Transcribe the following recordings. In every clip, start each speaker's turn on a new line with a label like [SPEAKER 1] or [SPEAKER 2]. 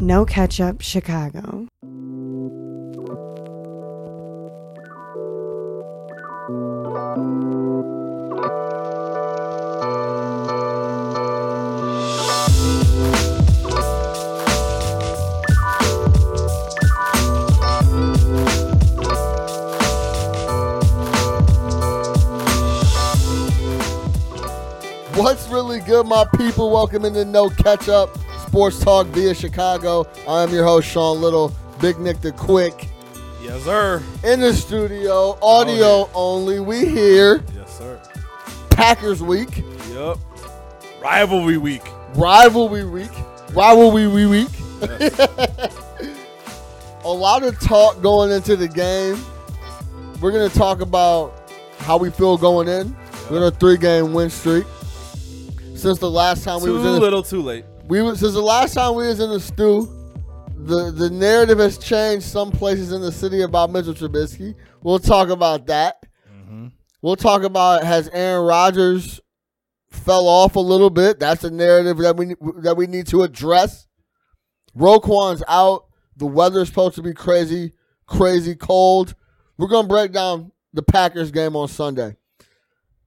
[SPEAKER 1] No Ketchup Chicago.
[SPEAKER 2] What's really good, my people? Welcome into No Catch Up Sports Talk via Chicago. I'm your host, Sean Little, Big Nick the Quick.
[SPEAKER 3] Yes, sir.
[SPEAKER 2] In the studio, audio
[SPEAKER 3] Oh, yeah.
[SPEAKER 2] only. We here,
[SPEAKER 3] Yes, sir.
[SPEAKER 2] Packers Week,
[SPEAKER 3] Yep. Rivalry week.
[SPEAKER 2] Rivalry Week, Rivalry we Week. A lot of talk going into the game. We're going to talk about how we feel going in. We're on a three game win streak. Since the last time Oh, we
[SPEAKER 3] too
[SPEAKER 2] was in the
[SPEAKER 3] little, too late.
[SPEAKER 2] We was since the last time we was in the stew, the the narrative has changed some places in the city about Mitchell Trubisky. We'll talk about that. We'll talk about has Aaron Rodgers fell off a little bit. That's a narrative that we that we need to address. Roquan's out. The weather's supposed to be crazy, crazy cold. We're gonna break down the Packers game on Sunday.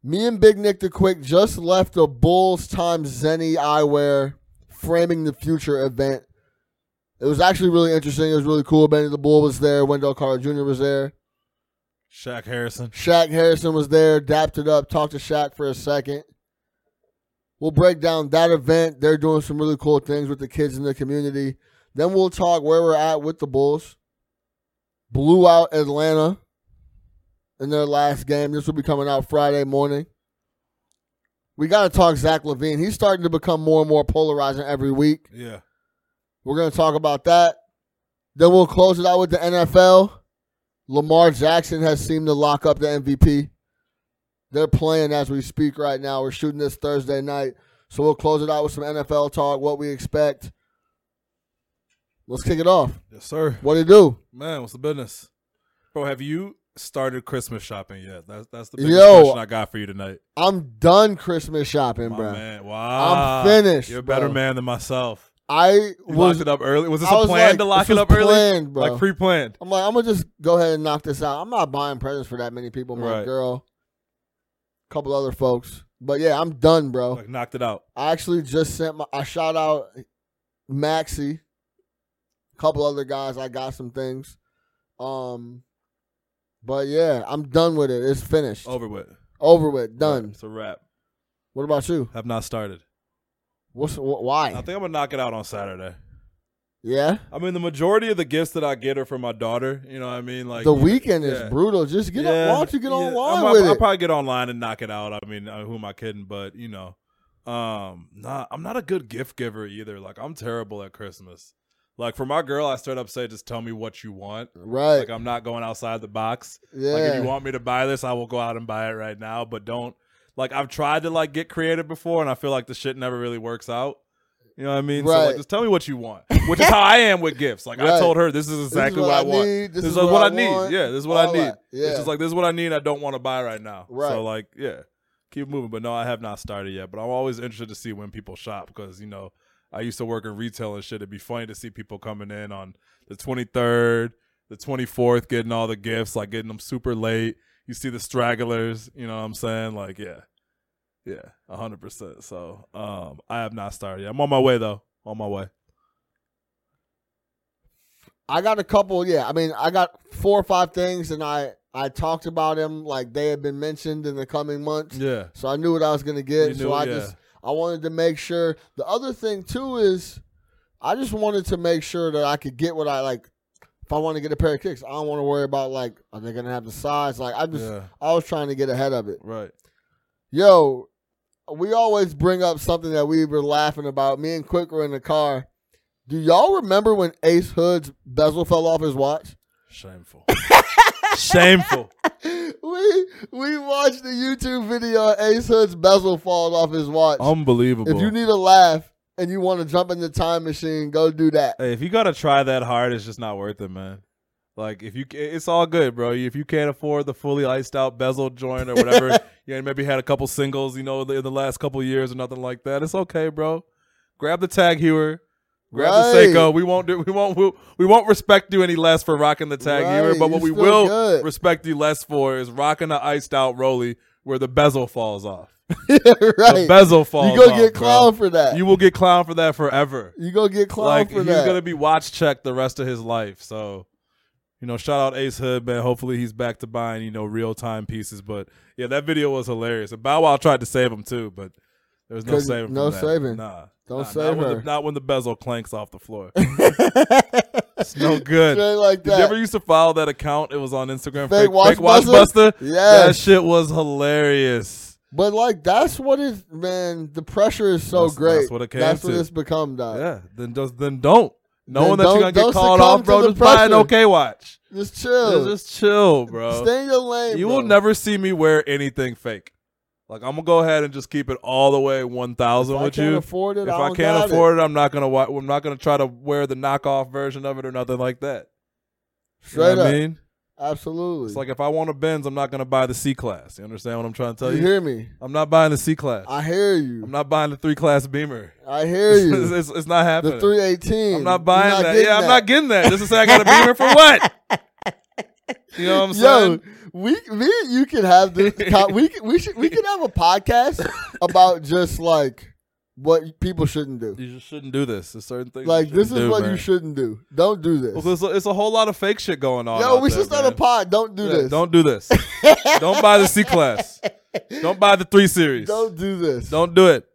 [SPEAKER 2] Me and Big Nick the Quick just left the Bulls times Zenny Eyewear framing the future event. It was actually really interesting. It was really cool. Benny the Bull was there. Wendell Carter Jr. was there.
[SPEAKER 3] Shaq Harrison.
[SPEAKER 2] Shaq Harrison was there, dapped it up, talked to Shaq for a second. We'll break down that event. They're doing some really cool things with the kids in the community. Then we'll talk where we're at with the Bulls. Blew out Atlanta in their last game. This will be coming out Friday morning. We got to talk Zach Levine. He's starting to become more and more polarizing every week.
[SPEAKER 3] Yeah.
[SPEAKER 2] We're going to talk about that. Then we'll close it out with the NFL. Lamar Jackson has seemed to lock up the MVP. They're playing as we speak right now. We're shooting this Thursday night. So we'll close it out with some NFL talk, what we expect. Let's kick it off.
[SPEAKER 3] Yes, sir.
[SPEAKER 2] What do you do?
[SPEAKER 3] Man, what's the business? Bro, have you started Christmas shopping yet? That's that's the biggest
[SPEAKER 2] Yo.
[SPEAKER 3] question I got for you tonight.
[SPEAKER 2] I'm done Christmas shopping,
[SPEAKER 3] My
[SPEAKER 2] bro.
[SPEAKER 3] man. Wow.
[SPEAKER 2] I'm finished,
[SPEAKER 3] You're a better
[SPEAKER 2] bro.
[SPEAKER 3] man than myself.
[SPEAKER 2] I
[SPEAKER 3] You
[SPEAKER 2] was
[SPEAKER 3] locked it up early. Was this
[SPEAKER 2] I
[SPEAKER 3] a
[SPEAKER 2] was
[SPEAKER 3] plan
[SPEAKER 2] like,
[SPEAKER 3] to lock
[SPEAKER 2] this
[SPEAKER 3] it
[SPEAKER 2] was
[SPEAKER 3] up early?
[SPEAKER 2] planned, bro.
[SPEAKER 3] Like pre planned.
[SPEAKER 2] I'm like, I'm gonna just go ahead and knock this out. I'm not buying presents for that many people, my
[SPEAKER 3] Right.
[SPEAKER 2] girl. couple other folks. But yeah, I'm done, bro.
[SPEAKER 3] Like knocked it out.
[SPEAKER 2] I actually just sent my. I shout out Maxi, a couple other guys. I got some things. Um, but yeah, I'm done with it. It's finished. Over,
[SPEAKER 3] Over with.
[SPEAKER 2] with.
[SPEAKER 3] Right,
[SPEAKER 2] Done.
[SPEAKER 3] It's a wrap.
[SPEAKER 2] What about you?
[SPEAKER 3] Have not started.
[SPEAKER 2] What's wh-
[SPEAKER 3] I
[SPEAKER 2] why?
[SPEAKER 3] think I'm gonna knock it out on Saturday.
[SPEAKER 2] yeah,
[SPEAKER 3] I mean, the majority of the gifts that I get are for my daughter. You know what I mean? Like
[SPEAKER 2] the
[SPEAKER 3] you-
[SPEAKER 2] weekend
[SPEAKER 3] yeah.
[SPEAKER 2] is brutal. Just get on. Why don't you get
[SPEAKER 3] yeah.
[SPEAKER 2] online
[SPEAKER 3] I'm,
[SPEAKER 2] with
[SPEAKER 3] I'll
[SPEAKER 2] it?
[SPEAKER 3] probably get online and knock it out. I mean, uh, who am I kidding? But you know, um, nah, I'm not a good gift giver either. Like I'm terrible at Christmas. Like for my girl, I straight up say, just tell me what you want.
[SPEAKER 2] right.
[SPEAKER 3] Like I'm not going outside the box.
[SPEAKER 2] yeah.
[SPEAKER 3] Like if you want me to buy this, I will go out and buy it right now. But don't like I've tried to like get creative before, and I feel like the shit never really works out. You know what I mean? So
[SPEAKER 2] Right.
[SPEAKER 3] like, just tell me what you want, which is how I am with gifts. Like
[SPEAKER 2] Right.
[SPEAKER 3] I told her, this is
[SPEAKER 2] This is
[SPEAKER 3] exactly what, I, want.
[SPEAKER 2] need.
[SPEAKER 3] This, is, what I, need.
[SPEAKER 2] want.
[SPEAKER 3] Yeah, this is what I
[SPEAKER 2] All
[SPEAKER 3] need.
[SPEAKER 2] that. Yeah.
[SPEAKER 3] It's just like this is what I need. I don't want to buy right now.
[SPEAKER 2] Right.
[SPEAKER 3] So like, yeah, keep moving. But no, I have not started yet. But I'm always interested to see when people shop because you know I used to work in retail and shit. It'd be funny to see people coming in on the 23rd, the 24th, getting all the gifts, like getting them super late. You see the stragglers. You know what I'm saying? Like, yeah, yeah, hundred percent. So um, I have not started yet. I'm on my way though. On my way.
[SPEAKER 2] I got a couple. Yeah, I mean, I got four or five things, and I I talked about them like they had been mentioned in the coming months.
[SPEAKER 3] Yeah.
[SPEAKER 2] So I knew what I was gonna get.
[SPEAKER 3] You
[SPEAKER 2] so
[SPEAKER 3] knew-
[SPEAKER 2] I
[SPEAKER 3] yeah.
[SPEAKER 2] just I wanted to make sure. The other thing too is, I just wanted to make sure that I could get what I like. If I want to get a pair of kicks, I don't want to worry about like are they gonna have the size. Like I just
[SPEAKER 3] Yeah.
[SPEAKER 2] I was trying to get ahead of it.
[SPEAKER 3] Right.
[SPEAKER 2] Yo, we always bring up something that we were laughing about. Me and Quick were in the car. Do y'all remember when Ace Hood's bezel fell off his watch?
[SPEAKER 3] Shameful. Shameful.
[SPEAKER 2] we we watched the YouTube video of Ace Hood's bezel falling off his watch.
[SPEAKER 3] Oh, Unbelievable.
[SPEAKER 2] if you need a laugh and you want to jump in the time machine, go do that.
[SPEAKER 3] Hey, if you gotta try that hard, it's just not worth it, man. Like if you, ca- it's all good, bro. If you can't afford the fully iced out bezel joint or whatever, you know, maybe had a couple singles, you know, in the last couple years or nothing like that. It's okay, bro. Grab the tag hewer, Grab the
[SPEAKER 2] Right.
[SPEAKER 3] Seiko. We won't do. We won't. We, we won't respect you any less for rocking the tag
[SPEAKER 2] Right,
[SPEAKER 3] either. But what
[SPEAKER 2] you
[SPEAKER 3] we
[SPEAKER 2] still
[SPEAKER 3] will
[SPEAKER 2] good.
[SPEAKER 3] respect you less for is rocking the iced out rolly where the bezel falls off. The
[SPEAKER 2] right.
[SPEAKER 3] bezel falls.
[SPEAKER 2] You go
[SPEAKER 3] off,
[SPEAKER 2] get
[SPEAKER 3] bro.
[SPEAKER 2] clown for that.
[SPEAKER 3] You
[SPEAKER 2] You,
[SPEAKER 3] will get clown for that forever.
[SPEAKER 2] go get clown
[SPEAKER 3] like
[SPEAKER 2] for
[SPEAKER 3] he's
[SPEAKER 2] that.
[SPEAKER 3] gonna be watch checked the rest of his life. So, you know, shout out Ace Hood, man. Hopefully he's back to buying you know real time pieces. But yeah, that video was hilarious. And Bow Wow tried to save him too, but there's no
[SPEAKER 2] 'Cause
[SPEAKER 3] saving.
[SPEAKER 2] no
[SPEAKER 3] from that.
[SPEAKER 2] saving.
[SPEAKER 3] Nah,
[SPEAKER 2] Don't
[SPEAKER 3] Nah,
[SPEAKER 2] save
[SPEAKER 3] not When
[SPEAKER 2] her.
[SPEAKER 3] the, not when the bezel clanks off the floor. it's no good.
[SPEAKER 2] Straight like
[SPEAKER 3] Did you ever
[SPEAKER 2] that.
[SPEAKER 3] used to follow that account? It was on Instagram.
[SPEAKER 2] Fake Watch Buster?
[SPEAKER 3] Buster. That
[SPEAKER 2] Yes.
[SPEAKER 3] shit was hilarious.
[SPEAKER 2] But like that's what is man, the pressure is so
[SPEAKER 3] That's- that's
[SPEAKER 2] great.
[SPEAKER 3] what it came
[SPEAKER 2] That's what
[SPEAKER 3] to.
[SPEAKER 2] it's become, dog.
[SPEAKER 3] Yeah. Then just then don't. Knowing
[SPEAKER 2] Uh,
[SPEAKER 3] that
[SPEAKER 2] don't-
[SPEAKER 3] you're gonna
[SPEAKER 2] don't
[SPEAKER 3] get called
[SPEAKER 2] succumb
[SPEAKER 3] off, bro,
[SPEAKER 2] to the
[SPEAKER 3] just buy an
[SPEAKER 2] pressure.
[SPEAKER 3] OK watch.
[SPEAKER 2] Just
[SPEAKER 3] Just,
[SPEAKER 2] chill.
[SPEAKER 3] just chill, bro.
[SPEAKER 2] Stay in your lane.
[SPEAKER 3] you
[SPEAKER 2] bro.
[SPEAKER 3] will never see me wear anything fake. Like I'm gonna go ahead and just keep it all the way one thousand
[SPEAKER 2] If I
[SPEAKER 3] with
[SPEAKER 2] can't
[SPEAKER 3] you.
[SPEAKER 2] afford it,
[SPEAKER 3] if
[SPEAKER 2] I
[SPEAKER 3] I
[SPEAKER 2] don't
[SPEAKER 3] can't
[SPEAKER 2] got it.
[SPEAKER 3] afford it, I'm not gonna. Wa- I'm not gonna try to wear the knockoff version of it or nothing like that. You know
[SPEAKER 2] Straight
[SPEAKER 3] what
[SPEAKER 2] up.
[SPEAKER 3] I mean,
[SPEAKER 2] Absolutely.
[SPEAKER 3] it's like if I want a Benz, I'm not gonna buy the C class. You understand what I'm trying to
[SPEAKER 2] you
[SPEAKER 3] tell you?
[SPEAKER 2] hear me?
[SPEAKER 3] I'm not buying the C class.
[SPEAKER 2] I hear
[SPEAKER 3] I'm
[SPEAKER 2] you.
[SPEAKER 3] not buying the three class Beamer.
[SPEAKER 2] I hear you.
[SPEAKER 3] it's, it's- it's not happening.
[SPEAKER 2] the 318.
[SPEAKER 3] I'm not buying
[SPEAKER 2] You're
[SPEAKER 3] that.
[SPEAKER 2] getting
[SPEAKER 3] Yeah, I'm not getting that. Just to say I got a Beamer for what? You know what I'm saying?
[SPEAKER 2] Yo, we me and you can have this. co- we can, we should we can have a podcast about just like what people shouldn't do.
[SPEAKER 3] you just shouldn't do this. There's certain things.
[SPEAKER 2] Like this is what you
[SPEAKER 3] should.
[SPEAKER 2] shouldn't do. Don't do this.
[SPEAKER 3] Well, there's a, it's a whole lot of fake shit going on.
[SPEAKER 2] Yo,
[SPEAKER 3] out
[SPEAKER 2] we
[SPEAKER 3] there,
[SPEAKER 2] should start
[SPEAKER 3] man.
[SPEAKER 2] a pod. Don't do
[SPEAKER 3] Yeah,
[SPEAKER 2] this.
[SPEAKER 3] Don't do this. don't buy the C class. Don't buy the three series.
[SPEAKER 2] Don't do this.
[SPEAKER 3] Don't do it.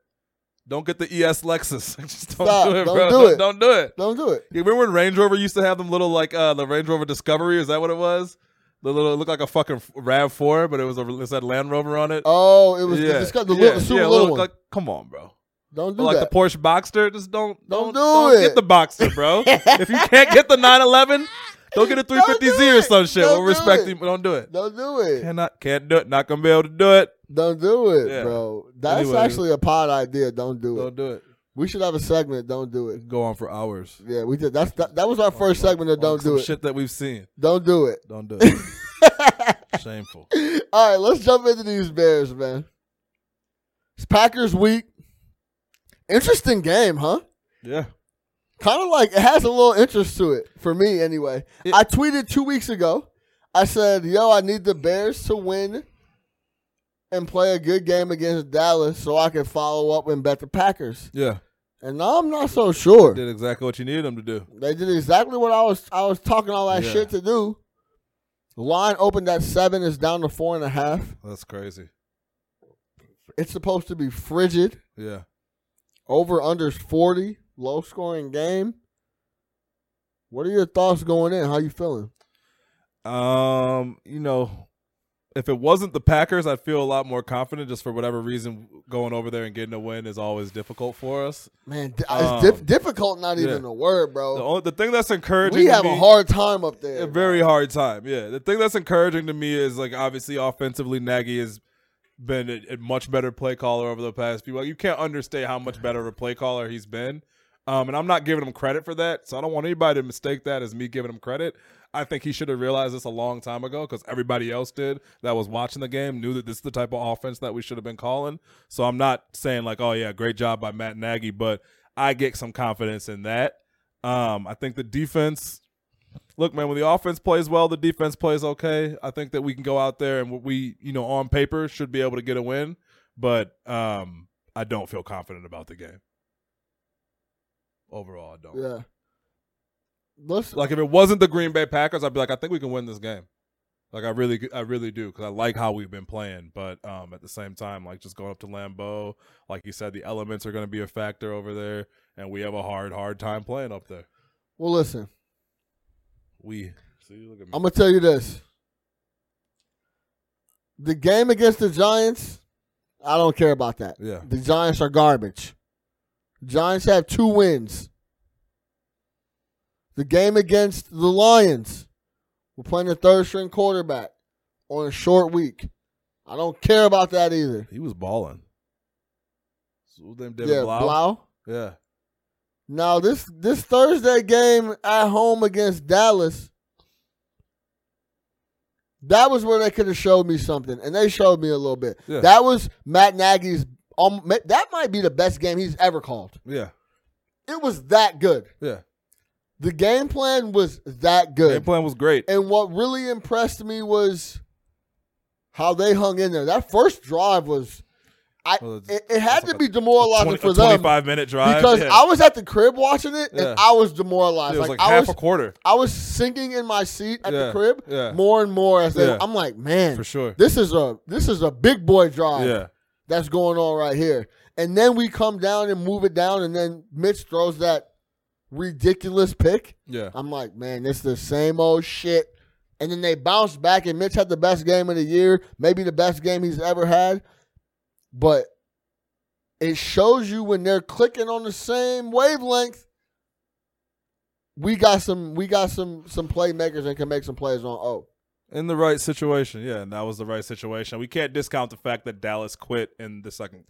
[SPEAKER 3] Don't get the ES Lexus. Just don't
[SPEAKER 2] Stop.
[SPEAKER 3] do it,
[SPEAKER 2] Don't
[SPEAKER 3] bro.
[SPEAKER 2] do
[SPEAKER 3] Don't-
[SPEAKER 2] it.
[SPEAKER 3] Don't do it.
[SPEAKER 2] Don't do it.
[SPEAKER 3] You remember when Range Rover used to have them little like uh the Range Rover Discovery? Is that what it was? The little it looked like a fucking Rav Four, but it was a it said Land Rover on it.
[SPEAKER 2] Oh, it was yeah. the little, the super
[SPEAKER 3] yeah,
[SPEAKER 2] little one.
[SPEAKER 3] like- come on, bro.
[SPEAKER 2] don't do
[SPEAKER 3] Or like
[SPEAKER 2] that.
[SPEAKER 3] the Porsche Boxster. Just don't
[SPEAKER 2] Don't do it.
[SPEAKER 3] Get the Boxster, bro. if you can't get the 911, don't get a
[SPEAKER 2] Don't do
[SPEAKER 3] 350Z or
[SPEAKER 2] it.
[SPEAKER 3] some shit.
[SPEAKER 2] Don't
[SPEAKER 3] we'll
[SPEAKER 2] do
[SPEAKER 3] respect
[SPEAKER 2] it.
[SPEAKER 3] you, but don't do it.
[SPEAKER 2] don't do it.
[SPEAKER 3] Cannot, can't do it. Not gonna be able to do it.
[SPEAKER 2] Don't do it,
[SPEAKER 3] Yeah.
[SPEAKER 2] bro. That's
[SPEAKER 3] Anyway.
[SPEAKER 2] actually a pod idea. Don't do it.
[SPEAKER 3] Don't do it.
[SPEAKER 2] we should have a segment. Don't do it.
[SPEAKER 3] Go on for hours.
[SPEAKER 2] Yeah, we did. That's that, that was our first segment of
[SPEAKER 3] On
[SPEAKER 2] don't
[SPEAKER 3] Oh, some
[SPEAKER 2] do it.
[SPEAKER 3] Shit that we've seen.
[SPEAKER 2] Don't do it.
[SPEAKER 3] Don't do it. Shameful.
[SPEAKER 2] All right, let's jump into these Bears, man. It's Packers week. Interesting game, huh?
[SPEAKER 3] Yeah.
[SPEAKER 2] Kind of like it has a little interest to it for me, anyway.
[SPEAKER 3] It-
[SPEAKER 2] I tweeted two weeks ago. I said, "Yo, I need the Bears to win and play a good game against Dallas, so I can follow up and bet the Packers."
[SPEAKER 3] Yeah.
[SPEAKER 2] And now I'm not so sure.
[SPEAKER 3] Did exactly what you needed them to do.
[SPEAKER 2] They did exactly what I was I was talking all that
[SPEAKER 3] Yeah.
[SPEAKER 2] shit to do. Line opened at seven is down to four and a half.
[SPEAKER 3] That's crazy.
[SPEAKER 2] It's supposed to be frigid.
[SPEAKER 3] Yeah.
[SPEAKER 2] Over unders forty. Low scoring game. What are your thoughts going in? How you feeling?
[SPEAKER 3] Um, you know, if it wasn't the Packers, I'd feel a lot more confident. Just for whatever reason, going over there and getting a win is always difficult for us.
[SPEAKER 2] Man, di-
[SPEAKER 3] Um,
[SPEAKER 2] it's dif- difficult. Not
[SPEAKER 3] yeah.
[SPEAKER 2] even a word,
[SPEAKER 3] The,
[SPEAKER 2] bro.
[SPEAKER 3] only, the thing that's encouraging,
[SPEAKER 2] Oh. We
[SPEAKER 3] to
[SPEAKER 2] have
[SPEAKER 3] me,
[SPEAKER 2] a hard time up there.
[SPEAKER 3] a very hard time. Yeah, the thing that's encouraging to me is like obviously offensively, Nagy has been a, a much better play caller over the past few. Like you can't understate how much better of a play caller he's been. Um, and I'm not giving him credit for that, so I don't want anybody to mistake that as me giving him credit. I think he should have realized this a long time ago because everybody else did that was watching the game knew that this is the type of offense that we should have been calling. So I'm not saying like, oh yeah, great job by Matt Nagy, but I get some confidence in that. Um, I think the defense. Look, man, when the offense plays well, the defense plays okay. I think that we can go out there and we, you know, on paper should be able to get a win, but um, I don't feel confident about the game. Overall, I don't.
[SPEAKER 2] Yeah. Let's
[SPEAKER 3] Like if it wasn't the Green Bay Packers, I'd be like, I think we can win this game. Like I really, I really do because I like how we've been playing. But um, at the same time, like just going up to Lambeau, like you said, the elements are going to be a factor over there, and we have a hard, hard time playing up there.
[SPEAKER 2] well listen.
[SPEAKER 3] We see, look at me.
[SPEAKER 2] I'm gonna tell you this. The game against the Giants, I don't care about that.
[SPEAKER 3] yeah,
[SPEAKER 2] The Giants are garbage. Giants have two wins. The game against the Lions, we're playing a third string quarterback on a short week. I don't care about that either.
[SPEAKER 3] he was balling. So them David
[SPEAKER 2] yeah,
[SPEAKER 3] Blau?
[SPEAKER 2] Blau.
[SPEAKER 3] Yeah,
[SPEAKER 2] Now this this Thursday game at home against Dallas, that was where they could have showed me something, and they showed me a little bit.
[SPEAKER 3] Yeah.
[SPEAKER 2] That was Matt Nagy's. Um, ma- that might be the best game he's ever called.
[SPEAKER 3] yeah,
[SPEAKER 2] It was that good.
[SPEAKER 3] Yeah.
[SPEAKER 2] The game plan was that good.
[SPEAKER 3] Game plan was great.
[SPEAKER 2] And what really impressed me was how they hung in there. That first drive was, I
[SPEAKER 3] Well, it's-
[SPEAKER 2] it, it had
[SPEAKER 3] it's
[SPEAKER 2] to
[SPEAKER 3] like
[SPEAKER 2] be demoralizing
[SPEAKER 3] 20
[SPEAKER 2] for
[SPEAKER 3] a
[SPEAKER 2] them
[SPEAKER 3] 25 minute drive.
[SPEAKER 2] because
[SPEAKER 3] yeah.
[SPEAKER 2] I was at the crib watching it
[SPEAKER 3] Yeah.
[SPEAKER 2] and I was
[SPEAKER 3] it
[SPEAKER 2] demoralized.
[SPEAKER 3] was
[SPEAKER 2] Like,
[SPEAKER 3] like,
[SPEAKER 2] I
[SPEAKER 3] half
[SPEAKER 2] was,
[SPEAKER 3] a quarter
[SPEAKER 2] I was sinking in my seat at
[SPEAKER 3] Yeah,
[SPEAKER 2] the crib
[SPEAKER 3] yeah.
[SPEAKER 2] more and more as they,
[SPEAKER 3] Yeah.
[SPEAKER 2] I'm like, man,
[SPEAKER 3] for sure.
[SPEAKER 2] this is a this is a big boy drive
[SPEAKER 3] Yeah.
[SPEAKER 2] that's going on right here. And then we come down and move it down, and then Mitch throws that ridiculous pick.
[SPEAKER 3] Yeah.
[SPEAKER 2] I'm like, man, this the same old shit. And then they bounce back, and Mitch had the best game of the year, maybe the best game he's ever had. But it shows you when they're clicking on the same wavelength. We got some, we got some, some playmakers and can make some plays on. Oh,
[SPEAKER 3] In the right situation. Yeah. And that was the right situation. We can't discount the fact that Dallas quit in the second,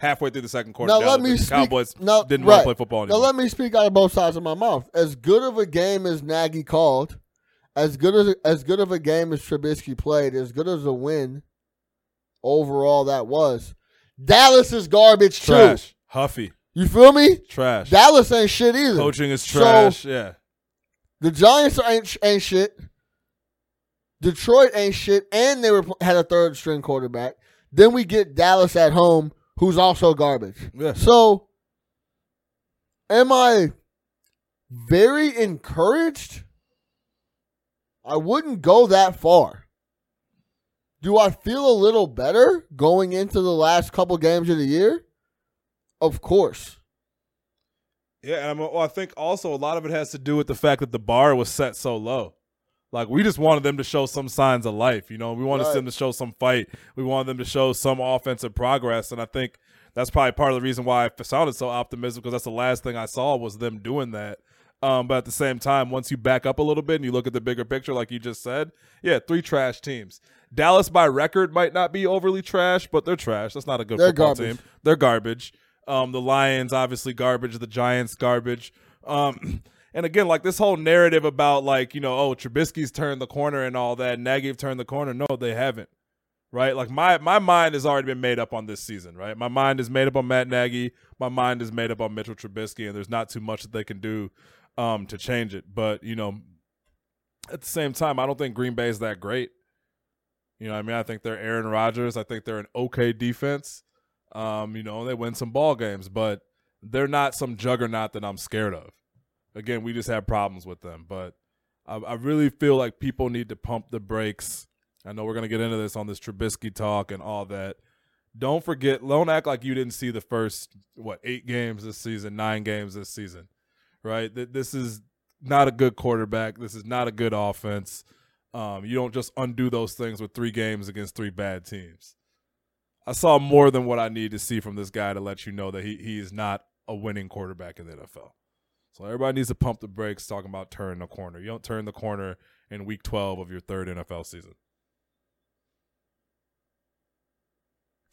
[SPEAKER 3] halfway through the second quarter.
[SPEAKER 2] Now
[SPEAKER 3] Dallas,
[SPEAKER 2] let me
[SPEAKER 3] the
[SPEAKER 2] speak-
[SPEAKER 3] Cowboys
[SPEAKER 2] now-
[SPEAKER 3] didn't want
[SPEAKER 2] right.
[SPEAKER 3] to play football
[SPEAKER 2] Now
[SPEAKER 3] anymore.
[SPEAKER 2] let me speak out of both sides of my mouth. As good of a game as Nagy called, as good as as good of a game as Trubisky played, as good as a win overall that was. Dallas is garbage too.
[SPEAKER 3] trash. Huffy.
[SPEAKER 2] You feel me?
[SPEAKER 3] Trash.
[SPEAKER 2] Dallas ain't shit either.
[SPEAKER 3] Coaching is
[SPEAKER 2] So-
[SPEAKER 3] trash. yeah.
[SPEAKER 2] The Giants ain't sh- ain't shit. Detroit ain't shit, and they were pl- had a third string quarterback. Then we get Dallas at home, who's also garbage.
[SPEAKER 3] Yeah.
[SPEAKER 2] So, am I very encouraged? I wouldn't go that far. Do I feel a little better going into the last couple games of the year? Of course.
[SPEAKER 3] Yeah, and I'm, well, I think also a lot of it has to do with the fact that the bar was set so low. Like we just wanted them to show some signs of life, you know. We wanted
[SPEAKER 2] Right.
[SPEAKER 3] them to show some fight. We wanted them to show some offensive progress, and I think that's probably part of the reason why I sounded so optimistic because that's the last thing I saw was them doing that. Um, but at the same time, once you back up a little bit and you look at the bigger picture, like you just said, yeah, three trash teams. Dallas by record might not be overly trash, but they're trash. That's not a good
[SPEAKER 2] They're
[SPEAKER 3] football
[SPEAKER 2] garbage.
[SPEAKER 3] team. They're garbage. Um, the Lions obviously garbage. The Giants garbage. Um, and again, like this whole narrative about like you know, oh, Trubisky's turned the corner and all that. Nagy turned the corner. No, they haven't. Right? Like my my mind has already been made up on this season. Right? My mind is made up on Matt Nagy. My mind is made up on Mitchell Trubisky, and there's not too much that they can do um, to change it. But you know, at the same time, I don't think Green Bay is that great. You know, what I mean, I think they're Aaron Rodgers. I think they're an okay defense. Um, you know, they win some ball games, but they're not some juggernaut that I'm scared of. Again, we just have problems with them, but I, I really feel like people need to pump the brakes. I know we're gonna get into this on this Trubisky talk and all that. Don't forget, don't act like you didn't see the first what eight games this season, nine games this season, right? Th- This is not a good quarterback. This is not a good offense. Um, you don't just undo those things with three games against three bad teams. I saw more than what I need to see from this guy to let you know that he he is not a winning quarterback in the NFL. So everybody needs to pump the brakes talking about turning the corner. You don't turn the corner in week 12 of your third NFL season.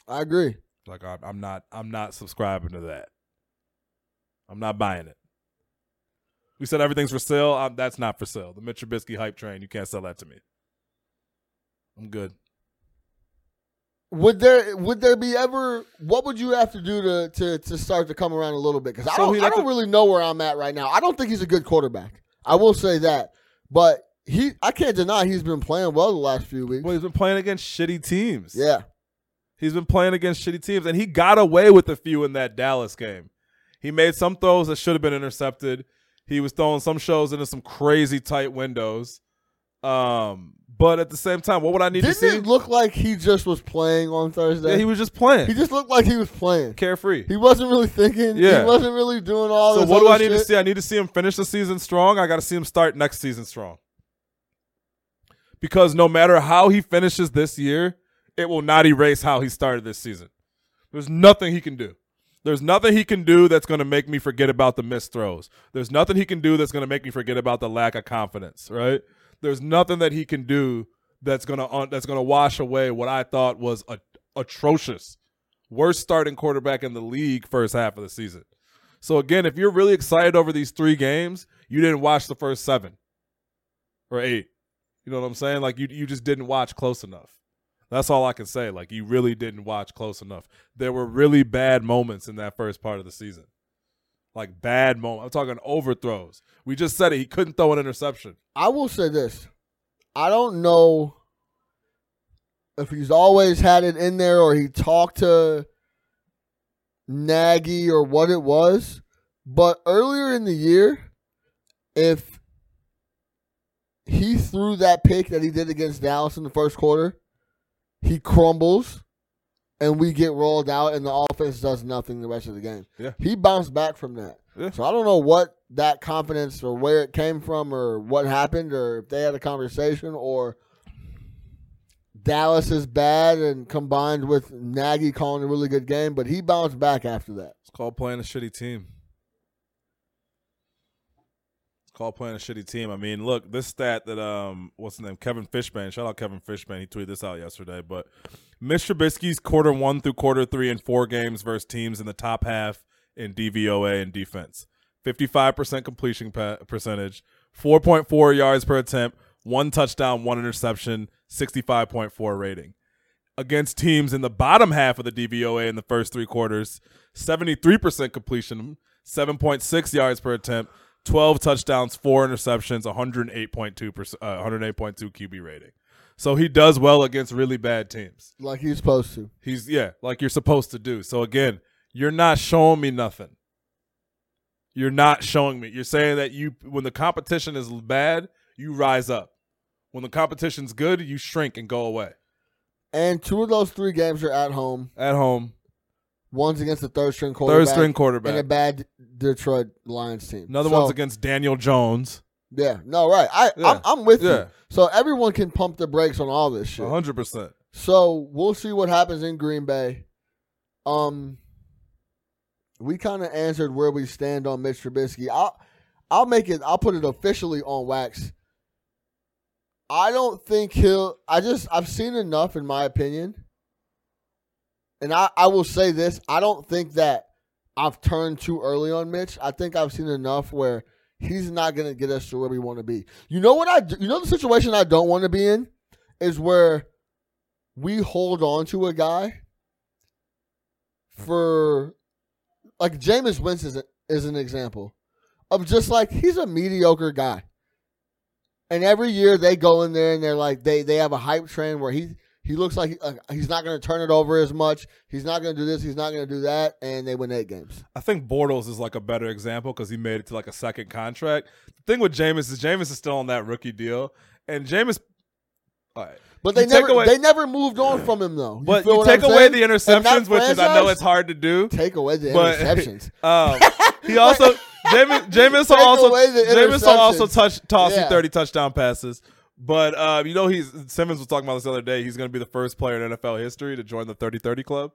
[SPEAKER 2] I agree.
[SPEAKER 3] Like I, I'm not I'm not subscribing to that. I'm not buying it. We said everything's for sale. Um that's not for sale. The Mitch Trubisky hype train. You can't sell that to me. I'm good.
[SPEAKER 2] Would there would there be ever what would you have to do to to, to start to come around a little bit? Because I
[SPEAKER 3] So
[SPEAKER 2] don't
[SPEAKER 3] he'd
[SPEAKER 2] I
[SPEAKER 3] have
[SPEAKER 2] don't
[SPEAKER 3] to-
[SPEAKER 2] really know where I'm at right now. I don't think he's a good quarterback. I will say that, but he I can't deny he's been playing well the last few weeks.
[SPEAKER 3] Well, he's been playing against shitty teams.
[SPEAKER 2] Yeah,
[SPEAKER 3] He's been playing against shitty teams, and he got away with a few in that Dallas game. He made some throws that should have been intercepted. He was throwing some shows into some crazy tight windows. Um, but at the same time, what would I need
[SPEAKER 2] didn't
[SPEAKER 3] to see?
[SPEAKER 2] it look like he just was playing on Thursday?
[SPEAKER 3] yeah, he was just playing,
[SPEAKER 2] He just looked like he was playing.
[SPEAKER 3] carefree.
[SPEAKER 2] He wasn't really thinking.
[SPEAKER 3] Yeah.
[SPEAKER 2] he wasn't really doing all.
[SPEAKER 3] so
[SPEAKER 2] this
[SPEAKER 3] what do I
[SPEAKER 2] other
[SPEAKER 3] need to
[SPEAKER 2] shit.
[SPEAKER 3] see? I need to see him finish the season strong. I got to see him start next season strong. Because no matter how he finishes this year, it will not erase how he started this season. There's nothing he can do. There's nothing he can do that's going to make me forget about the missed throws. There's nothing he can do that's going to make me forget about the lack of confidence, right? There's nothing that he can do that's going to that's going to wash away what I thought was a, atrocious worst starting quarterback in the league first half of the season. So again, if you're really excited over these three games, you didn't watch the first seven or eight. You know what I'm saying? Like you you just didn't watch close enough. That's all I can say. Like you really didn't watch close enough. There were really bad moments in that first part of the season. like bad moment. I'm talking overthrows. We just said it. He couldn't throw an interception.
[SPEAKER 2] I will say this. I don't know if he's always had it in there or he talked to Nagy or what it was, but earlier in the year, if he threw that pick that he did against Dallas in the first quarter, he crumbles and we get rolled out and the offense does nothing the rest of the game.
[SPEAKER 3] Yeah.
[SPEAKER 2] He bounced back from that.
[SPEAKER 3] Yeah.
[SPEAKER 2] So I don't know what that confidence or where it came from or what happened or if they had a conversation or Dallas is bad and combined with Nagy calling a really good game, but he bounced back after that.
[SPEAKER 3] It's called playing a shitty team. It's called playing a shitty team. I mean, look, this stat that um, what's his name, Kevin Fishman. Shout out Kevin Fishman. He tweeted this out yesterday. But Mr. Trubisky's quarter one through quarter three in four games versus teams in the top half in DVOA and defense. Fifty-five percent completion pa- percentage, four point four yards per attempt, one touchdown, one interception, sixty-five point four rating against teams in the bottom half of the DVOA in the first three quarters. 73% completion, 7.6 yards per attempt, 12 touchdowns, four interceptions, 108.2 percent, uh, 108.2 QB rating. So he does well against really bad teams.
[SPEAKER 2] Like he's supposed to.
[SPEAKER 3] He's yeah, like you're supposed to do. So again, you're not showing me nothing. You're not showing me. You're saying that you when the competition is bad, you rise up. When the competition's good, you shrink and go away.
[SPEAKER 2] And two of those three games are at home.
[SPEAKER 3] At home,
[SPEAKER 2] One's against the third string quarterback.
[SPEAKER 3] third string quarterback.
[SPEAKER 2] and a bad Detroit Lions team.
[SPEAKER 3] Another
[SPEAKER 2] So,
[SPEAKER 3] one's against Daniel Jones.
[SPEAKER 2] Yeah, no, right. I
[SPEAKER 3] Yeah.
[SPEAKER 2] I'm, I'm with
[SPEAKER 3] Yeah.
[SPEAKER 2] you. So everyone can pump the brakes on all this shit.
[SPEAKER 3] 100%.
[SPEAKER 2] So we'll see what happens in Green Bay. Um, we kind of answered where we stand on Mitch Trubisky. I'll, I'll make it. I'll put it officially on wax. I don't think he'll. I just I've seen enough, in my opinion. And I I will say this. I don't think that I've turned too early on Mitch. I think I've seen enough where he's not gonna get us to where we want to be. You know what I? do- You know the situation I don't want to be in is where we hold on to a guy for like Jameis Winston is, a- is an example of just like he's a mediocre guy. And every year they go in there and they're like they they have a hype train where he he looks like uh, he's not going to turn it over as much. He's not going to do this. He's not going to do that. And they win eight games.
[SPEAKER 3] I think Bortles is like a better example because he made it to like a second contract. The thing with Jameis is Jameis is still on that rookie deal. And Jameis, all right.
[SPEAKER 2] But they
[SPEAKER 3] You take
[SPEAKER 2] never
[SPEAKER 3] away-
[SPEAKER 2] they never moved on from him though.
[SPEAKER 3] But
[SPEAKER 2] feel
[SPEAKER 3] you
[SPEAKER 2] what
[SPEAKER 3] take
[SPEAKER 2] I'm
[SPEAKER 3] away
[SPEAKER 2] saying?
[SPEAKER 3] the
[SPEAKER 2] And that
[SPEAKER 3] interceptions, which is, I know
[SPEAKER 2] franchise-
[SPEAKER 3] it's hard to do.
[SPEAKER 2] take away the
[SPEAKER 3] but-
[SPEAKER 2] interceptions.
[SPEAKER 3] Um, he also, Jameis, Jameis will
[SPEAKER 2] Take
[SPEAKER 3] also,
[SPEAKER 2] away the
[SPEAKER 3] Jameis will also
[SPEAKER 2] interceptions.
[SPEAKER 3] touch, toss you
[SPEAKER 2] Yeah.
[SPEAKER 3] 30 touchdown passes. But, uh, you know, he's Simmons was talking about this the other day. He's going to be the first player in NFL history to join the 30 30 club.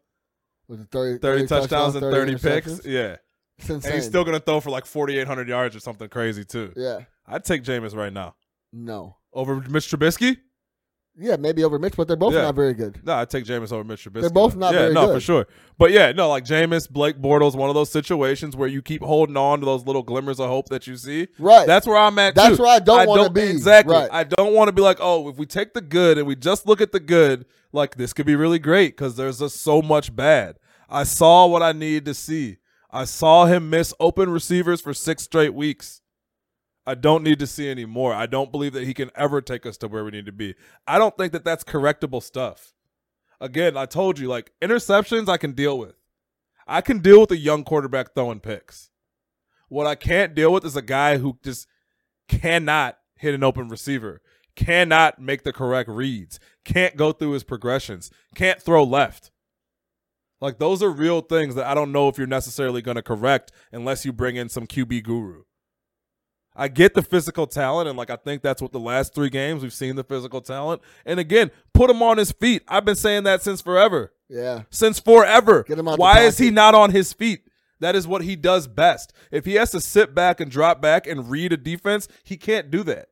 [SPEAKER 2] With the 30,
[SPEAKER 3] 30, touchdowns, and 30
[SPEAKER 2] interceptions.
[SPEAKER 3] picks. Yeah.
[SPEAKER 2] It's insane.
[SPEAKER 3] And he's still gonna throw for like forty eight hundred yards or something crazy too.
[SPEAKER 2] yeah.
[SPEAKER 3] I'd take Jameis right now
[SPEAKER 2] No.
[SPEAKER 3] over Mitch Trubisky.
[SPEAKER 2] Yeah, maybe over Mitch, but they're both
[SPEAKER 3] Yeah.
[SPEAKER 2] not very good.
[SPEAKER 3] No, I'd take Jameis over Mitch Trubisky.
[SPEAKER 2] They're both not
[SPEAKER 3] Yeah,
[SPEAKER 2] very
[SPEAKER 3] no,
[SPEAKER 2] good.
[SPEAKER 3] for sure. But yeah, no, like Jameis, Blake Bortles, one of those situations where you keep holding on to those little glimmers of hope that you see.
[SPEAKER 2] Right.
[SPEAKER 3] That's where I'm at.
[SPEAKER 2] That's
[SPEAKER 3] too.
[SPEAKER 2] where I don't wanna be.
[SPEAKER 3] Exactly.
[SPEAKER 2] Right.
[SPEAKER 3] I don't want to be like, oh, if we take the good and we just look at the good, like this could be really great because there's just so much bad. I saw what I needed to see. I saw him miss open receivers for six straight weeks. I don't need to see any more. I don't believe that he can ever take us to where we need to be. I don't think that that's correctable stuff. Again, I told you, like interceptions, I can deal with. I can deal with a young quarterback throwing picks. What I can't deal with is a guy who just cannot hit an open receiver, cannot make the correct reads, can't go through his progressions, can't throw left. Like those are real things that I don't know if you're necessarily going to correct unless you bring in some QB guru. I get the physical talent, and like I think that's what the last three games we've seen the physical talent. And again, put him on his feet. I've been saying that since forever
[SPEAKER 2] Yeah.
[SPEAKER 3] since forever.
[SPEAKER 2] Get him out the
[SPEAKER 3] Why is
[SPEAKER 2] pocket.
[SPEAKER 3] he not on his feet? That is what he does best. If he has to sit back and drop back and read a defense, he can't do that.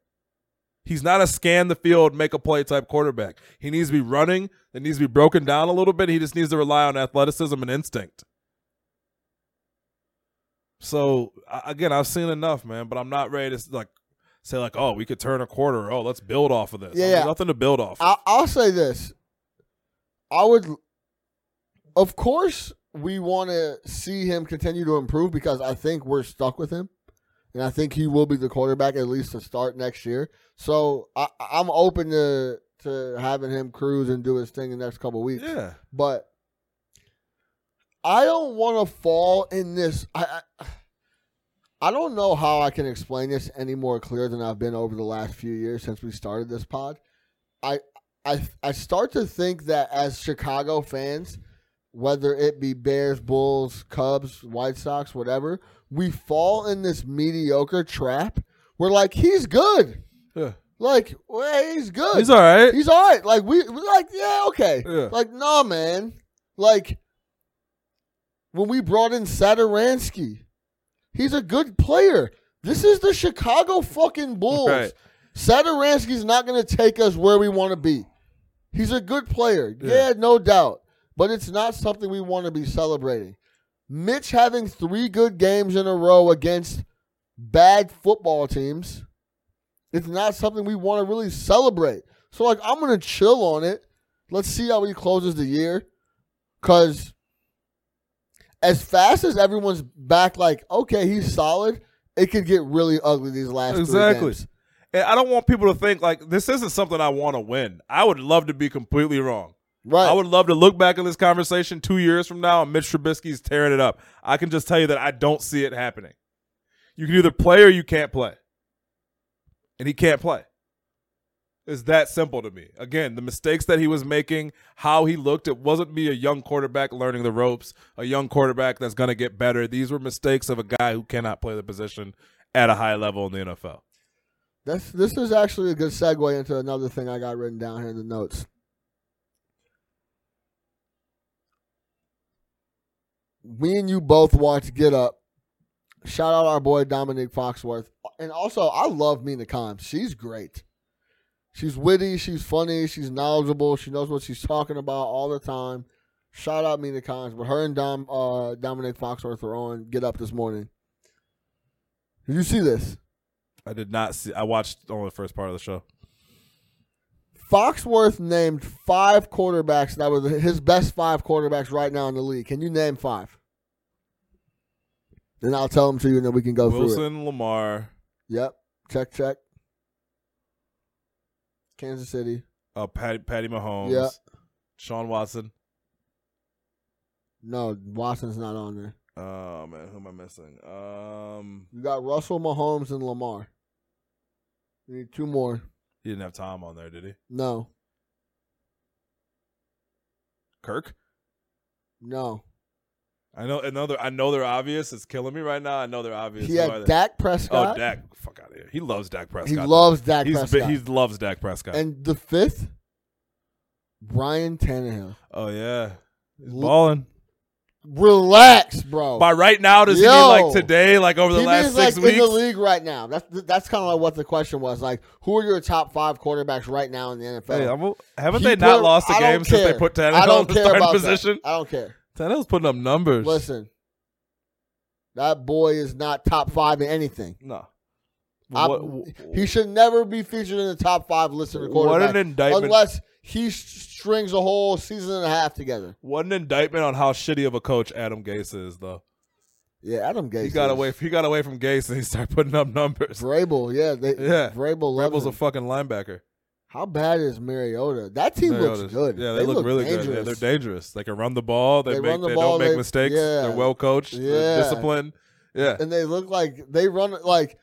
[SPEAKER 3] He's not a scan the field, make a play type quarterback. He needs to be running. It needs to be broken down a little bit. He just needs to rely on athleticism and instinct. So I- again, I've seen enough, man. But I'm not ready to like say like, oh, we could turn a quarter. Oh, let's build off of this.
[SPEAKER 2] Yeah,
[SPEAKER 3] There's
[SPEAKER 2] yeah.
[SPEAKER 3] nothing to build off. of.
[SPEAKER 2] I, I'll say this. I would, of course, we want to see him continue to improve because I think we're stuck with him, and I think he will be the quarterback at least to start next year. So I, I'm open to to having him cruise and do his thing the next couple weeks
[SPEAKER 3] Yeah.
[SPEAKER 2] but I don't want to fall in this. I, I I don't know how I can explain this any more clear than I've been over the last few years since we started this pod. I I I start to think that as Chicago fans, whether it be Bears, Bulls, Cubs, White Sox, whatever, we fall in this mediocre trap. We're like, he's good.
[SPEAKER 3] Yeah.
[SPEAKER 2] Like, well, he's good.
[SPEAKER 3] He's all right.
[SPEAKER 2] He's all right. Like we, we like yeah, okay.
[SPEAKER 3] Yeah.
[SPEAKER 2] Like nah, man. Like when we brought in Saturansky, he's a good player. This is the Chicago fucking Bulls.
[SPEAKER 3] Right.
[SPEAKER 2] Saturansky's not going to take us where we want to be. He's a good player.
[SPEAKER 3] Yeah.
[SPEAKER 2] Yeah, no doubt. But it's not something we want to be celebrating. Mitch having three good games in a row against bad football teams, it's not something we want to really celebrate. So, like, I'm going to chill on it. Let's see how he closes the year. Because as fast as everyone's back, like, okay, he's solid, it could get really ugly these last three
[SPEAKER 3] Exactly.
[SPEAKER 2] games.
[SPEAKER 3] And I don't want people to think like this isn't something I want to win. I would love to be completely wrong.
[SPEAKER 2] Right.
[SPEAKER 3] I would love to look back at this conversation two years from now and Mitch Trubisky's tearing it up. I can just tell you that I don't see it happening. You can either play or you can't play. And he can't play. It's that simple to me. Again, the mistakes that he was making, how he looked, it wasn't me a young quarterback learning the ropes, a young quarterback that's going to get better. These were mistakes of a guy who cannot play the position at a high level in the NFL.
[SPEAKER 2] That's this is actually a good segue into another thing I got written down here in the notes. Me and you both watched Get Up. Shout out our boy Dominic Foxworth, and also I love Mina Kimes. She's great. She's witty. She's funny. She's knowledgeable. She knows what she's talking about all the time. Shout out Mina Kimes. But her and Dom uh, Dominic Foxworth are on Get Up this morning. Did you see this?
[SPEAKER 3] I did not see. I watched only the first part of the show.
[SPEAKER 2] Foxworth named five quarterbacks that were his best five quarterbacks right now in the league. Can you name five? Then I'll tell them to you, and then we can go through it.
[SPEAKER 3] Wilson, Lamar,
[SPEAKER 2] Yep. Check, check. Kansas City.
[SPEAKER 3] uh, Patty, Patty Mahomes,
[SPEAKER 2] Yeah.
[SPEAKER 3] Sean Watson.
[SPEAKER 2] No, Watson's not on there.
[SPEAKER 3] Oh man, who am I missing? Um,
[SPEAKER 2] You got Russell Mahomes and Lamar. You need two more.
[SPEAKER 3] he didn't have Tom on there, did he?
[SPEAKER 2] No,
[SPEAKER 3] Kirk.
[SPEAKER 2] no.
[SPEAKER 3] I know another. I know they're obvious. It's killing me right now. I know they're obvious.
[SPEAKER 2] He
[SPEAKER 3] Who are
[SPEAKER 2] had
[SPEAKER 3] they?
[SPEAKER 2] Dak
[SPEAKER 3] oh,
[SPEAKER 2] Prescott.
[SPEAKER 3] Dak. Fuck out of here. He loves Dak Prescott.
[SPEAKER 2] He loves Dak
[SPEAKER 3] He's
[SPEAKER 2] Prescott.
[SPEAKER 3] he loves Dak Prescott.
[SPEAKER 2] and the fifth, Brian Tannehill.
[SPEAKER 3] oh yeah,
[SPEAKER 2] L-
[SPEAKER 3] balling.
[SPEAKER 2] Relax, bro.
[SPEAKER 3] By right now, does he mean
[SPEAKER 2] Oh. Yo.
[SPEAKER 3] like today? Like over the
[SPEAKER 2] he
[SPEAKER 3] last
[SPEAKER 2] means
[SPEAKER 3] six
[SPEAKER 2] like
[SPEAKER 3] weeks?
[SPEAKER 2] in the league right now. That's that's kind of like what the question was. Like, who are your top five quarterbacks right now in the NFL?
[SPEAKER 3] Hey, I'm, haven't
[SPEAKER 2] He
[SPEAKER 3] they not
[SPEAKER 2] put-
[SPEAKER 3] lost a
[SPEAKER 2] I don't
[SPEAKER 3] game since they
[SPEAKER 2] care.
[SPEAKER 3] put
[SPEAKER 2] I
[SPEAKER 3] Tannehill
[SPEAKER 2] don't
[SPEAKER 3] in the
[SPEAKER 2] care
[SPEAKER 3] starting
[SPEAKER 2] about that.
[SPEAKER 3] position?
[SPEAKER 2] I don't care.
[SPEAKER 3] Tannehill's putting up numbers.
[SPEAKER 2] Listen, that boy is not top five in anything.
[SPEAKER 3] No.
[SPEAKER 2] I'm-
[SPEAKER 3] What,
[SPEAKER 2] he should never be featured in the top five list of
[SPEAKER 3] what
[SPEAKER 2] quarterbacks
[SPEAKER 3] an indictment!
[SPEAKER 2] unless he s- strings a whole season and a half together.
[SPEAKER 3] what an indictment on how shitty of a coach Adam Gase is, though.
[SPEAKER 2] Yeah, Adam Gase.
[SPEAKER 3] He got
[SPEAKER 2] is.
[SPEAKER 3] away. He got away from Gase, and he started putting up numbers.
[SPEAKER 2] Vrabel, yeah, they,
[SPEAKER 3] Yeah.
[SPEAKER 2] Vrabel loves
[SPEAKER 3] Rebel's
[SPEAKER 2] him.
[SPEAKER 3] a fucking linebacker.
[SPEAKER 2] How bad is Mariota? That team looks
[SPEAKER 3] Mariota's-
[SPEAKER 2] good.
[SPEAKER 3] Yeah, they, look, really good. Yeah,
[SPEAKER 2] dangerous.
[SPEAKER 3] they're dangerous. They can run the ball. They,
[SPEAKER 2] They
[SPEAKER 3] make.
[SPEAKER 2] run the
[SPEAKER 3] they
[SPEAKER 2] ball,
[SPEAKER 3] don't make
[SPEAKER 2] they-
[SPEAKER 3] mistakes.
[SPEAKER 2] yeah.
[SPEAKER 3] They're well coached. They're
[SPEAKER 2] Yeah.
[SPEAKER 3] disciplined. Yeah.
[SPEAKER 2] and they look like they run like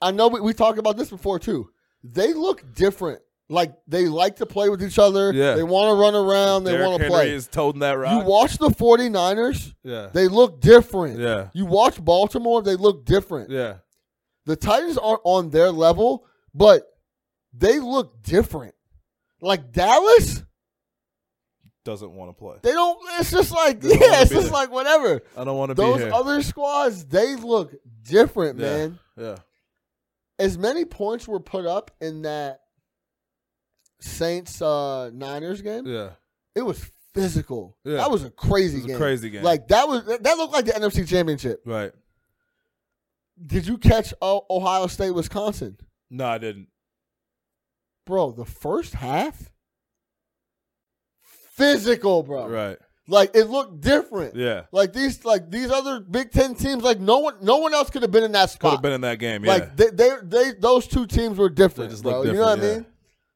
[SPEAKER 2] I know we, we talked about this before too. They look different. Like they like to play with each other.
[SPEAKER 3] Yeah.
[SPEAKER 2] They want to run around. They
[SPEAKER 3] Derrick
[SPEAKER 2] want to
[SPEAKER 3] Henry
[SPEAKER 2] play.
[SPEAKER 3] is toting that
[SPEAKER 2] You
[SPEAKER 3] rock.
[SPEAKER 2] watch the 49ers,
[SPEAKER 3] yeah.
[SPEAKER 2] they look different.
[SPEAKER 3] yeah.
[SPEAKER 2] You watch Baltimore, they look different.
[SPEAKER 3] Yeah.
[SPEAKER 2] The Titans aren't on their level, but they look different. Like Dallas,
[SPEAKER 3] Doesn't want to play.
[SPEAKER 2] they don't it's just like
[SPEAKER 3] They don't wanna
[SPEAKER 2] yeah, it's
[SPEAKER 3] be
[SPEAKER 2] just
[SPEAKER 3] there.
[SPEAKER 2] like whatever.
[SPEAKER 3] I don't want to be
[SPEAKER 2] Those
[SPEAKER 3] here.
[SPEAKER 2] other squads, they look different,
[SPEAKER 3] Yeah.
[SPEAKER 2] man.
[SPEAKER 3] yeah.
[SPEAKER 2] as many points were put up in that Saints uh Niners game,
[SPEAKER 3] Yeah.
[SPEAKER 2] it was physical.
[SPEAKER 3] Yeah.
[SPEAKER 2] That was a crazy
[SPEAKER 3] It was
[SPEAKER 2] game.
[SPEAKER 3] a crazy game.
[SPEAKER 2] Like that was that looked like the NFC Championship.
[SPEAKER 3] right.
[SPEAKER 2] Did you catch O- Ohio State Wisconsin?
[SPEAKER 3] No, I didn't.
[SPEAKER 2] Bro, the first half physical, bro.
[SPEAKER 3] Right.
[SPEAKER 2] Like it looked different.
[SPEAKER 3] Yeah.
[SPEAKER 2] Like these, like these other Big Ten teams, like no one, no one else could have been in that
[SPEAKER 3] Could
[SPEAKER 2] spot.
[SPEAKER 3] have been in that game. Yeah.
[SPEAKER 2] Like they, they, they, those two teams were different,
[SPEAKER 3] They just
[SPEAKER 2] bro.
[SPEAKER 3] look
[SPEAKER 2] you know what
[SPEAKER 3] different,
[SPEAKER 2] I
[SPEAKER 3] yeah.
[SPEAKER 2] mean?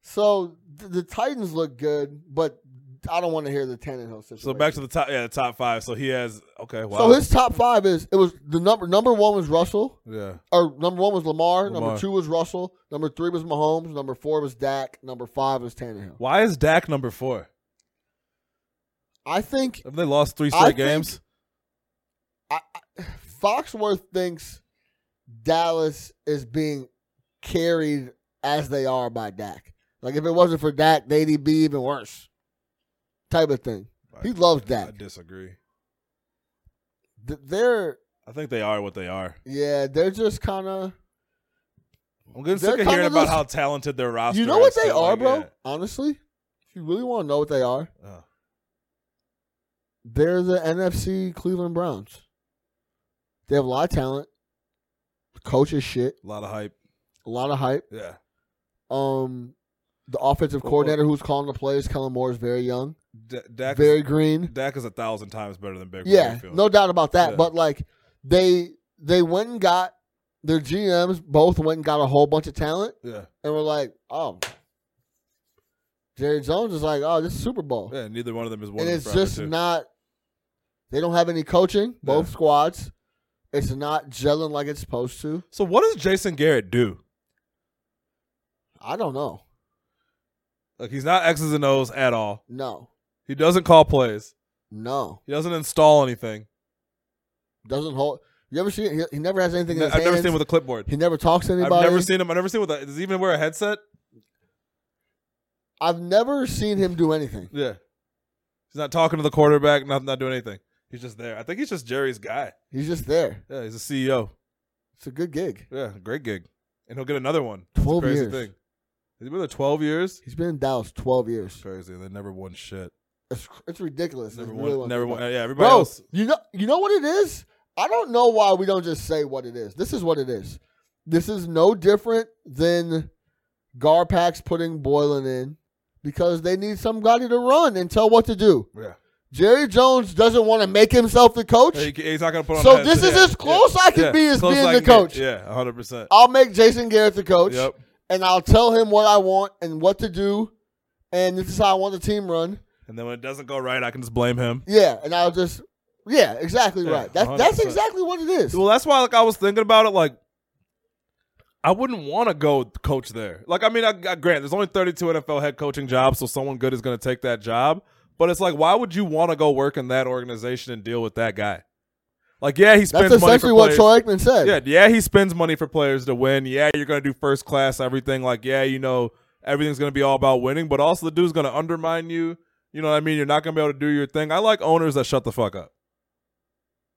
[SPEAKER 2] So th- the Titans look good, but I don't want to hear the Tannehill situation.
[SPEAKER 3] so back to the top. Yeah, the top five. So he has. Okay. Wow.
[SPEAKER 2] so his top five is it was the number number one was Russell,
[SPEAKER 3] yeah.
[SPEAKER 2] or number one was Lamar,
[SPEAKER 3] Lamar.
[SPEAKER 2] number two was Russell, number three was Mahomes, number four was Dak, number five was Tannehill.
[SPEAKER 3] Why is Dak number four?
[SPEAKER 2] I think
[SPEAKER 3] Have they lost three
[SPEAKER 2] I
[SPEAKER 3] straight
[SPEAKER 2] think-
[SPEAKER 3] games?
[SPEAKER 2] I, I- Foxworth thinks Dallas is being carried as they are by Dak. Like if it wasn't for Dak, they'd be even worse. Type of thing. He loves
[SPEAKER 3] I, I
[SPEAKER 2] Dak.
[SPEAKER 3] disagree.
[SPEAKER 2] Th- They're
[SPEAKER 3] I think they are what they are.
[SPEAKER 2] yeah, they're just kind of
[SPEAKER 3] I'm getting
[SPEAKER 2] They're
[SPEAKER 3] sick of
[SPEAKER 2] kinda
[SPEAKER 3] hearing about
[SPEAKER 2] just-
[SPEAKER 3] how talented their roster.
[SPEAKER 2] you know
[SPEAKER 3] is,
[SPEAKER 2] what they
[SPEAKER 3] shit
[SPEAKER 2] are,
[SPEAKER 3] like
[SPEAKER 2] bro.
[SPEAKER 3] that.
[SPEAKER 2] Honestly, if you really want to know what they are,
[SPEAKER 3] Oh.
[SPEAKER 2] they're the NFC Cleveland Browns. They have a lot of talent. The coach is shit.
[SPEAKER 3] a lot of hype.
[SPEAKER 2] A lot of hype.
[SPEAKER 3] Yeah.
[SPEAKER 2] Um, the offensive
[SPEAKER 3] Well,
[SPEAKER 2] coordinator who's calling the plays, Kellen Moore, is very young,
[SPEAKER 3] D- Dak,
[SPEAKER 2] very
[SPEAKER 3] is,
[SPEAKER 2] green.
[SPEAKER 3] Dak is a thousand times better than Baker
[SPEAKER 2] Yeah,
[SPEAKER 3] Mayfield.
[SPEAKER 2] no doubt about that.
[SPEAKER 3] Yeah.
[SPEAKER 2] But like they they went and got their GMs both went and got a whole bunch of talent
[SPEAKER 3] Yeah.
[SPEAKER 2] and were like, oh, Jerry Jones is like, oh, this is Super Bowl,
[SPEAKER 3] Yeah. Neither one of them is one.
[SPEAKER 2] and
[SPEAKER 3] of
[SPEAKER 2] it's just not. They don't have any coaching. Both
[SPEAKER 3] Yeah.
[SPEAKER 2] squads, it's not gelling like it's supposed to.
[SPEAKER 3] So what does Jason Garrett do?
[SPEAKER 2] I don't know.
[SPEAKER 3] Like he's not X's and O's at all.
[SPEAKER 2] No,
[SPEAKER 3] He doesn't call plays.
[SPEAKER 2] no,
[SPEAKER 3] He doesn't install anything.
[SPEAKER 2] doesn't hold. You ever seen? He, he never has anything. In his
[SPEAKER 3] I've never
[SPEAKER 2] hands.
[SPEAKER 3] seen him with a clipboard.
[SPEAKER 2] He never talks to anybody.
[SPEAKER 3] I've never seen him. I've never seen him with a. Does he even wear a headset?
[SPEAKER 2] I've never seen him do anything.
[SPEAKER 3] Yeah. He's not talking to the quarterback. Not not doing anything. He's just there. I think he's just Jerry's guy.
[SPEAKER 2] He's just there.
[SPEAKER 3] Yeah. He's a CEO.
[SPEAKER 2] It's a good gig.
[SPEAKER 3] Yeah. Great gig. And he'll get another one.
[SPEAKER 2] Twelve
[SPEAKER 3] Crazy
[SPEAKER 2] years.
[SPEAKER 3] thing. Has he been there twelve years?
[SPEAKER 2] He's been in Dallas twelve years.
[SPEAKER 3] Crazy. They never won shit.
[SPEAKER 2] It's, it's ridiculous.
[SPEAKER 3] Never
[SPEAKER 2] It's
[SPEAKER 3] won.
[SPEAKER 2] really what
[SPEAKER 3] never
[SPEAKER 2] it's
[SPEAKER 3] won.
[SPEAKER 2] about.
[SPEAKER 3] Yeah. Everybody
[SPEAKER 2] Bro,
[SPEAKER 3] else.
[SPEAKER 2] you know, you know what it is. I don't know why we don't just say what it is. This is what it is. This is no different than Garpax putting Boylan in because they need somebody to run and tell what to do.
[SPEAKER 3] Yeah.
[SPEAKER 2] Jerry Jones doesn't want to make himself the coach.
[SPEAKER 3] He- he's not gonna put on.
[SPEAKER 2] So
[SPEAKER 3] the
[SPEAKER 2] this
[SPEAKER 3] headset.
[SPEAKER 2] is as close I can be as
[SPEAKER 3] Close
[SPEAKER 2] being
[SPEAKER 3] I
[SPEAKER 2] the
[SPEAKER 3] can get.
[SPEAKER 2] coach.
[SPEAKER 3] Yeah. hundred percent.
[SPEAKER 2] I'll make Jason Garrett the coach.
[SPEAKER 3] Yep.
[SPEAKER 2] and I'll tell him what I want and what to do, and this is how I want the team run.
[SPEAKER 3] And then when it doesn't go right, I can just blame him.
[SPEAKER 2] Yeah, and I'll just yeah, exactly
[SPEAKER 3] Yeah,
[SPEAKER 2] right. That's that's
[SPEAKER 3] 100%.
[SPEAKER 2] exactly what it is.
[SPEAKER 3] Well, that's why like I was thinking about it. Like, I wouldn't want to go coach there. Like, I mean, I, I grant there's only 32 NFL head coaching jobs, so someone good is going to take that job. But it's like, why would you want to go work in that organization and deal with that guy? Like, yeah, he spends
[SPEAKER 2] That's
[SPEAKER 3] money
[SPEAKER 2] essentially
[SPEAKER 3] for
[SPEAKER 2] what
[SPEAKER 3] players.
[SPEAKER 2] Troy Aikman said.
[SPEAKER 3] yeah, yeah, he spends money for players to win. Yeah, you're going to do first class everything. Like, yeah, you know, everything's going to be all about winning. But also, the dude's going to undermine you. You know what I mean? You're not going to be able to do your thing. I like owners that shut the fuck up.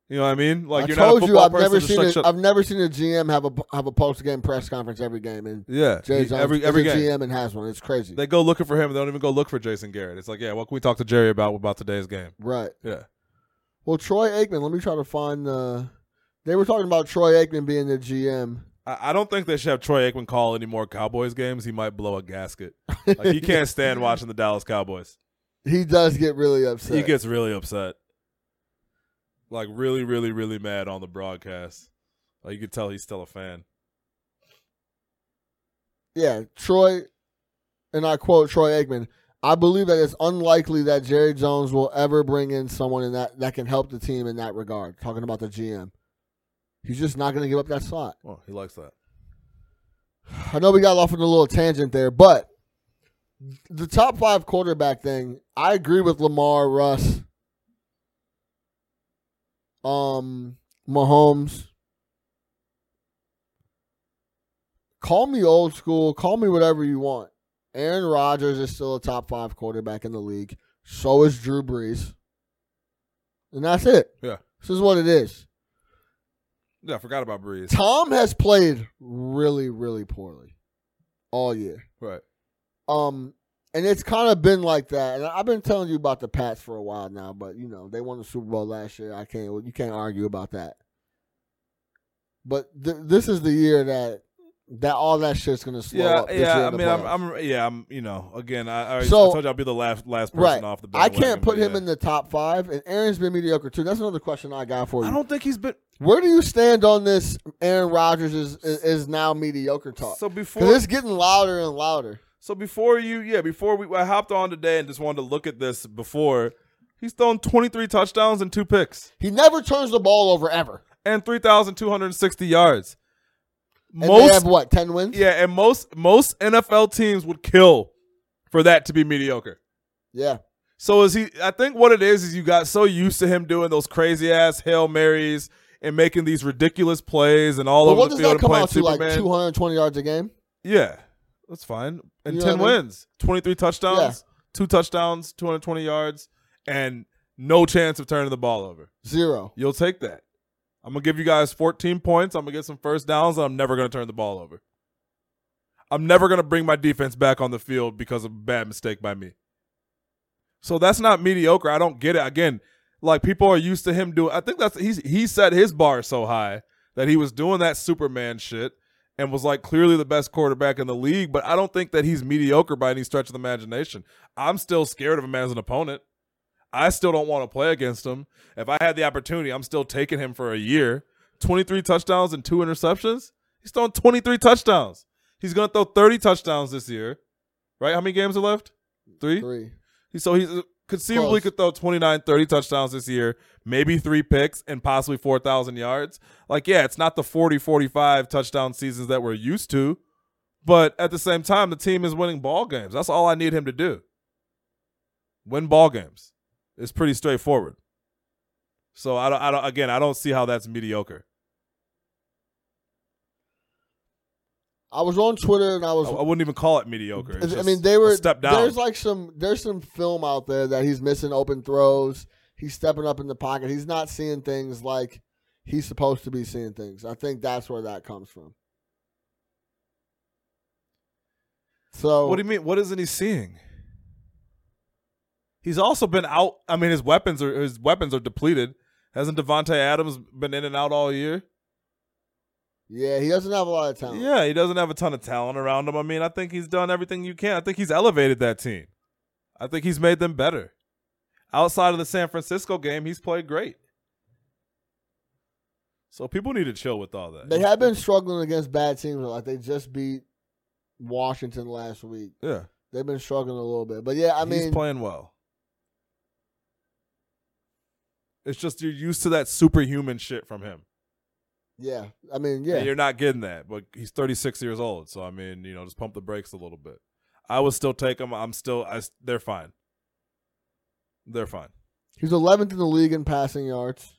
[SPEAKER 3] You know what I mean? Like,
[SPEAKER 2] I
[SPEAKER 3] you're
[SPEAKER 2] told
[SPEAKER 3] not a
[SPEAKER 2] you
[SPEAKER 3] football
[SPEAKER 2] I've
[SPEAKER 3] person.
[SPEAKER 2] never
[SPEAKER 3] just
[SPEAKER 2] seen
[SPEAKER 3] like,
[SPEAKER 2] a,
[SPEAKER 3] shut-
[SPEAKER 2] I've never seen a GM have a have a post game press conference every game, and
[SPEAKER 3] Yeah,
[SPEAKER 2] Jerry
[SPEAKER 3] he-
[SPEAKER 2] Jones
[SPEAKER 3] every
[SPEAKER 2] is
[SPEAKER 3] every
[SPEAKER 2] a
[SPEAKER 3] game.
[SPEAKER 2] GM and has one. It's crazy,
[SPEAKER 3] They go looking for him. They don't even go look for Jason Garrett. It's like, yeah, what can we talk to Jerry about about today's game?
[SPEAKER 2] right?
[SPEAKER 3] Yeah,
[SPEAKER 2] Well, Troy Aikman. Let me try to find. Uh, they were talking about Troy Aikman being the GM.
[SPEAKER 3] I, I don't think they should have Troy Aikman call any more Cowboys games. He might blow a gasket. Like, he can't stand watching the Dallas Cowboys.
[SPEAKER 2] He does get really upset.
[SPEAKER 3] He gets really upset, like really, really, really mad on the broadcast. Like you could tell he's still a fan.
[SPEAKER 2] Yeah, Troy, and I quote Troy Aikman. I believe that it's unlikely that Jerry Jones will ever bring in someone in that that can help the team in that regard. Talking about the GM, he's just not going to give up that slot.
[SPEAKER 3] Well, he likes that.
[SPEAKER 2] I know we got off on a little tangent there, but the top five quarterback thing, I agree with Lamar, Russ, um, Mahomes. Call me old school. Call me whatever you want. Aaron Rodgers is still a top five quarterback in the league. So is Drew Brees. And that's it.
[SPEAKER 3] Yeah.
[SPEAKER 2] This is what it is.
[SPEAKER 3] Yeah, I forgot about Breeze.
[SPEAKER 2] Tom has played really, really poorly all year.
[SPEAKER 3] Right.
[SPEAKER 2] Um, and it's kind of been like that. And I've been telling you about the Pats for a while now, but you know they won the Super Bowl last year. I can't. You can't argue about that. But th- this is the year that that all that shit's gonna slow
[SPEAKER 3] Yeah,
[SPEAKER 2] up. this year
[SPEAKER 3] yeah. I
[SPEAKER 2] in the
[SPEAKER 3] mean, I'm,
[SPEAKER 2] playoffs.
[SPEAKER 3] I'm, yeah, I'm. You know, again, I, I, already-
[SPEAKER 2] So-
[SPEAKER 3] I told you I'll be the last, last person
[SPEAKER 2] right.
[SPEAKER 3] off the.
[SPEAKER 2] I can't
[SPEAKER 3] bandwagon,
[SPEAKER 2] put
[SPEAKER 3] but
[SPEAKER 2] him
[SPEAKER 3] yeah.
[SPEAKER 2] in the top five, and Aaron's been mediocre too. That's another question I got for you.
[SPEAKER 3] I don't think he's been.
[SPEAKER 2] Where do you stand on this? Aaron Rodgers is is, is now mediocre talk.
[SPEAKER 3] So
[SPEAKER 2] 'Cause
[SPEAKER 3] before,
[SPEAKER 2] it's getting louder and louder.
[SPEAKER 3] so before you, yeah, before we, I hopped on today and just wanted to look at this before. He's thrown 23 touchdowns and two picks
[SPEAKER 2] He never turns the ball over ever.
[SPEAKER 3] and 3,260 yards.
[SPEAKER 2] And
[SPEAKER 3] Most
[SPEAKER 2] they have what ten wins?
[SPEAKER 3] Yeah, and most most NFL teams would kill for that to be mediocre.
[SPEAKER 2] yeah.
[SPEAKER 3] So is he? I think what it is is you got so used to him doing those crazy ass hail marys and making these ridiculous plays and all
[SPEAKER 2] But
[SPEAKER 3] over
[SPEAKER 2] what
[SPEAKER 3] the
[SPEAKER 2] does
[SPEAKER 3] field
[SPEAKER 2] that
[SPEAKER 3] and
[SPEAKER 2] come
[SPEAKER 3] playing
[SPEAKER 2] out to? Like
[SPEAKER 3] Superman.
[SPEAKER 2] two hundred twenty yards a game.
[SPEAKER 3] yeah, that's fine. And
[SPEAKER 2] You know
[SPEAKER 3] ten
[SPEAKER 2] what I mean?
[SPEAKER 3] wins, twenty three touchdowns,
[SPEAKER 2] Yeah.
[SPEAKER 3] two touchdowns, two hundred twenty yards, and no chance of turning the ball over.
[SPEAKER 2] Zero.
[SPEAKER 3] You'll take that. I'm gonna give you guys 14 points. I'm gonna get some first downs, and I'm never gonna turn the ball over. I'm never gonna bring my defense back on the field because of a bad mistake by me. So that's not mediocre. I don't get it. Again, like people are used to him doing. I think that's he's he set his bar so high that he was doing that Superman shit and was like clearly the best quarterback in the league. But I don't think that he's mediocre by any stretch of the imagination. I'm still scared of him as an opponent. I still don't want to play against him. If I had the opportunity, I'm still taking him for a year. 23 touchdowns and two interceptions. He's throwing 23 touchdowns. He's going to throw 30 touchdowns this year. Right? How many games are left? Three?
[SPEAKER 2] Three.
[SPEAKER 3] He- So he's conceivably
[SPEAKER 2] Close.
[SPEAKER 3] could throw 29, 30 touchdowns this year, maybe three picks and possibly 4,000 yards. Like, yeah, it's not the 40, 45 touchdown seasons that we're used to, but at the same time, the team is winning ball games. That's all I need him to do. Win ball games. It's pretty straightforward. So I don't, I don't again, I don't see how that's mediocre.
[SPEAKER 2] I was on Twitter and I
[SPEAKER 3] I,
[SPEAKER 2] was.
[SPEAKER 3] I wouldn't even call it mediocre. Oh, It's
[SPEAKER 2] I
[SPEAKER 3] just
[SPEAKER 2] mean, they
[SPEAKER 3] a
[SPEAKER 2] were.
[SPEAKER 3] step down.
[SPEAKER 2] There's like some. There's some film out there that he's missing open throws. He's stepping up in the pocket. He's not seeing things like he's supposed to be seeing things. I think that's where that comes from. So
[SPEAKER 3] What do you mean? What isn't he seeing? He's also been out. I mean, his weapons are his weapons are depleted. Hasn't Devonte Adams been in and out all year?
[SPEAKER 2] yeah, he doesn't have a lot of talent.
[SPEAKER 3] Yeah, he doesn't have a ton of talent around him. I mean, I think he's done everything you can. I think he's elevated that team. I think he's made them better. Outside of the San Francisco game, he's played great. So people need to chill with all that.
[SPEAKER 2] They have been struggling against bad teams. Like they just beat Washington last week.
[SPEAKER 3] yeah.
[SPEAKER 2] They've been struggling a little bit, but yeah, I mean,
[SPEAKER 3] he's playing well. It's just you're used to that superhuman shit from him.
[SPEAKER 2] yeah, I mean,
[SPEAKER 3] Yeah.
[SPEAKER 2] yeah,
[SPEAKER 3] you're not getting that, but he's 36 years old, so I mean, you know, just pump the brakes a little bit. I would still take him. I'm still, I, s- they're fine. They're fine.
[SPEAKER 2] he's 11th in the league in passing yards.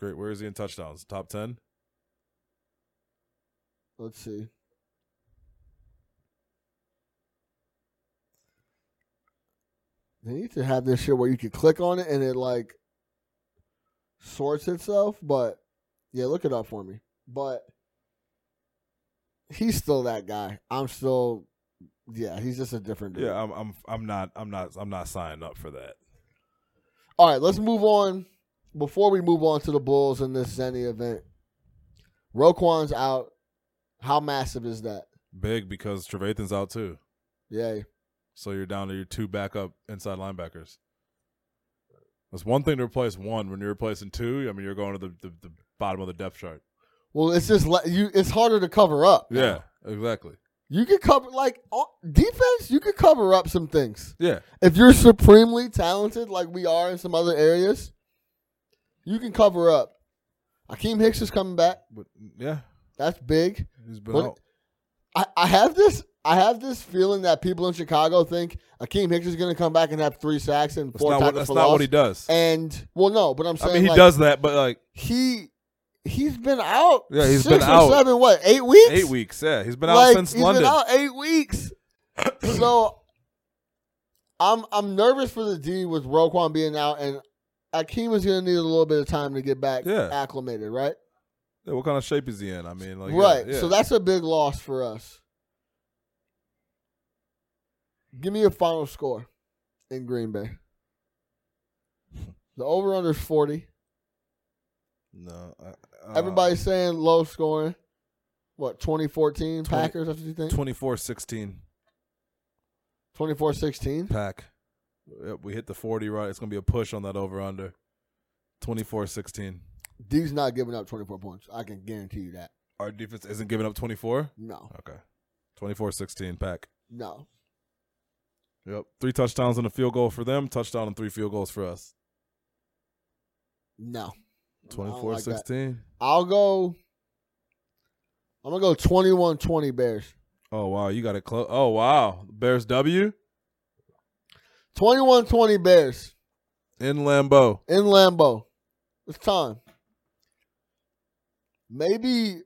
[SPEAKER 3] Great. Where is he in touchdowns? Top 10?
[SPEAKER 2] Let's see. They need to have this shit where you can click on it and it like sorts itself. But yeah, look it up for me. But he's still that guy. I'm still, yeah, he's just a different dude.
[SPEAKER 3] Yeah, I'm, I'm, I'm not, I'm not, I'm not signing up for that.
[SPEAKER 2] All right, let's move on. Before we move on to the Bulls in this Zenny event, Roquan's out. How massive is that?
[SPEAKER 3] Big because Trevathan's out too,
[SPEAKER 2] Yay.
[SPEAKER 3] so you're down to your two backup inside linebackers. It's one thing to replace one. When you're replacing two, I mean, you're going to the, the, the bottom of the depth chart.
[SPEAKER 2] Well, it's just le- you. It's harder to cover up.
[SPEAKER 3] Yeah, exactly.
[SPEAKER 2] you could cover like on- defense. You could cover up some things
[SPEAKER 3] Yeah,
[SPEAKER 2] if you're supremely talented, like we are in some other areas. You can cover up. Akeem Hicks is coming back.
[SPEAKER 3] but yeah,
[SPEAKER 2] That's big.
[SPEAKER 3] he's been
[SPEAKER 2] What-
[SPEAKER 3] out.
[SPEAKER 2] I, I have this I have this feeling that people in Chicago think Akeem Hicks is going to come back and have three sacks and
[SPEAKER 3] That's
[SPEAKER 2] four
[SPEAKER 3] not what,
[SPEAKER 2] tackles
[SPEAKER 3] that's
[SPEAKER 2] for
[SPEAKER 3] not
[SPEAKER 2] loss.
[SPEAKER 3] what he does.
[SPEAKER 2] And well, no, but I'm
[SPEAKER 3] I
[SPEAKER 2] saying
[SPEAKER 3] mean, he
[SPEAKER 2] like,
[SPEAKER 3] does that, but like
[SPEAKER 2] He he's been out.
[SPEAKER 3] Yeah, he's
[SPEAKER 2] six
[SPEAKER 3] been
[SPEAKER 2] or
[SPEAKER 3] out.
[SPEAKER 2] seven. What eight weeks?
[SPEAKER 3] eight weeks. Yeah, he's been out
[SPEAKER 2] Like,
[SPEAKER 3] since
[SPEAKER 2] he's
[SPEAKER 3] London.
[SPEAKER 2] been out eight weeks. so I'm I'm nervous for the D with Roquan being out and. Akeem is going to need a little bit of time to get back
[SPEAKER 3] Yeah.
[SPEAKER 2] acclimated, right?
[SPEAKER 3] Yeah, what kind of shape is he in? I mean, like Oh, yeah,
[SPEAKER 2] right.
[SPEAKER 3] Yeah,
[SPEAKER 2] So that's a big loss for us. Give me a final score in Green Bay. The over under is 40.
[SPEAKER 3] no. I- uh, I-
[SPEAKER 2] Everybody's saying low scoring. what 2014
[SPEAKER 3] Twenty-
[SPEAKER 2] Packers? That's what you think?
[SPEAKER 3] 24 16
[SPEAKER 2] 24 16.
[SPEAKER 3] pack. Yep, we hit the 40 right. It's going to be a push on that over under. 24 16.
[SPEAKER 2] D's not giving up 24 points. I can guarantee you that.
[SPEAKER 3] Our defense isn't giving up 24?
[SPEAKER 2] No,
[SPEAKER 3] Okay. 24 16 pack.
[SPEAKER 2] no.
[SPEAKER 3] Yep. Three touchdowns and a field goal for them, touchdown and three field goals for us.
[SPEAKER 2] No. I don't
[SPEAKER 3] 24
[SPEAKER 2] like that.
[SPEAKER 3] 16.
[SPEAKER 2] I'll go. I'm gonna go 21 20 Bears.
[SPEAKER 3] Oh, wow. You got it close. Oh, wow. Bears W
[SPEAKER 2] 21 20 Bears
[SPEAKER 3] in Lambeau.
[SPEAKER 2] in Lambeau. It's time. Maybe,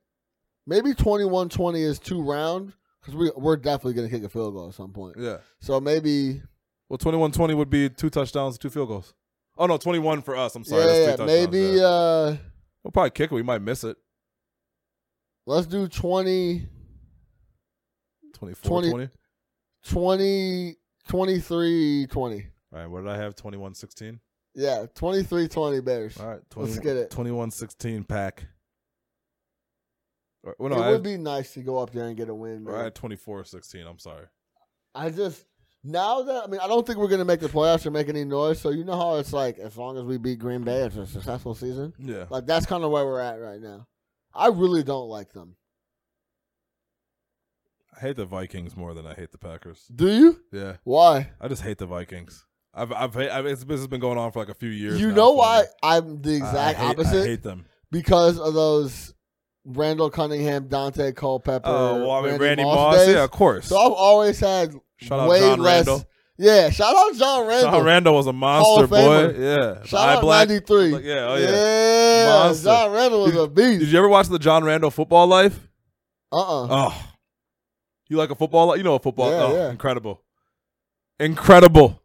[SPEAKER 2] maybe 21 20 is too round because we we're definitely gonna kick a field goal at some point.
[SPEAKER 3] Yeah.
[SPEAKER 2] So maybe
[SPEAKER 3] Well, 21 20 would be two touchdowns, two field goals. Oh, no, 21 for us. I'm sorry.
[SPEAKER 2] yeah,
[SPEAKER 3] That's three touchdowns.
[SPEAKER 2] maybe
[SPEAKER 3] yeah.
[SPEAKER 2] uh,
[SPEAKER 3] we'll probably kick it. We might miss it.
[SPEAKER 2] let's do 20
[SPEAKER 3] 24
[SPEAKER 2] 20.
[SPEAKER 3] 20.
[SPEAKER 2] 20 23 20.
[SPEAKER 3] All right, what did I have? 21 16?
[SPEAKER 2] Yeah, 23 20 Bears.
[SPEAKER 3] All right, 20,
[SPEAKER 2] Let's get it.
[SPEAKER 3] 21 16 pack. Or- well, no,
[SPEAKER 2] it
[SPEAKER 3] I
[SPEAKER 2] would
[SPEAKER 3] had-
[SPEAKER 2] be nice to go up there and get a win.
[SPEAKER 3] or I
[SPEAKER 2] man.
[SPEAKER 3] had 24 16. I'm sorry.
[SPEAKER 2] I just now that I mean I don't think we're gonna make the playoffs or make any noise. So you know how it's like as long as we beat Green Bay, it's a successful season.
[SPEAKER 3] Yeah.
[SPEAKER 2] Like that's kind of where we're at right now. I really don't like them.
[SPEAKER 3] I hate the Vikings more than I hate the Packers.
[SPEAKER 2] Do you?
[SPEAKER 3] Yeah.
[SPEAKER 2] Why?
[SPEAKER 3] I just hate the Vikings. I've, I've, hate, I've it's, this has been going on for like a few years.
[SPEAKER 2] you
[SPEAKER 3] now
[SPEAKER 2] know
[SPEAKER 3] for
[SPEAKER 2] why
[SPEAKER 3] me.
[SPEAKER 2] I'm the
[SPEAKER 3] I- I
[SPEAKER 2] exact
[SPEAKER 3] hate-
[SPEAKER 2] opposite
[SPEAKER 3] I hate them.
[SPEAKER 2] because of those Randall Cunningham, Dante Culpepper,
[SPEAKER 3] Oh, well, I mean, Randy, Moss.
[SPEAKER 2] days.
[SPEAKER 3] yeah, of course.
[SPEAKER 2] So I've always had
[SPEAKER 3] Shout
[SPEAKER 2] way
[SPEAKER 3] out John
[SPEAKER 2] less.
[SPEAKER 3] Randall.
[SPEAKER 2] Yeah, shout out John Randall.
[SPEAKER 3] John Randall was a
[SPEAKER 2] Hall
[SPEAKER 3] monster,
[SPEAKER 2] of
[SPEAKER 3] boy.
[SPEAKER 2] Famer.
[SPEAKER 3] Yeah. The
[SPEAKER 2] Shout
[SPEAKER 3] eye
[SPEAKER 2] out
[SPEAKER 3] black.
[SPEAKER 2] ninety three.
[SPEAKER 3] Like, yeah, oh, yeah. Monster.
[SPEAKER 2] John Randall was a
[SPEAKER 3] Did
[SPEAKER 2] beast.
[SPEAKER 3] you ever watch the John Randall football life?
[SPEAKER 2] Uh uh
[SPEAKER 3] Oh, you like a football? You know a football?
[SPEAKER 2] Yeah,
[SPEAKER 3] oh,
[SPEAKER 2] yeah.
[SPEAKER 3] Incredible, incredible.